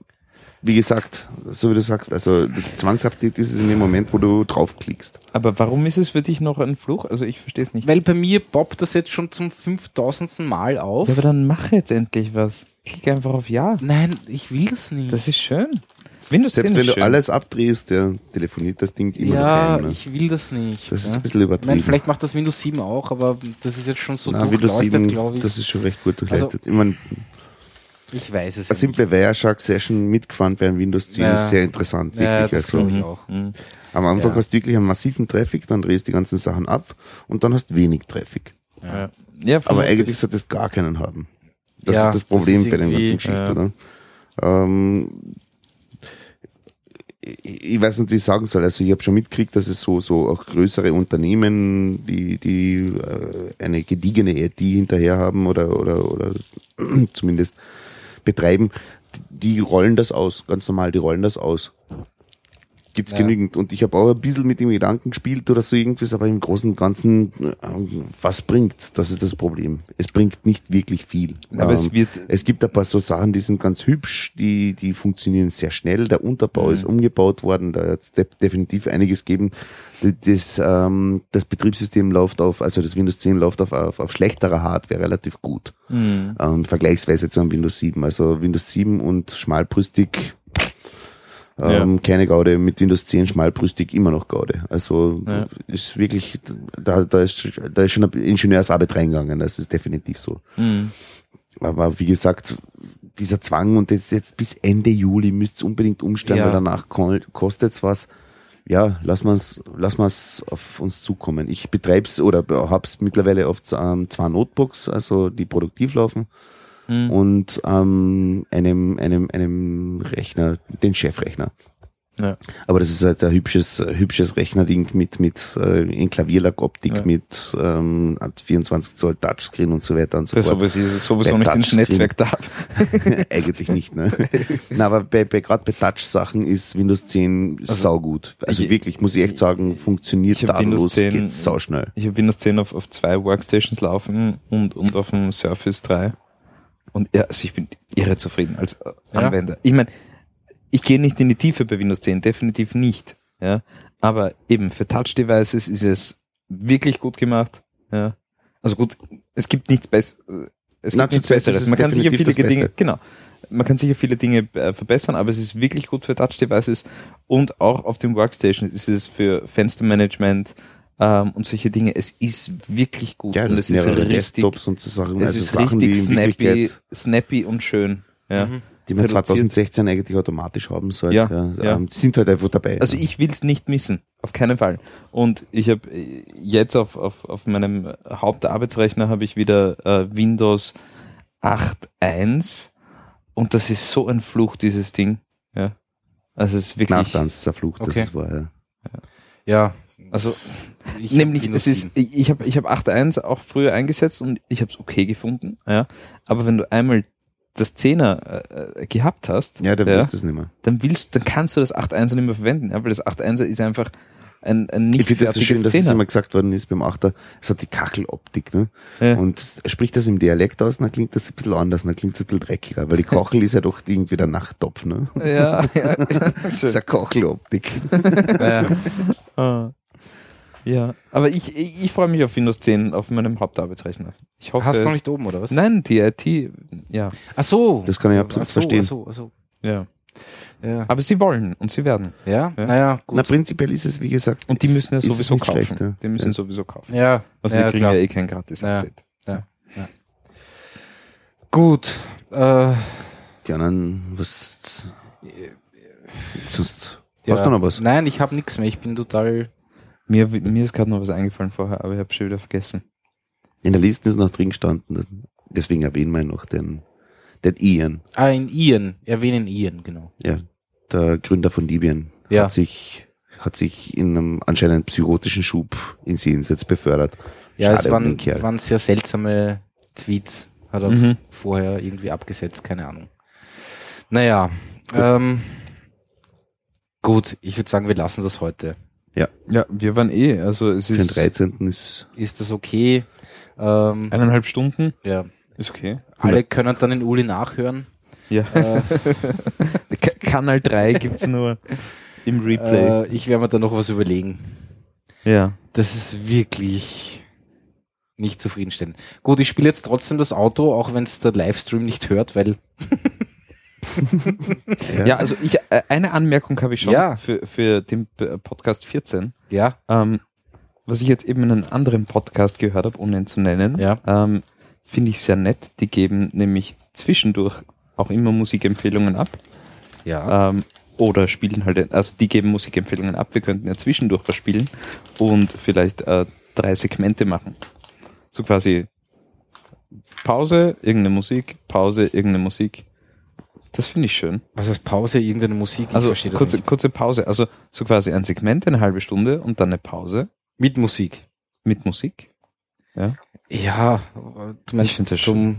Speaker 3: wie gesagt, so wie du sagst, also das Zwangsupdate ist es in dem Moment, wo du draufklickst.
Speaker 1: Aber warum ist es für dich noch ein Fluch? Also ich verstehe es nicht.
Speaker 2: Weil bei mir poppt das jetzt schon zum 5000. Mal auf.
Speaker 1: Ja, aber dann mach jetzt endlich was. Klick einfach auf Ja.
Speaker 2: Nein, ich will das nicht.
Speaker 1: Das ist schön. Windows 10
Speaker 3: Selbst
Speaker 1: ist
Speaker 3: wenn du
Speaker 1: schön.
Speaker 3: alles abdrehst, ja, telefoniert das Ding immer noch
Speaker 2: ja,
Speaker 3: ein, ne?
Speaker 2: ich will das nicht.
Speaker 3: Das ist
Speaker 2: ja?
Speaker 3: ein bisschen übertrieben.
Speaker 2: Nein, vielleicht macht das Windows 7 auch, aber das ist jetzt schon so
Speaker 3: Na, Windows
Speaker 2: durchleuchtet,
Speaker 3: 7,
Speaker 2: glaube ich. Also
Speaker 3: das ist schon recht gut durchleitet. ich meine,
Speaker 2: Ich weiß es
Speaker 3: eine
Speaker 2: ja nicht.
Speaker 3: simple Wireshark-Session mitgefahren bei einem Windows 10
Speaker 2: Ja.
Speaker 3: ist sehr interessant, wirklich.
Speaker 2: Ja, das
Speaker 3: also,
Speaker 2: glaube ich auch.
Speaker 1: Mhm.
Speaker 3: am Anfang
Speaker 2: Ja.
Speaker 3: hast du wirklich einen massiven Traffic, dann drehst du die ganzen Sachen ab und dann hast du wenig Traffic.
Speaker 1: Ja, ja
Speaker 3: Aber
Speaker 1: vermutlich.
Speaker 3: eigentlich solltest du gar keinen haben. Das
Speaker 2: Ja,
Speaker 3: ist das Problem
Speaker 2: das ist
Speaker 3: bei der ganzen
Speaker 2: irgendwie-
Speaker 3: Geschichte,
Speaker 1: ja.
Speaker 3: oder? Ähm, ich- ich weiß nicht, wie ich sagen soll. Also ich habe schon mitgekriegt, dass es so, so auch größere Unternehmen, die, die äh, eine gediegene IT hinterher haben oder, oder, oder zumindest betreiben, die rollen das aus, ganz normal, die rollen das aus. Gibt's
Speaker 2: Ja.
Speaker 3: genügend. Und ich habe auch ein bisschen mit dem Gedanken gespielt oder so irgendwas, aber im Großen und Ganzen, äh, was bringt's? Das ist das Problem. Es bringt nicht wirklich viel. Ähm,
Speaker 1: Aber es wird-
Speaker 3: es gibt ein paar so Sachen, die sind ganz hübsch, die, die funktionieren sehr schnell. Der Unterbau ist
Speaker 1: Mhm.
Speaker 3: umgebaut worden, da hat's de definitiv einiges geben. D- Das, ähm, das Betriebssystem läuft auf, also das Windows 10 läuft auf, auf, auf schlechterer Hardware relativ gut
Speaker 1: Mhm.
Speaker 3: ähm, vergleichsweise zu einem Windows 7. Also Windows 7 und schmalbrüstig, ähm, keine Gaude, mit Windows 10 schmalbrüstig immer noch Gaude. Also
Speaker 1: Ja.
Speaker 3: ist wirklich, da, da, ist, da ist schon eine Ingenieursarbeit reingegangen, das ist definitiv so.
Speaker 1: Mhm.
Speaker 3: Aber wie gesagt, dieser Zwang und das jetzt bis Ende Juli müsst ihr unbedingt umstellen,
Speaker 2: Ja.
Speaker 3: weil danach kostet es was. Ja, lass mal's, lass mal's auf uns zukommen. Ich betreib's oder hab's mittlerweile auf z- ähm, zwei Notebooks, also die produktiv laufen
Speaker 1: Mhm.
Speaker 3: und ähm, einem, einem, einem Rechner, den Chefrechner.
Speaker 1: Ja.
Speaker 3: Aber das ist halt ein hübsches, äh, hübsches Rechnerding mit, mit äh, in Klavierlackoptik,
Speaker 1: Ja.
Speaker 3: mit ähm, 24 Zoll Touchscreen und so weiter und so
Speaker 1: Das
Speaker 3: fort.
Speaker 1: sowieso, sowieso
Speaker 3: Der
Speaker 1: nicht ins
Speaker 3: Touchscreen.
Speaker 1: Netzwerk darf.
Speaker 3: Eigentlich nicht, ne? Na, aber bei, bei, gerade bei Touch-Sachen ist Windows 10 saugut. Also
Speaker 1: ich-
Speaker 3: wirklich, muss ich echt sagen, funktioniert
Speaker 1: ich hab Windows
Speaker 3: tadellos,
Speaker 1: 10
Speaker 3: geht sauschnell.
Speaker 1: Ich habe Windows 10 auf, auf zwei Workstations laufen und, und auf dem Surface 3. Und ja, also ich bin irre zufrieden als äh,
Speaker 2: Ja.
Speaker 1: Anwender. Ich meine, ich gehe nicht in die Tiefe bei Windows 10, definitiv nicht. Ja? Aber eben für Touch-Devices ist es wirklich gut gemacht. Ja? Also gut, es gibt nichts, Bess äh, es
Speaker 3: Na,
Speaker 1: gibt nichts
Speaker 3: zurzeit ist
Speaker 1: Besseres.
Speaker 3: es
Speaker 1: Man kann sicher
Speaker 3: definitiv
Speaker 1: viele
Speaker 3: das
Speaker 1: Dinge,
Speaker 3: Beste.
Speaker 1: genau. Man kann sicher viele Dinge äh, verbessern, aber es ist wirklich gut für Touch-Devices und auch auf den Workstations ist es für Fenstermanagement,
Speaker 4: ähm, und solche Dinge. Es ist wirklich gut
Speaker 3: Ja,
Speaker 4: und
Speaker 3: das
Speaker 4: es
Speaker 3: sind
Speaker 4: ist
Speaker 3: mehrere
Speaker 4: richtig,
Speaker 3: Desktops und so Sachen.
Speaker 4: es
Speaker 3: also
Speaker 4: ist
Speaker 3: Sachen,
Speaker 4: richtig
Speaker 3: die in
Speaker 4: snappy,
Speaker 3: Wirklichkeit,
Speaker 4: snappy und schön. Ja.
Speaker 2: Mhm.
Speaker 3: die man
Speaker 4: reduziert.
Speaker 3: 2016 eigentlich automatisch haben sollte.
Speaker 4: Ja, ja.
Speaker 3: Ähm, die sind halt einfach dabei.
Speaker 4: Also
Speaker 3: ja.
Speaker 4: ich will's nicht missen, auf keinen Fall. Und ich habe jetzt auf, auf, auf meinem Hauptarbeitsrechner habe ich wieder äh, Windows 8.1 und das ist so ein Fluch, dieses Ding. Ja. Also es ist wirklich.
Speaker 3: Nachtanz zerflucht,
Speaker 2: Okay.
Speaker 3: das war ja.
Speaker 2: Ja.
Speaker 4: Also
Speaker 2: Ich
Speaker 4: nämlich
Speaker 2: hab
Speaker 4: es
Speaker 2: Windows
Speaker 4: ist,
Speaker 2: 7.
Speaker 4: ich ich habe ich hab 8.1 auch früher eingesetzt und ich habe es okay gefunden, ja. Aber wenn du einmal das 10er äh, äh, gehabt hast,
Speaker 3: Ja, der ja. weiß das nicht mehr.
Speaker 4: dann willst, dann kannst du das 8.1er nicht mehr verwenden, ja, weil das 8.1er ist einfach ein, ein
Speaker 3: Ich
Speaker 4: nicht
Speaker 3: finde das so schön,
Speaker 4: fertiges
Speaker 3: dass es
Speaker 4: 10er.
Speaker 3: immer gesagt worden ist beim Achter, es hat die Kacheloptik, ne?
Speaker 4: Ja.
Speaker 3: Und spricht das im Dialekt aus, dann klingt das ein bisschen anders, dann klingt das ein bisschen dreckiger, weil die Kachel ist ja doch irgendwie der Nachttopf, ne?
Speaker 4: Ja, ja.
Speaker 3: Das ist eine Kacheloptik.
Speaker 2: Ja,
Speaker 4: Ah. ja. aber ich, ich, ich freue mich auf Windows 10 auf meinem Hauptarbeitsrechner. Ich hoffe.
Speaker 2: hast du noch nicht oben, oder was?
Speaker 4: Nein, die IT, ja,
Speaker 2: Ach so.
Speaker 3: Das kann ich absolut
Speaker 2: Ach so,
Speaker 3: verstehen.
Speaker 2: Ach so, ach so.
Speaker 4: ja.
Speaker 2: Ja.
Speaker 4: Aber sie wollen und sie werden.
Speaker 2: ja,
Speaker 4: Ja.
Speaker 2: naja, gut.
Speaker 3: Na, prinzipiell ist es, wie gesagt,
Speaker 4: Und die
Speaker 3: ist-
Speaker 4: müssen ja
Speaker 3: ist es
Speaker 4: sowieso
Speaker 3: nicht
Speaker 4: kaufen.
Speaker 3: schlecht, ja.
Speaker 4: Die müssen sowieso kaufen.
Speaker 2: ja,
Speaker 4: Also
Speaker 2: ja,
Speaker 4: die kriegen
Speaker 2: klar.
Speaker 4: ja eh kein gratis
Speaker 2: Ja.
Speaker 4: Update.
Speaker 2: eh- Gut. Äh,
Speaker 3: Die anderen, was. Sonst.
Speaker 2: ja.
Speaker 3: Hast du noch was?
Speaker 2: Nein, ich habe nichts mehr. Ich bin total.
Speaker 4: Mir, mir ist gerade noch was eingefallen vorher, aber ich habe schon wieder vergessen.
Speaker 3: In der Liste ist noch drin gestanden. Deswegen erwähnen wir noch den, den Ian,
Speaker 2: Ah, in Ian. Erwähnen Ian, genau.
Speaker 3: ja, der Gründer von Libyen.
Speaker 2: Ja.
Speaker 3: Hat sich, hat sich in einem anscheinend psychotischen Schub ins Jenseits befördert.
Speaker 2: Ja,
Speaker 3: Schade
Speaker 2: es
Speaker 3: um
Speaker 2: waren,
Speaker 3: den Kerl.
Speaker 2: waren sehr seltsame Tweets. Hat er
Speaker 4: Mhm.
Speaker 2: vorher irgendwie abgesetzt, keine Ahnung. Naja. Ähm, gut, ich würde sagen, wir lassen das heute.
Speaker 4: Ja, wir waren eh, also es
Speaker 3: Für den
Speaker 4: ist
Speaker 3: 13. ist
Speaker 2: Ist das okay? Ähm,
Speaker 4: eineinhalb Stunden.
Speaker 2: ja.
Speaker 4: Ist okay.
Speaker 2: Alle können dann in Uli nachhören.
Speaker 4: Ja.
Speaker 2: Äh,
Speaker 4: Ka- Kanal 3 gibt's nur im Replay.
Speaker 2: äh, ich werde mir da noch was überlegen.
Speaker 4: ja.
Speaker 2: Das ist wirklich nicht zufriedenstellend. Gut, ich spiele jetzt trotzdem das Auto, auch wenn es der Livestream nicht hört, weil
Speaker 4: Ja, also ich, äh, eine Anmerkung habe ich schon
Speaker 2: Ja.
Speaker 4: für, für den P- Podcast 14.
Speaker 2: ja,
Speaker 4: Ähm, was ich jetzt eben in einem anderen Podcast gehört habe, ohne ihn zu nennen,
Speaker 2: Ja.
Speaker 4: ähm, finde ich sehr nett. Die geben nämlich zwischendurch auch immer Musikempfehlungen ab.
Speaker 2: ja,
Speaker 4: Ähm, oder spielen halt, also die geben Musikempfehlungen ab. Wir könnten ja zwischendurch was spielen und vielleicht äh, drei Segmente machen. So quasi Pause, irgendeine Musik, Pause, irgendeine Musik. Das finde ich schön.
Speaker 2: was heißt Pause, irgendeine Musik,
Speaker 4: Also
Speaker 2: verstehe das
Speaker 4: kurze,
Speaker 2: nicht.
Speaker 4: kurze Pause. Also so quasi ein Segment, eine halbe Stunde und dann eine Pause
Speaker 2: Mit Musik.
Speaker 4: mit Musik.
Speaker 2: Ja, äh, du meinst
Speaker 4: find das
Speaker 2: zum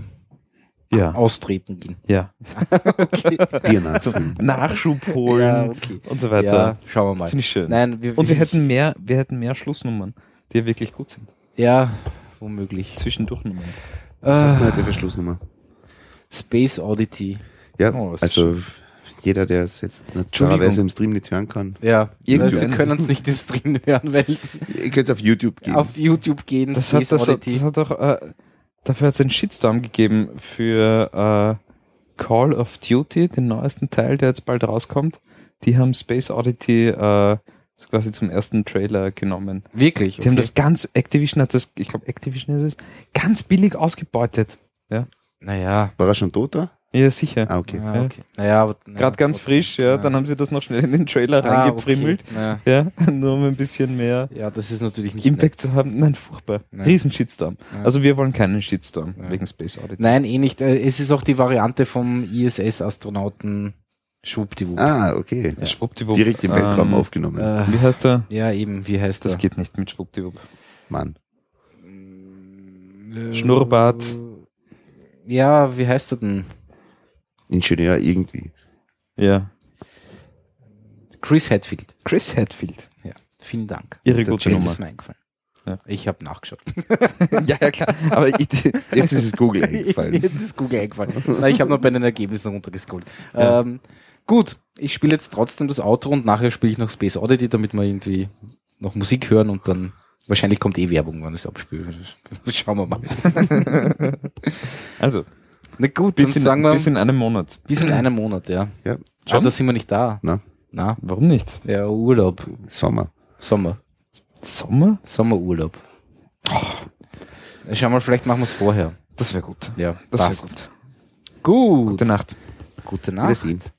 Speaker 4: Ja.
Speaker 2: Austreten gehen.
Speaker 4: Ja.
Speaker 2: Okay.
Speaker 3: Bier
Speaker 4: Nachschub
Speaker 2: ja,
Speaker 4: holen
Speaker 2: okay.
Speaker 4: und so
Speaker 2: ja,
Speaker 4: weiter.
Speaker 2: schauen wir mal.
Speaker 4: Finde ich schön.
Speaker 2: Nein,
Speaker 4: Und wir hätten mehr, wir hätten mehr Schlussnummern, die ja wirklich gut sind.
Speaker 2: ja, womöglich.
Speaker 4: Zwischendurch Nummern.
Speaker 3: Was hast du
Speaker 2: Äh,
Speaker 3: heute für Schlussnummer?
Speaker 2: Space Oddity.
Speaker 3: Ja,
Speaker 4: Oh, das ist
Speaker 3: also jeder, der es jetzt naturerweise im Stream nicht hören kann,
Speaker 2: Ja,
Speaker 4: Irgendwie
Speaker 2: sie
Speaker 4: ein-
Speaker 2: können es nicht im Stream hören, weil
Speaker 3: ihr könnt es auf YouTube gehen.
Speaker 2: auf YouTube gehen,
Speaker 4: Das hat, das, hat, das hat auch, äh, dafür hat es einen Shitstorm gegeben für äh, Call of Duty, den neuesten Teil, der jetzt bald rauskommt. Die haben Space Oddity äh, quasi zum ersten Trailer genommen.
Speaker 2: Wirklich?
Speaker 4: Die haben das ganz, Activision hat das, ich glaube Activision ist es, ganz billig ausgebeutet.
Speaker 2: naja.
Speaker 3: War er schon tot da?
Speaker 4: Ja, sicher.
Speaker 3: Ah, okay.
Speaker 2: Ja, okay. Naja, aber, naja,
Speaker 4: Gerade ganz
Speaker 2: trotzdem.
Speaker 4: frisch, ja, dann haben sie das noch schnell in den Trailer
Speaker 2: Ah,
Speaker 4: reingepfrimmelt.
Speaker 2: Okay. Naja.
Speaker 4: Ja, nur um ein bisschen mehr
Speaker 2: Ja, das ist natürlich nicht.
Speaker 4: Impact zu haben. Nein, furchtbar.
Speaker 2: Ja.
Speaker 4: Riesen Shitstorm.
Speaker 2: Ja.
Speaker 4: Also wir wollen keinen Shitstorm
Speaker 2: Ja.
Speaker 4: wegen Space Oddity.
Speaker 2: Nein, eh nicht. Äh, Es ist auch die Variante vom ISS-Astronauten Schwuppdiwupp.
Speaker 3: Ah, okay.
Speaker 4: Ja. Schwuppdiwupp.
Speaker 3: Direkt
Speaker 2: Ah.
Speaker 3: im Weltraum
Speaker 4: Ähm,
Speaker 3: aufgenommen.
Speaker 2: Äh,
Speaker 4: Wie heißt er?
Speaker 2: ja, eben, wie heißt
Speaker 4: Das
Speaker 2: er?
Speaker 4: geht nicht mit Schwuppdiwupp.
Speaker 3: Mann.
Speaker 2: Äh,
Speaker 4: Schnurrbart.
Speaker 2: Ja, wie heißt er denn?
Speaker 3: Ingenieur irgendwie.
Speaker 4: Ja.
Speaker 2: Chris Hadfield.
Speaker 4: Chris Hadfield.
Speaker 2: Ja, vielen Dank.
Speaker 4: Ihre
Speaker 3: Der
Speaker 4: gute
Speaker 2: Jetzt
Speaker 4: Nummer.
Speaker 2: ist mir eingefallen.
Speaker 4: Ja.
Speaker 2: Ich habe nachgeschaut.
Speaker 4: ja, ja, klar. Aber ich,
Speaker 3: Jetzt ist es Google eingefallen.
Speaker 2: Jetzt ist Google eingefallen. Nein, ich habe noch bei den Ergebnissen runtergescrollt.
Speaker 4: Ja.
Speaker 2: Ähm, gut, ich spiele jetzt trotzdem das Outro und nachher spiele ich noch Space Oddity, damit wir irgendwie noch Musik hören und dann wahrscheinlich kommt eh Werbung, wenn ich es abspiele. Schauen wir mal.
Speaker 4: also,
Speaker 2: Na gut,
Speaker 4: bis
Speaker 2: dann
Speaker 4: in,
Speaker 2: sagen wir
Speaker 4: bis in einem Monat.
Speaker 2: bis in einem Monat, ja.
Speaker 3: Ja,
Speaker 2: Ah,
Speaker 4: Schon?
Speaker 2: da sind wir nicht da.
Speaker 3: Na.
Speaker 2: Na,
Speaker 4: Warum nicht?
Speaker 2: ja, Urlaub,
Speaker 3: Sommer.
Speaker 2: Sommer.
Speaker 4: Sommer?
Speaker 2: Sommerurlaub.
Speaker 4: Oh.
Speaker 2: Schau mal, vielleicht machen wir es vorher.
Speaker 4: Das wäre gut.
Speaker 2: Ja,
Speaker 4: Das wäre
Speaker 2: passt.
Speaker 4: gut.
Speaker 2: Gut.
Speaker 4: Gute Nacht.
Speaker 2: Gute Nacht.
Speaker 3: Wiedersehen.